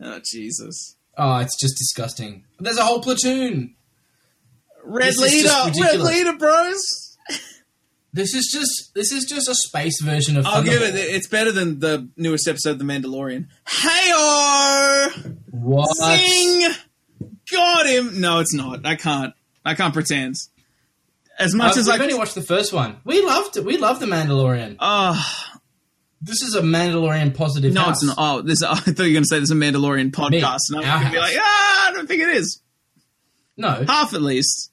oh jesus Oh, it's just disgusting. There's a whole platoon. red This is just leader red ridiculous. leader bros This is just this is just a space version of. i'll give it Thunderball. it's better than the newest episode of the mandalorian hey What? Zing! Got him! No, it's not. I can't. I can't pretend. As Uh, much as we've I. only watched the first one. We loved it. We love the Mandalorian. Oh, This is a Mandalorian positive. no, house. it's not. Oh, this. <laughs> I thought you were going to say there's a Mandalorian podcast, and Our I'm going to be house. like, ah, I don't think it is. No, Half at least.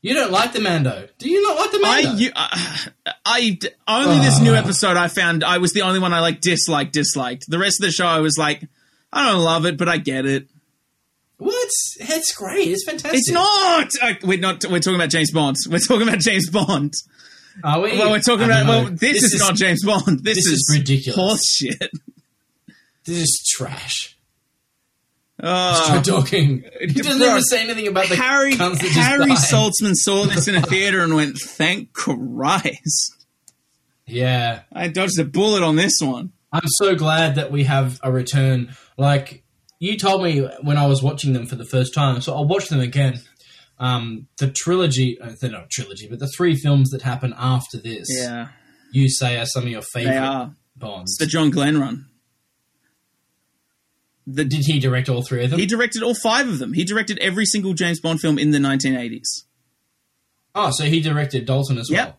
you don't like the Mando. Do you not like the Mando? I, you, uh, I d- only this Ah. new episode I found I was the only one I like disliked disliked. The rest of the show I was like, I don't love it, but I get it. what? It's great. It's fantastic. It's not. Uh, we're not. We're talking about James Bond. <laughs> We're talking about James Bond. Are we? Well, we're talking I about. don't Well, know. this, is, not James Bond. This, this is ridiculous. Horseshit. This is trash. Oh. Stop talking. He doesn't bro, even say anything about the Harry cunts that just Harry died. <laughs> Saltzman saw this in a theater and went, "Thank Christ, Yeah, I dodged a bullet on this one." I'm so glad that we have a return. Like you told me when I was watching them for the first time, so I'll watch them again. Um, the trilogy, uh, they're not trilogy, but the three films that happen after this, Yeah, you say are some of your they favorite are Bonds. it's the John Glenn run. The Did he direct all three of them? he directed all five of them. He directed every single James Bond film in the 1980s. Oh, so he directed Dalton as Yep. well.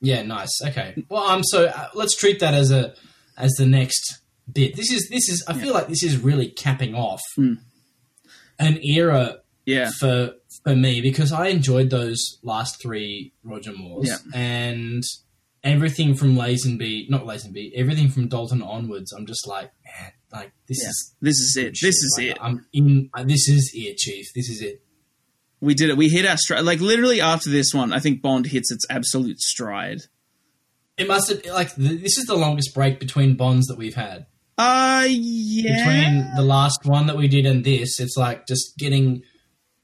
Yeah, nice. Okay. Well, I'm so uh, let's treat that as a as the next bit. This is this is I feel like this is really capping off Hmm. an era Yeah, for for me because I enjoyed those last three Roger Moores Yeah. and everything from Lazenby, not Lazenby, everything from Dalton onwards. I'm just like, man, like this yeah. is This is it. shit. This is Like, it. I'm in. uh, This is it, Chief. This is it. We did it. We hit our stride. Like literally after this one, I think Bond hits its absolute stride. It must have like th- this is the longest break between Bonds that we've had. Uh, yeah. Between the last one that we did and this, it's like just getting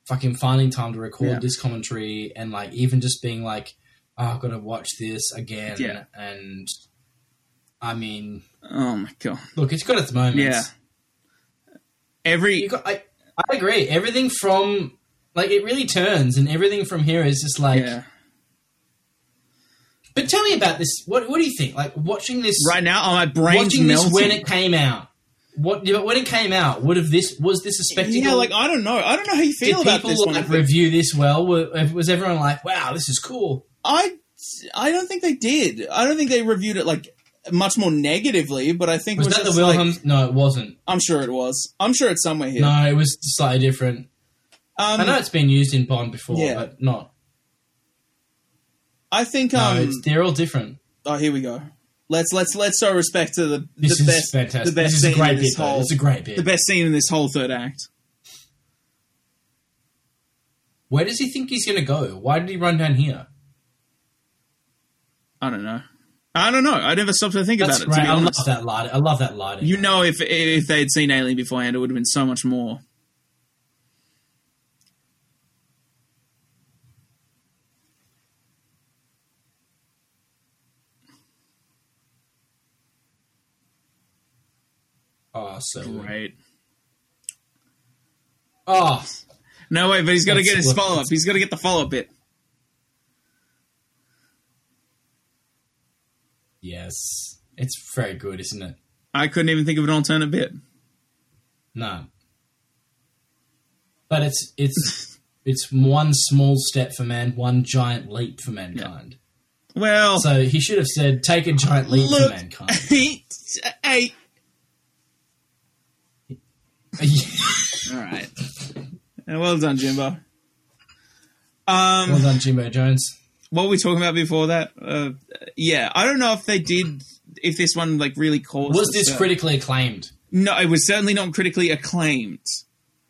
fucking finding time to record Yeah. this commentary and like even just being like, oh, I've got to watch this again. Yeah. And I mean, oh my god. look, it's got its moments. Yeah. Every You got, I, I agree. Everything from like it really turns, and everything from here is just like. yeah. But tell me about this. What What do you think? Like watching this, Right now, oh, my brain's watching melting. this when it came out. What yeah, but when it came out? Would have this was this a spectacle? yeah, like I don't know. I don't know how you did feel about people this one. I like, think- review this well? Were, was everyone like, "Wow, this is cool"? I I don't think they did. I don't think they reviewed it like much more negatively. But I think Was, it was that the just, like- Wilhelm? no, it wasn't. I'm sure it was. I'm sure it's somewhere here. No, it was slightly different. um, I know it's been used in Bond before, Yeah. but not. I think. No, Um, it's, they're all different. oh, here we go. Let's let's let's show respect to the This the is best fantastic. the best this is a scene great in this bit. though. whole It's a great bit. the best scene in this whole third act. Where does he think he's going to go? Why did he run down here? I don't know. I don't know. I never stopped to think That's about it. To great. be I love honest. that lighting. I love that lighting. You know, if if they had seen Alien beforehand, it would have been so much more. oh, so Right. oh, No way, but he's got to That's get his what- follow up. He's got to get the follow up bit. yes, it's very good, isn't it? I couldn't even think of an alternate bit. No, but it's <laughs> it's it's one small step for man, one giant leap for mankind. Well, So he should have said, "Take a giant leap look, for <laughs> mankind." <laughs> eight, eight. All right. Uh, Well done, Jimbo. Um, well done, Jimbo Jones. what were we talking about before that? Uh, yeah, I don't know if they did. If this one like really caused Was the this stir. critically acclaimed? No, it was certainly not critically acclaimed.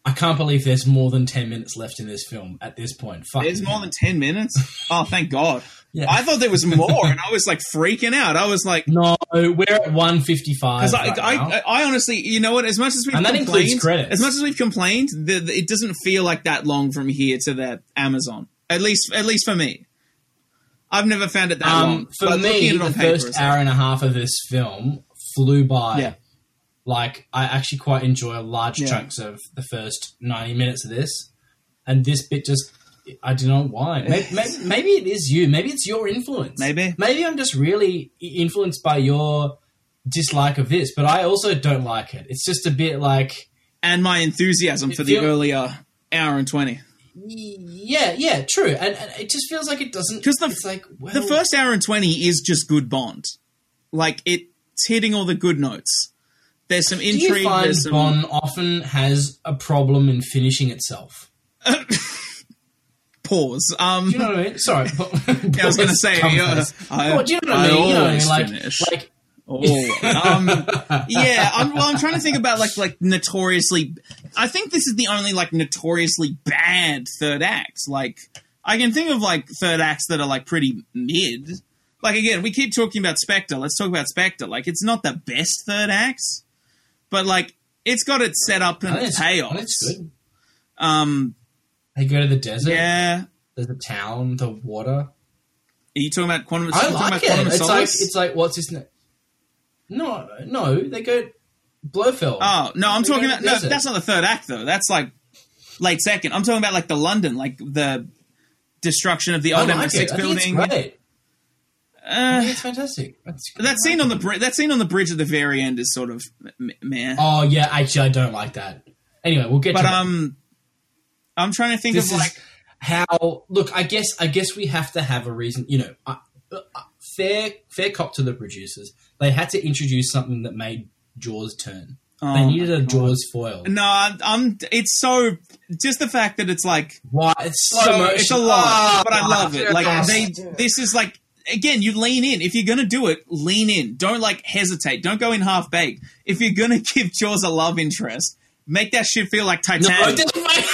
I can't believe there's more than ten minutes left in this film at this point. Fuck. There's more than ten minutes. Oh, thank God! Yeah. I thought there was more, and I was like freaking out. I <laughs> was like, no, we're at one fifty-five. Because I, right I, now. I, I honestly, you know what? As much as we've And that complained, includes credits. as much as we've complained, the, the- it doesn't feel like that long from here to the Amazon. At least, at least for me, I've never found it that long. Um, for But looking me, at it the on paper, first it's like- hour and a half of this film flew by. Yeah. Like, I actually quite enjoy large Yeah. chunks of the first 90 minutes of this. And this bit just, I don't know why. Maybe, <laughs> maybe, maybe it is you. Maybe it's your influence. Maybe. Maybe I'm just really i- influenced by your dislike of this, but I also don't like it. It's just a bit like, and my enthusiasm for It the feel- earlier hour and twenty. y- yeah, yeah, true. And, and it just feels like it doesn't. 'Cause the- it's like, well, The first hour and twenty is just good Bond. Like it's hitting all the good notes. There's some Do you intrigue. um, find there's some, Bond often has a problem in finishing itself? pause. Um, Do you know what I mean? Sorry, <laughs> <laughs> but, I was going to say, uh, I, Well, do you know what I I mean? You know what I always mean? Like, finish. like Oh, <laughs> um, yeah. I'm, well, I'm trying to think about like like notoriously. I think this is the only like notoriously bad third act. Like I can think of like third acts that are like pretty mid. Like again, we keep talking about Spectre. Let's talk about Spectre. Like it's not the best third act, but like it's got its setup and I think its it's, I think payoffs. it's good. Um, They go to the desert. yeah. There's a town, the water. Are you talking about Quantum? I you talking like about it. Quantum of It's like Solace? it's like what's his name? No, no, they go Blofeld. Oh no, I'm They go to talking about the no. desert. That's not the third act though. That's like late second. I'm talking about like the London, like the destruction of the I old like it. MI6 I think it's building. great. I Uh, <laughs> think it's fantastic. That's that scene on the bri- that scene on the bridge at the very end is sort of m- meh. Oh yeah, actually, I don't like that. Anyway, we'll get but to that. um, I'm trying to think this of is like how look i guess i guess we have to have a reason you know I, I, fair fair cop to the producers they had to introduce something that made jaws turn they Oh needed my a jaws foil no. I'm, I'm- It's so just the fact that it's like why it's slow so motion it's a lot, Ah, but I love it. Like yes. they, this is like again, you lean in. If you're gonna do it, lean in. Don't like hesitate. Don't go in half baked. If you're gonna <laughs> give Jaws a love interest, make that shit feel like no, Titanic. it doesn't-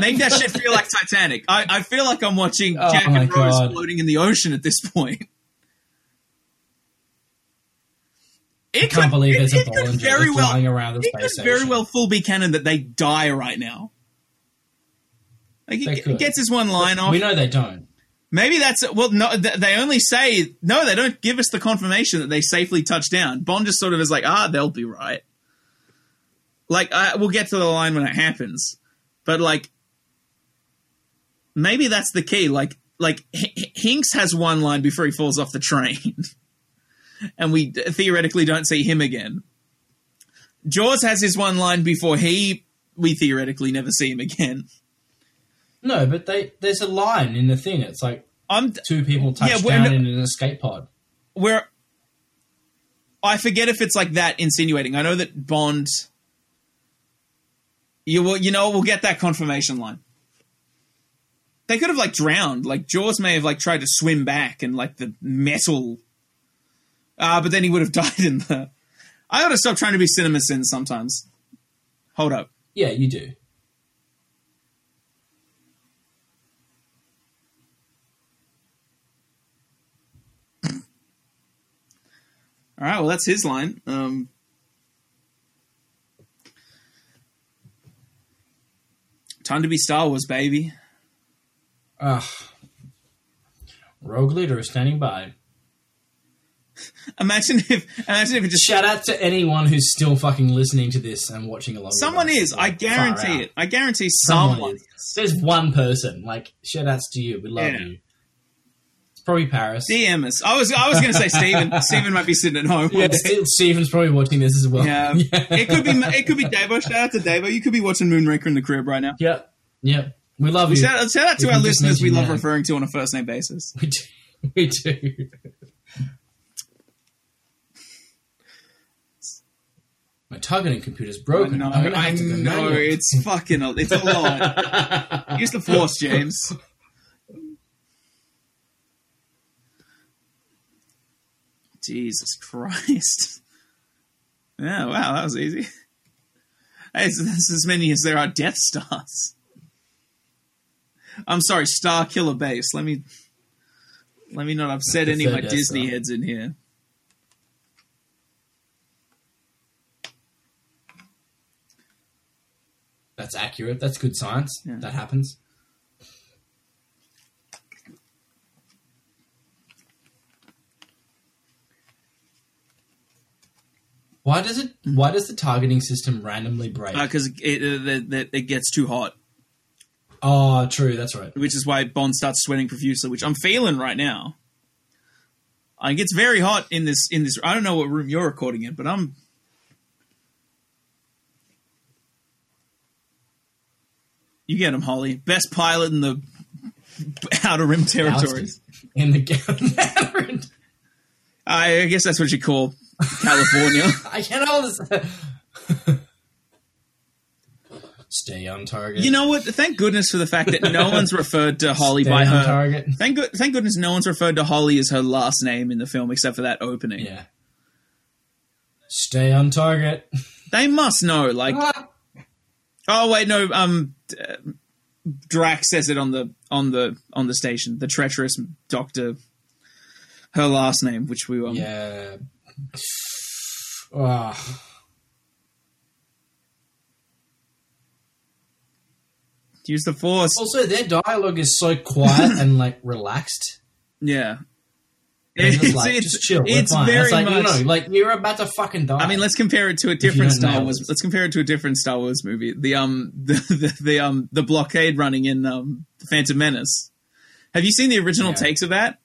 make that shit feel like Titanic. I, I feel like I'm watching Oh Jack my and Rose God. floating in the ocean at this point. It can't believe there's a it could Bollinger very well- flying around the It space could very station. well full be canon that they die right now. Like They he g- could. gets his one line off. We know they don't. Maybe that's well. No, th- they only say no. They don't give us the confirmation that they safely touched down. Bond just sort of is like, ah, they'll be right. Like I, we'll get to the line when it happens, but like maybe that's the key. Like like H- H- Hinks has one line before he falls off the train, <laughs> and we theoretically don't see him again. Jaws has his one line before he we theoretically never see him again. No, but they there's a line in the thing. It's like I'm two people touch Yeah, we're down not- in an escape pod. where I forget if it's like that insinuating. I know that Bond. You will, you know, we'll get that confirmation line. They could have like drowned. Like Jaws may have like tried to swim back and like the metal. Ah, but then he would have <laughs> died in the. I ought to stop trying to be cinema sin sometimes. Hold up. Yeah, you do. All right, well, that's his line. Um, time to be Star Wars, baby. Ugh. Rogue leader is standing by. Imagine if imagine if it just Shout out to anyone who's still fucking listening to this and watching along. with someone us. is. I Like, far out. guarantee it. I guarantee someone. is. There's one person. Like, shout outs to you. We love Yeah. you. It's probably Paris. DM us. I was I was going to <laughs> say Steven. Steven might be sitting at home. Yeah, Ste- Stephen's probably watching this as well. <laughs> <laughs> Yeah. it could be it could be Davo. Shout out to Davo. You could be watching Moonraker in the crib right now. Yep. Yep. We love you. Shout, out- shout out to You our can just listeners we mention love that. referring to on a first name basis. <laughs> We do. We do. <laughs> My targeting computer's broken. No, I'm gonna I have to go know manual. it's fucking a, it's a <laughs> lot. Use the force, James. Jesus Christ. Yeah, wow, that was easy. That's, that's as many as there are Death Stars. I'm sorry, Star Killer Base. Let me let me not upset The any of third my Death Disney Star. heads in here. That's accurate. That's good science. Yeah. That happens. Why does it? Mm. Why does the targeting system randomly break? Because Uh, it, it, it, it gets too hot. oh, true. That's right. which is why Bond starts sweating profusely, which I'm feeling right now. Uh, It gets very hot in this in this. I don't know what room you're recording in, but I'm. You get him, Holly. Best pilot in the Outer Rim territories. <laughs> In the gown. I, I guess that's what you call <laughs> California. I can't hold this. <laughs> Stay on target. you know what? Thank goodness for the fact that no one's referred to Holly Stay by on her. target. Thank good. Thank goodness no one's referred to Holly as her last name in the film, except for that opening. Yeah. Stay on target. <laughs> They must know, like. Oh wait, no. Um, uh, Drax says it on the on the on the station. The treacherous Doctor. Her last name, which we um, Yeah. Ah. use the Force. Also, their dialogue is so quiet and like relaxed. Yeah, They're it's just like, it's, just chill. We're it's fine. very it's like, much. No, no, like you're about to fucking die. I mean, let's compare it to a don't different Star know. Wars. Let's compare it to a different Star Wars movie. The um <laughs> the the, the um the blockade running in um Phantom Menace. Have you seen the original Yeah. takes of that?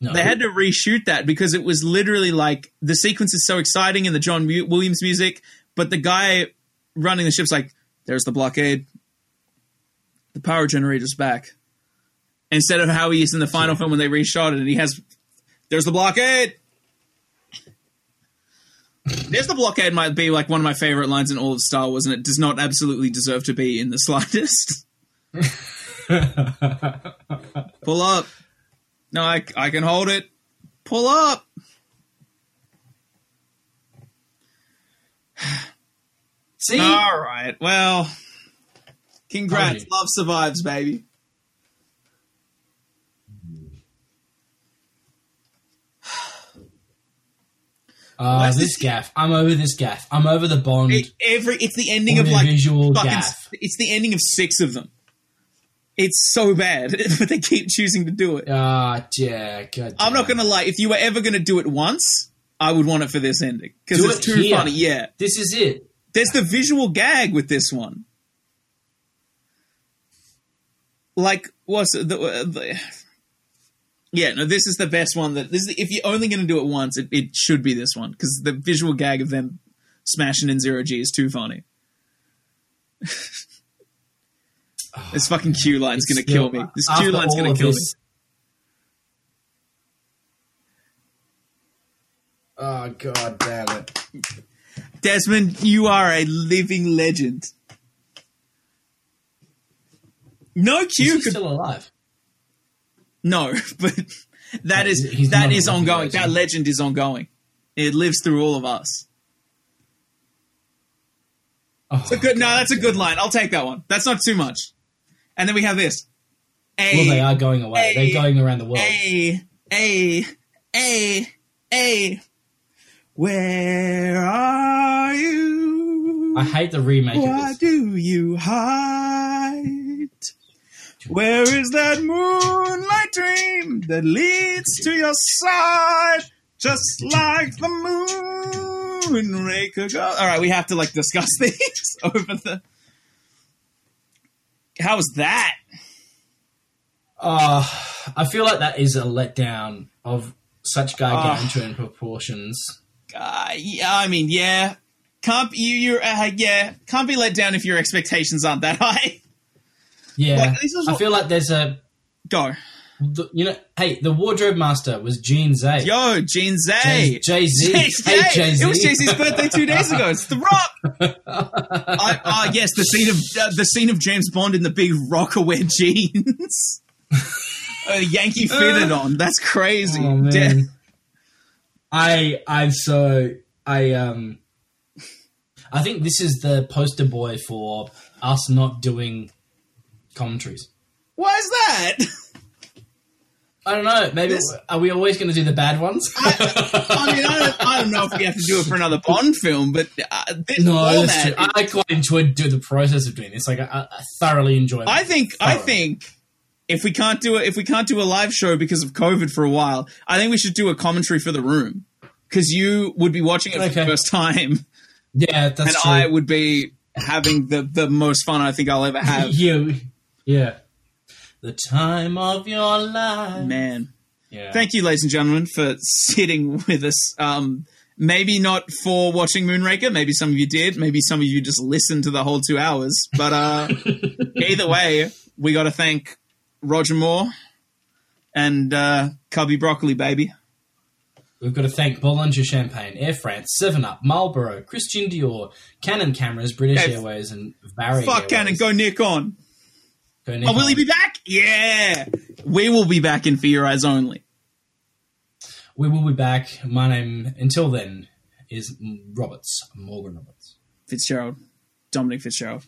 no. They had to reshoot that because it was literally like the sequence is so exciting in the John Mu- Williams music, but the guy running the ship's like, "There's the blockade. The power generator's back." Instead of how he is in the final film when they reshot it, and he has, "There's the blockade." There's the blockade might be like one of my favorite lines in all of Star Wars, and it does not absolutely deserve to be in the <laughs> slightest. Pull up. No, I, I can hold it. Pull up. See, All right. Well, congrats. Apology. Love survives, baby. Uh, Why is this gaff. I'm over this gaff. I'm over the Bond. It- every it's the ending of like Audiovisual fucking, gaff. it's the ending of six of them. It's so bad, <laughs> but they keep choosing to do it. Ah, yeah. God I'm not damn. gonna lie. If you were ever gonna do it once, I would want it for this ending because Do it's it too here. funny. Yeah, This is it. there's the visual gag with this one. Like, what's it- the, uh, the yeah? No, this is the best one. That this is if you're only going to do it once, it, it should be this one because the visual gag of them smashing in zero G is too <laughs> funny. this fucking Q line's going to kill me. This Q After line's all going of to kill this- Oh god damn it! me. Desmond, you are a living legend. No Is Q he could still alive? No, <laughs> but that is He's- he's that not is a ongoing. legend. That legend is ongoing. It lives through all of us. Oh, It's a good. No, that's a good line. I'll take that one. That's not too much. And then we have this. A well, they are going away. Hey. They're going around the world. a a a a. Where are you? I hate the remake Why of this. do you hide? Where is that moonlight dream that leads to your side? Just like the moon, Raker go. All right, we have to like discuss <laughs> these over the. How was that? Oh, I feel like that is a letdown of such Ah. gargantuan proportions. Uh, yeah, I mean, yeah, can't you? You're uh, yeah, can't be let down if your expectations aren't that <laughs> high. Yeah, Like, this is I what- feel like there's a Go, the- you know. Hey, the wardrobe master was Gene Zay. yo, Gene Zay. Jay Z. Hey, Oh, Jay Jay-Z. Z. It was <laughs> Jay Z's birthday two days ago. It's The Rock. <laughs> I, uh, yes, the scene of uh, the scene of James Bond in the big rocker wear jeans, <laughs> a Yankee fitted on. That's crazy. Oh man, Death. I I'm so I um I think this is the poster boy for us not doing commentaries. Why is that? I don't know. Maybe This- are we always going to do the bad ones? I mean, I don't, I don't know if we have to do it for another Bond film, but uh, <laughs> this no, all that's true. that I quite enjoyed do the process of doing this. Like I, I- I thoroughly enjoy. it. I think I Sorry. think if we can't do it, if we can't do a live show because of COVID for a while, I think we should do a commentary for the room because you would be watching it for the Okay. first time, yeah, that's and true. I would be having the the most fun I think I'll <laughs> ever have. you, yeah, the time of your life, Man, Yeah. thank you, ladies and gentlemen, for sitting with us. Um, maybe not for watching Moonraker. Maybe some of you did. Maybe some of you just listened to the whole two hours. <laughs> But uh, either way, we got to thank Roger Moore and uh, Cubby Broccoli, baby. We've got to thank Bollinger Champagne, Air France, Seven Up, Marlboro, Christian Dior, Canon cameras, British Okay, f- Airways, and Barry. Fuck Cannon, go Nikon. Go Oh, will Nikon. he be back? Yeah, we will be back in For Your Eyes Only. We will be back. My name, until then, is M- Roberts Morgan Roberts. Fitzgerald, Dominic Fitzgerald.